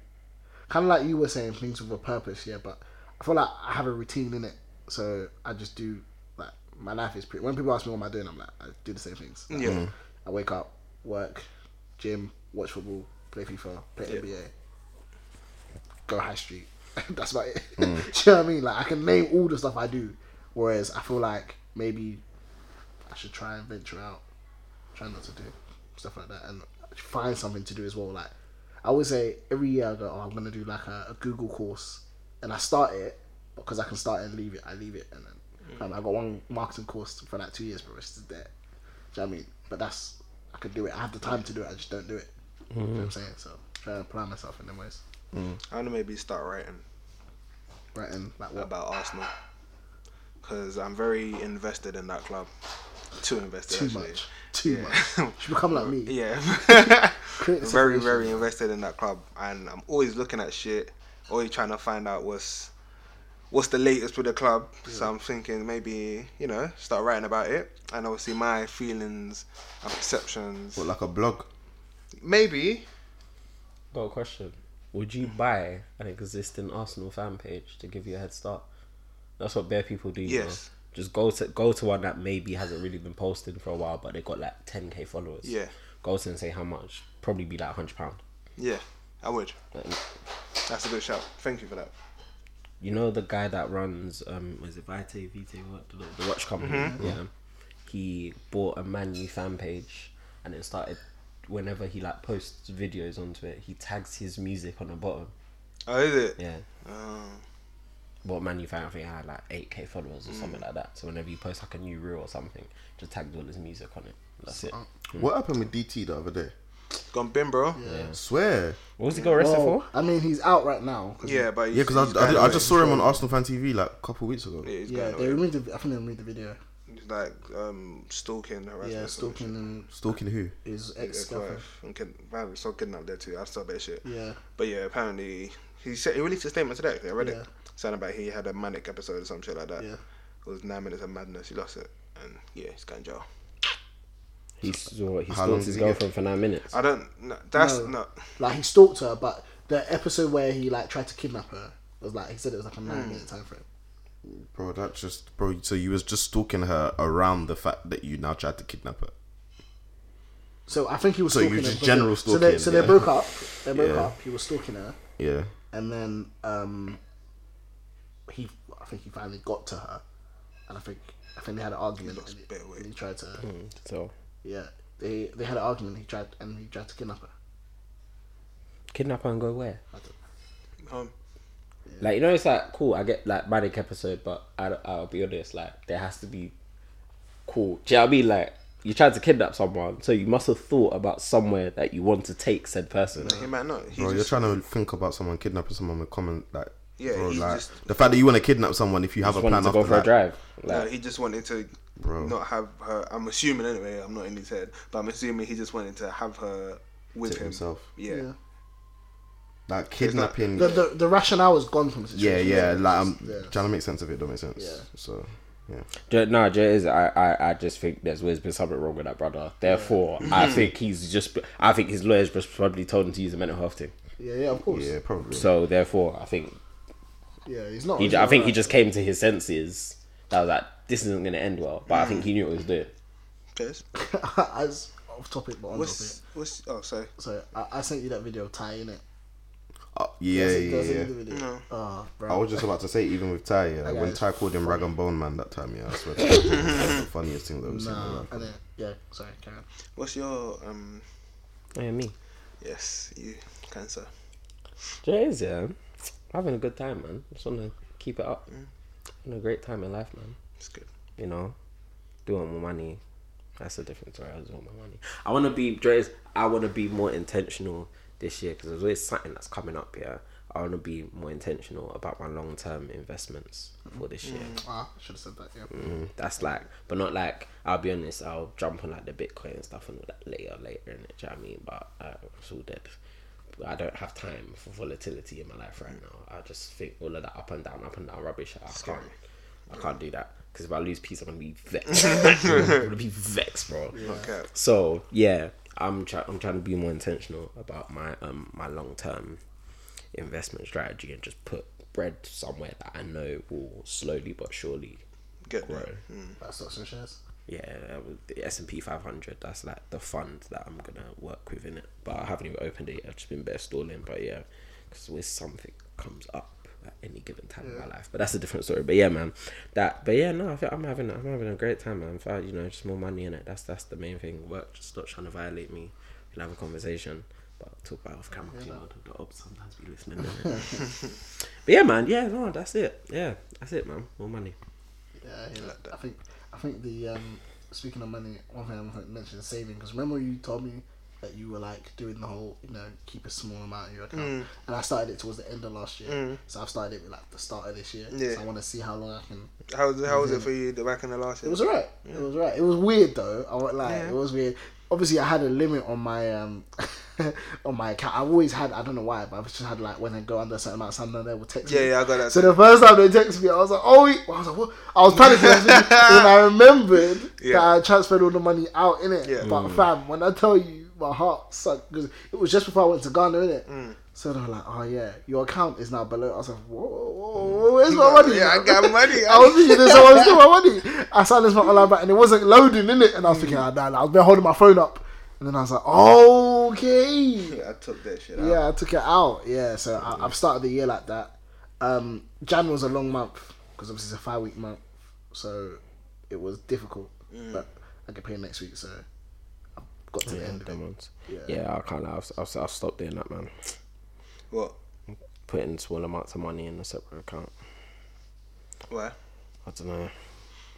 kind of like you were saying things with a purpose yeah but i feel like i have a routine in it so i just do like my life is pretty when people ask me what am i doing i'm like i do the same things Like,
Yeah.
i wake up work gym watch football play fifa play nba go high street that's about it do you know what i mean like i can name all the stuff i do whereas i feel like maybe i should try and venture out try not to do stuff like that and find something to do as well. Like I always say every year I go, oh, I'm gonna do like a, a Google course, and I start it because I can start it and leave it. I leave it, and
Mm.
then um, I got one marketing course for like two years, but it's just there. Do you know what I mean? But that's I could do it. I have the time to do it. I just don't do it. Do You know what
Mm.
I'm saying? So try and apply myself in them ways.
I want to maybe start writing
Right and like what?
about Arsenal because I'm very invested in that club. Too invested.
Too
actually.
much. Too much. Should become like me.
Yeah.
Create this
very,
information.
very invested in that club, and I'm always looking at shit, always trying to find out what's what's the latest with the club. So I'm thinking maybe you know start writing about it, and obviously my feelings and perceptions.
But like a blog.
Maybe
Got a question. Would you buy an existing Arsenal fan page to give you a head start? That's what bare people do. you know.
Yes.
Just go to go to one that maybe hasn't really been posted for a while, but they got like 10k followers.
Yeah.
Go to and say how much. Probably be like 100 pound.
yeah, I would.
Like,
That's a good shout. Thank you for that.
you know the guy that runs um was it Vite Vite what the, the watch company
Mm-hmm.
yeah he bought a Man U fan page and it started whenever he like posts videos onto it he tags his music on the bottom
Oh, is it?
yeah
Oh,
what Man U fan I think had like 8k followers or something
Mm.
like that so whenever you post like a new reel or something just tags all his music on it that's it
Hmm.
What happened with DT the other day?
gone bin, bro.
I swear.
what was he got arrested
Well,
for
I mean, he's out right now. 'cause-
Yeah, but
Yeah, because I, I, did- I just saw him on Arsenal fan TV like a couple weeks ago.
Yeah, he's
Yeah,
going
they
away.
removed. The, I think they removed the video.
He's like um, stalking, harassment.
Yeah,
or some shit.
stalking and
Stalking who?
his ex
Ex-wife
girlfriend.
and kid, apparently still kidnapped there too. I saw a bit of shit.
Yeah.
But yeah, apparently he said he released a statement today. Actually, I read
Yeah.
it. Saying about he had a manic episode or some shit like that.
Yeah.
It was nine minutes of madness. He lost it, and yeah, he's going to jail.
he, saw, he
How long
stalked his
did he get?
girlfriend for 9 minutes
I don't. No, that's
No.
not.
Like he stalked her, but the episode where he like tried to kidnap her was like he said it was like a
Hmm.
nine minute time frame.
Bro, that's just bro. So you was just stalking her around the fact that you now tried to kidnap her.
So I think he was.
So you
stalking her
just
because-
general
So they,
stalking,
so
yeah.
they broke up. They broke
Yeah.
up. He was stalking her,
Yeah.
and then um, he I think he finally got to her, and I think I think they had an argument.
lost
and
a bit of
he-
weight.
and he tried to.
Hmm.
so
Yeah, they they had an argument. He tried and he tried to kidnap her.
kidnap her and go where
Um,
Like you know, it's like cool. I get like manic episode, but I, I'll be honest. Like there has to be cool. Do you know what I mean? Like you tried to kidnap someone, so you must have thought about somewhere that you want to take said person.
he might not. He
Bro,
just,
you're trying to think about someone kidnapping someone with common like.
Yeah,
bro,
he's
like,
just-
the fact that you want to kidnap someone if you have
Just
a
wanted
plan
to
after
go for
that.
a drive.
no,
Like
he just wanted to
Bro.
not have her. I'm assuming anyway. I'm not in his head, but I'm assuming he just wanted to have her with
To
him.
himself.
Yeah.
Yeah.
Like kidnapping.
The, the the rationale was gone from the
yeah,
situation.
yeah. Like um, I'm
Yeah.
trying to make sense of it. Don't make sense.
Yeah.
So yeah.
Do you- no, do you know what it is I, I I just think there's always been something wrong with that brother. Therefore, I think he's just. I think his lawyers just probably told him to use a mental health thing.
yeah, yeah, of course.
Yeah, probably.
So therefore, I think
Yeah, he's not.
he.
he's
I
not
think he
right.
just came to his senses. That was like this isn't going to end well. But I think he knew what he was doing.
Yes.
as off topic but on
What's what's? Oh, sorry.
topic. So I, I sent you that video of Ty in it.
Uh, yeah,
Does it-
yeah,
does it
yeah.
individually? Ah, bro.
I was just about to say, even with Ty, yeah,
guy
when
is
Ty called him Rag and Bone Man that time, yeah, I swear to God, that's the funniest thing that we've seen.
Nah,
bro.
and then yeah, sorry, Karen.
What's your um?
Oh, yeah, me.
Yes, you cancer.
Do you know what it is, yeah? I'm having a good time, man. Just want to keep it up. Having a great time in life, man.
It's good.
You know, doing my money. That's a different story. I was doing my money.
I want to be Dre's. I want to be more intentional this year because there's always something that's coming up. Yeah, I want to be more intentional about my long term investments for this year.
Ah, should have said that. Yeah.
Mm.
That's like, but not like. I'll be honest. I'll jump on like the Bitcoin and stuff and all that later, later. And you know what I mean? But uh, it's all dead. I don't have time for volatility in my life right now. I just think all of that up and down, up and down rubbish. I can't. I can't do that because if I lose peace, I'm gonna be vexed. I'm gonna be vexed, bro.
Okay.
So yeah, I'm try- I'm trying to be more intentional about my um my long term investment strategy and just put bread somewhere that I know will slowly but surely
Get
grow.
there.
That's stocks and shares.
Yeah, that was the S and P 500. That's like the fund that I'm gonna work with in it. But I haven't even opened it. yet. I've just been bare stalling. But yeah, because always something comes up at any given time in my life. But that's a different story. But yeah, man, that. But yeah, no, I feel I'm having I'm having a great time, man. If I, you know, just more money in it. That's that's the main thing. Work just not trying to violate me. We can have a conversation. But I'll talk about it off camera. 'cause, you know, the the ops sometimes be listening. innit? but yeah, man. Yeah, no, that's it. Yeah, that's it, man. More money.
Yeah, yeah. I think I think the um, speaking of money, one thing I want to mention is saving because remember you told me that you were like doing the whole you know keep a small amount in your account, and I started it towards the end of last year, so I've started it with like the start of this year.
Yeah.
So I want to see how long I can.
How was how was it for you the back in the last
It
year?
was alright. It was alright. It was weird though. I won't lie.
Yeah.
It was weird. Obviously, I had a limit on my um on my account. I've always had. I don't know why, but I've just had like when I go under a certain amount, someone there will text
yeah,
me.
yeah, I got that.
So the first time they texted me, I was like, "Oh, wait." I was like, "What?" I was panicking. and I remembered that
Yeah.
I transferred all the money out in it.
Yeah.
But fam, when I tell you, my heart sucked because it was just before I went to Ghana, innit?
Mm.
So they were like, "Oh yeah, your account is now below." I was like, "Whoa, whoa, whoa where's my money?"
Mm. Yeah, I got money.
I was thinking there's someone stole my money. I silenced my online bank and it wasn't loading in it, and I was thinking, "Ah, nah, nah." I've been holding my phone up, and then I was like, "Okay."
I took that shit out.
Yeah, I took it out. Yeah, so I, I've started the year like that. Um, Jan was a long month because obviously it's a five week month, so it was difficult. But I get paid next week, so I've got to the end of it.
Yeah, I can't. lie, I've, I've, I've stopped doing that, man.
What?
putting small amounts of money in a separate account.
Why?
I don't know.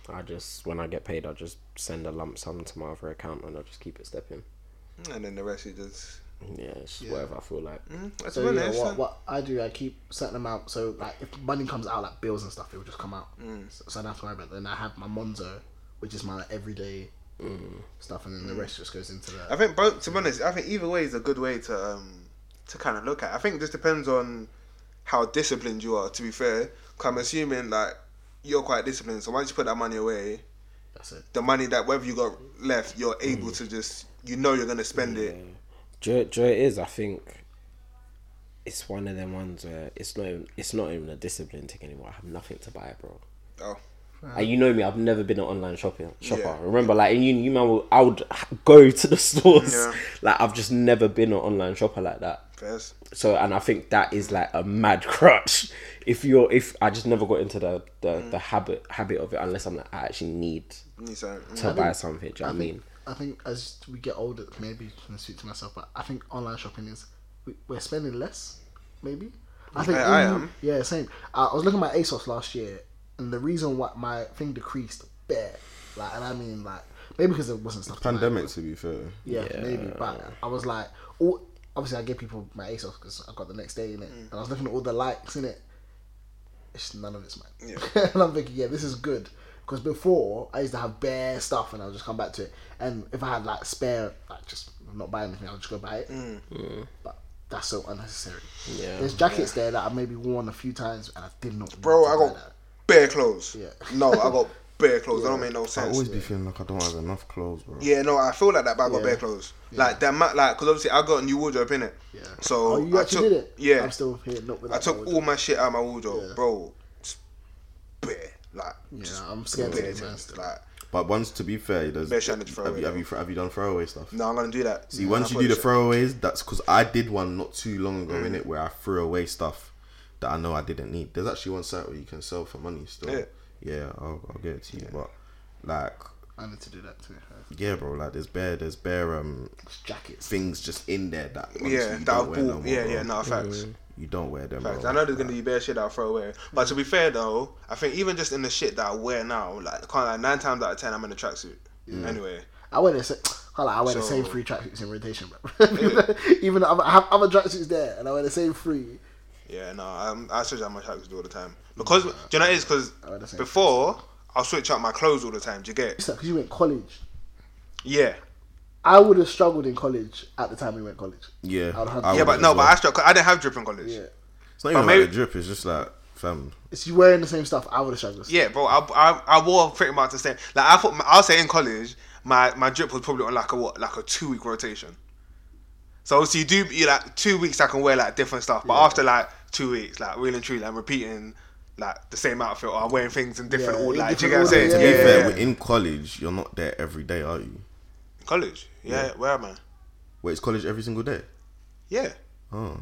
I just when I get paid, I just send a lump sum to my other account and I just keep it stepping.
And then the rest is just.
Yeah, it's whatever I feel like.
Mm, that's
So
well,
yeah,
that's
what,
fine.
what I do, I keep certain amount. So like, if money comes out like bills and stuff, it will just come out.
Mm.
So, so I don't have to worry about. It. Then I have my Monzo, which is my like, everyday
Mm.
stuff, and then the rest just goes into
I
the.
think both. To be honest, I think either way is a good way to um to kind of look at. it. I think it just depends on how disciplined you are. To be fair, 'Cause I'm assuming like you're quite disciplined. So once you put that money away,
That's it.
the money that whatever you got left, you're
Mm.
able to just you know you're gonna spend it.
Do you, do you know what it is? I think it's one of them ones where it's not even, it's not even a discipline thing anymore. I have nothing to buy, bro.
Oh,
And you know me, I've never been an online shopping shopper.
Yeah.
Remember, like you, you man, will, I would go to the stores.
Yeah.
Like I've just never been an online shopper like that.
first.
So and I think that is like a mad crutch. If you're if I just never got into the the,
Mm.
the habit habit of it unless I'm like I actually need
Need something. Mm.
to buy something. Do you know what I mean?
I think as we get older, maybe I can speak to myself, but I think online shopping is we- we're spending less. Maybe I think
I-
in-
I am.
Yeah, same. I I was looking at my ASOS last year, and the reason why my thing decreased bare, like, and I mean like maybe because there wasn't stuff. to buy.
Pandemic, to be fair.
Yeah, maybe. But I was like, all, obviously I give people my ASOS because I got the next day in
Mm.
it, and I was looking at all the likes in it. It's none of it's mine. and I'm thinking, yeah, this is good because before I used to have bare stuff, and I'll just come back to it. And if I had like spare, like just not buy anything, I'll just go buy it.
Mm.
But that's so unnecessary.
Yeah.
There's jackets there that I maybe worn a few times, and I did not. want
Bro,
to
I
buy
got
that.
bare clothes.
Yeah.
No, I got bare clothes. That don't make no
I
sense.
always be feeling like I don't have enough clothes, bro.
Yeah, no, I feel like that, but I got
Yeah.
bare clothes. Like that, ma- like because obviously I got a new wardrobe in it.
Yeah.
So
Oh, you
I
actually
took,
did it.
Yeah,
I'm still here. Not with
I
that
took
knowledge.
all my shit out of my wardrobe,
Yeah.
bro. It's bare, like
Yeah,
just
I'm scared of
bare
it, man.
things, like.
But once, to be fair, there's,
Better shine than
have,
throwaway,
you, have you have you done throwaway stuff?
No, I'm gonna do that.
See, once you do the throwaways, that's because I did one not too long ago
Mm.
in it where I threw away stuff that I know I didn't need. There's actually one site where you can sell for money still.
Yeah.
Yeah, I'll, I'll get it to you. But like,
I need to do that too.
yeah, bro, like there's bare, there's bare um
Jackets.
things just in there that honestly
yeah,
you
that
don't
I'll
wear no
bought.
more,
yeah,
bro.
yeah, no facts.
you don't wear them.
Facts.
bro.
I know there's gonna be bare shit that I throw away, but to be fair though, I think even just in the shit that I wear now, like can't like nine times out of ten, I'm in a tracksuit. Anyway,
I wear the same. Hold on, I wear the
So-
same three tracksuits in rotation, bro. Even though I have other tracksuits there, and I wear the same three.
yeah, no, I'm, I switch out my tracksuits all the time because do you know what it is?
wear the
Because
same
before I'll switch out my clothes all the time. Do you get?
Because you went college,
Yeah,
I would have struggled in college at the time we went college.
Yeah,
I would have
I
yeah,
would
but
as
no, but
well.
I struck. I didn't have drip in college.
Yeah.
It's not even
maybe-
like a drip. It's just like fam.
It's you wearing the same stuff. I would have struggled.
Yeah, bro, I, I, I wore pretty much the same. Like I thought, I'll say in college, my, my drip was probably on like a what, like a two week rotation. So obviously you do you like two weeks I can wear like different stuff, but after like two weeks, like real and truly, I'm repeating like the same outfit or I'm wearing things in different
Yeah,
order.
in
Like, do you get what I'm
different order,
saying?
To
yeah,
be
yeah,
fair, in college, you're not there every day, are you?
college. Yeah, where am I?
Wait, it's college every single day.
Yeah,
Oh,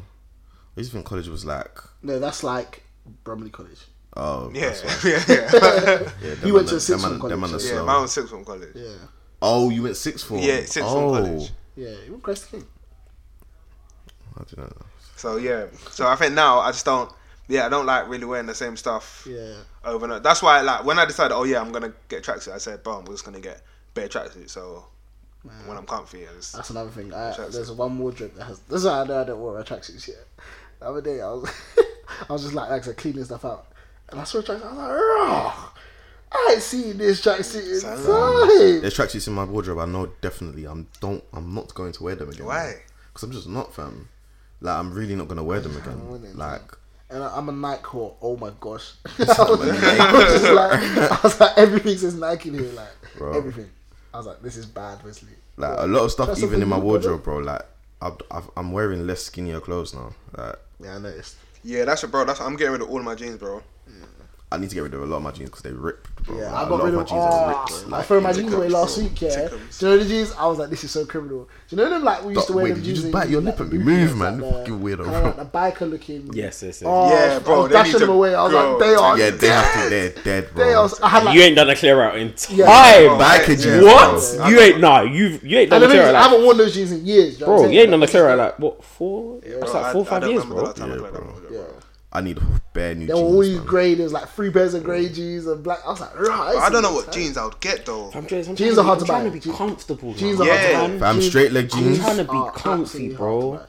I used to think college was like,
No, that's like Bromley College.
oh,
yeah,
that's why.
yeah, yeah.
Yeah,
You
them man-
went to a
them
sixth
man-
form
them
college,
man are
so-
yeah.
slow.
Mine was sixth form college.
Yeah,
Oh, you went sixth form.
Yeah, sixth form
oh.
college.
yeah. You went Christ King.
I don't know.
So yeah, so I think now I just don't. Yeah, I don't like really wearing the same stuff.
Yeah.
over and over. That's why, like, when I decided, oh yeah, I'm gonna get tracksuit, I said, boom, we're just gonna get better tracksuit. So when I'm comfy, I just,
That's another thing. I,
Tracksuit.
there's one wardrobe that has. This is how I know I don't wear my tracksuits yet. The other day, I was, I was just like, like I said, cleaning stuff out, and I saw a tracksuit. I was like, "Rah! I ain't seen this tracksuit in time.
There's tracksuits in my wardrobe. I know definitely. I'm don't. I'm not going to wear them again.
Why?
Because I'm just not fam. Like I'm really not gonna wear them again.
wouldn't,
Like
And I, I'm a Nike whore. Oh my gosh! I, was, I was just like, I was like, everything says Nike in here, like
Bro.
everything. I was like, this is bad, Wesley.
Like a lot of stuff,
That's
even in my
something you
wardrobe, bro. Like I've, I've, I'm wearing less skinnier clothes now. Like
Yeah, I noticed.
yeah, that's what, bro. That's I'm getting rid of all of my jeans, bro.
I need to get rid of a lot of my jeans because they ripped, bro.
Yeah,
Like,
I
a
got
lot
rid
my
of. Oh, I threw my
in
jeans
the
away
cups,
last
bro.
week. Yeah, do
Tickums.
you know the jeans? I was like, this is so criminal. Do you know them like we used to wear
Wait,
them
did you
jeans?
just
that
bite
used
your
to
lip
be
and
like
move,
the-
man?
the-
Fucking weirdo,
kinda like
bro.
the biker looking.
Yes, yes, yes.
Oh,
Yeah, bro,
I was
they need
dashing them
to
away. I was
grow.
like, they are
Yeah, they have to.
dead.
They're dead,
They
bro.
are. I had like.
you ain't done a clear out in time.
Yeah.
Bro,
Back
I-
at you,
What?
bro.
You ain't nah. You you ain't done
and the
a
thing is,
clear
I
out.
haven't worn those jeans in years. you know what
Bro,
I'm
you ain't
saying?
done a clear out like what four? It's
Bro,
like
I-
four
I
five
don't
years,
remember
bro.
the last time I
Yeah,
played that
bro.
one.
Yeah.
I need bare new
They were always
jeans. man.
grey. There was like three pairs of grey jeans and black. I was like, right.
I don't know what jeans I would get though.
I'm trying, I'm
Jeans
trying
are hard
to
to
be, I'm
buy.
Trying to
Je-
be comfortable.
Jeans
now.
are
Yeah.
hard to buy.
Fam, straight leg
I'm
jeans.
trying to be
are absolutely
comfy,
hard to
bro.
buy.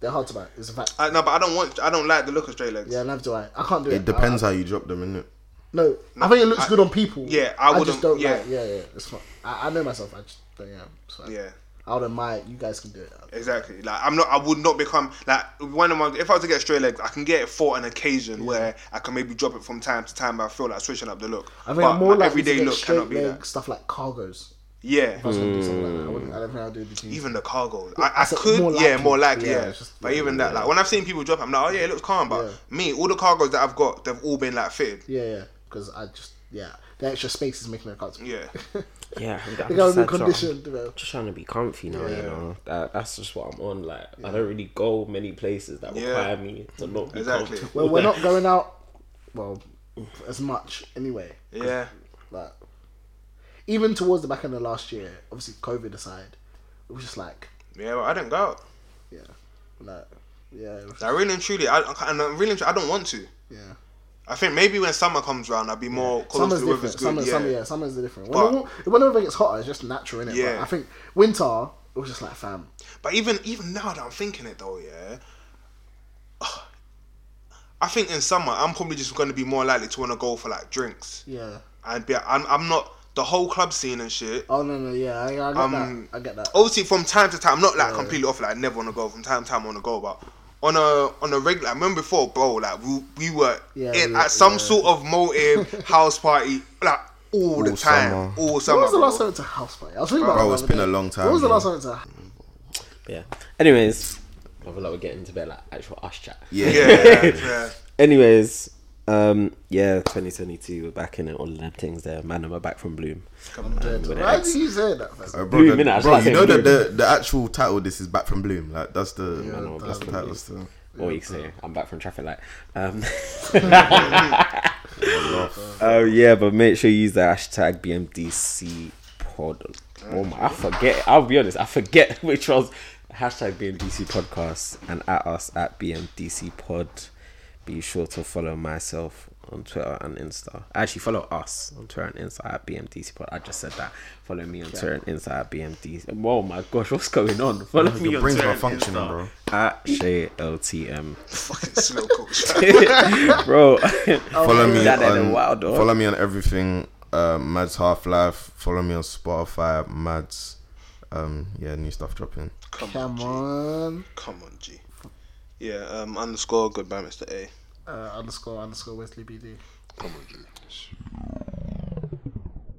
They're hard to buy. It's a fact.
I, no, but I don't want. I don't like the look of straight legs.
Yeah,
Yeah,
neither do I. I can't do it.
It depends how you drop them, innit?
No, I think it looks
I-
good on people.
yeah, I
just
wouldn't-
don't
yeah.
like. Yeah, yeah, it's fine. I, I know myself. I just don't. Yeah, it's fine. I wouldn't mind. You guys can do it.
exactly. Like I'm not. I would not become like one of my. If I was to get straight legs, I can get it for an occasion where I can maybe drop it from time to time. But I feel like switching up the look.
I think
but
I'm more
my
like
everyday look
straight
cannot be
leg
that.
stuff like cargos.
Yeah.
If I was gonna do something like that, I, wouldn't, I don't think I'll do the jeans.
even the cargo. I, I
that's a-
could,
more
yeah,
likely.
more likely,
Yeah,
yeah.
it's just-
but even that, like when I've seen people drop, it, I'm like, oh yeah, it looks calm. But
Yeah.
me, all the cargos that I've got, they've all been like fitted.
yeah, yeah, because I just yeah, the extra space is making it comfortable.
Yeah,
Yeah, I'm
They gotta be
sad, so I'm
conditioned. bro.
Just trying to be comfy now, you know. That, that's just what I'm on. Like, I don't really go many places that
Yeah.
require me to not be
Exactly.
comfortable.
Well, we're not going out. Well, as much anyway.
yeah,
Like, even towards the back end of last year, obviously COVID aside, it was just like
yeah. But I didn't go. out.
yeah, like yeah, it was-
Like really and truly, I I- and I'm really, and truly, I don't want to.
yeah.
I think maybe when summer comes round, I'll be more. Yeah.
Summer's
the weather's
different.
good.
summer,
yeah.
summer, yeah, summer's different. When,
But-
the, wa- when everything gets hotter, it's just natural, innit?
Yeah.
But I think winter, it was just like, fam.
But even even now that I'm thinking it though, yeah. I think in summer I'm probably just going to be more likely to want to go for like drinks
Yeah.
and be. I'm I'm not the whole club scene and shit.
Oh no, no, yeah, I, I get
Um,
that. I get that.
obviously from time to time, I'm not like completely off. Like I never want to go. From time to time, I want to go. But on a on a regular, I remember before, bro. Like we we were
Yeah,
in,
we-
at some
yeah.
sort of motive house party, like all, the time,
summer.
all summer.
When was the
bro.
last time I went to a house party? I was thinking about
Bro,
that
it's
the
been
other
a
day.
long time,
When was the
bro.
last time I went to a
Yeah. Anyways, I feel like we're getting to bit like actual us chat.
Yeah.
Yeah, yeah.
Anyways,
Um, yeah, 2022, we're back in it, all of them things there. Man, I'm back from Bloom.
I'm dead.
with
Why
an
do you say that? First?
Uh, bro,
Bloom,
the-
innit? I just
bro,
like
you know
saying
that
Bloom.
the, the actual title of this is Back from Bloom. Like that's the
Yeah,
that's the title still.
What you can say? I'm back from traffic light. Um,
Laugh.
oh, yeah, but make sure you use the hashtag BMDC pod. Oh my, I forget. I'll be honest, I forget which was hashtag BMDC podcast and at us at BMDC pod. Be sure to follow myself on Twitter and Insta. Actually, follow us on Twitter and Insta at BMDC pod. I just said that. Follow me on Twitter and Insta at BMDC. Oh my gosh, what's going on? Follow me
Your
on
brain's
Twitter
not
and
functioning,
Insta
bro.
at JLTM.
Fucking slow coach.
bro.
Oh,
Follow me
That ain't
on
a wild dog.
follow me on everything. Uh, Mads Half Life. Follow me on Spotify. Mads. Um, yeah, new stuff dropping.
Come
Come
on, G.
on.
Come on, G. Yeah, um, underscore, goodbye, Mr. A.
Uh, underscore underscore Wesley BD.
Come on, G.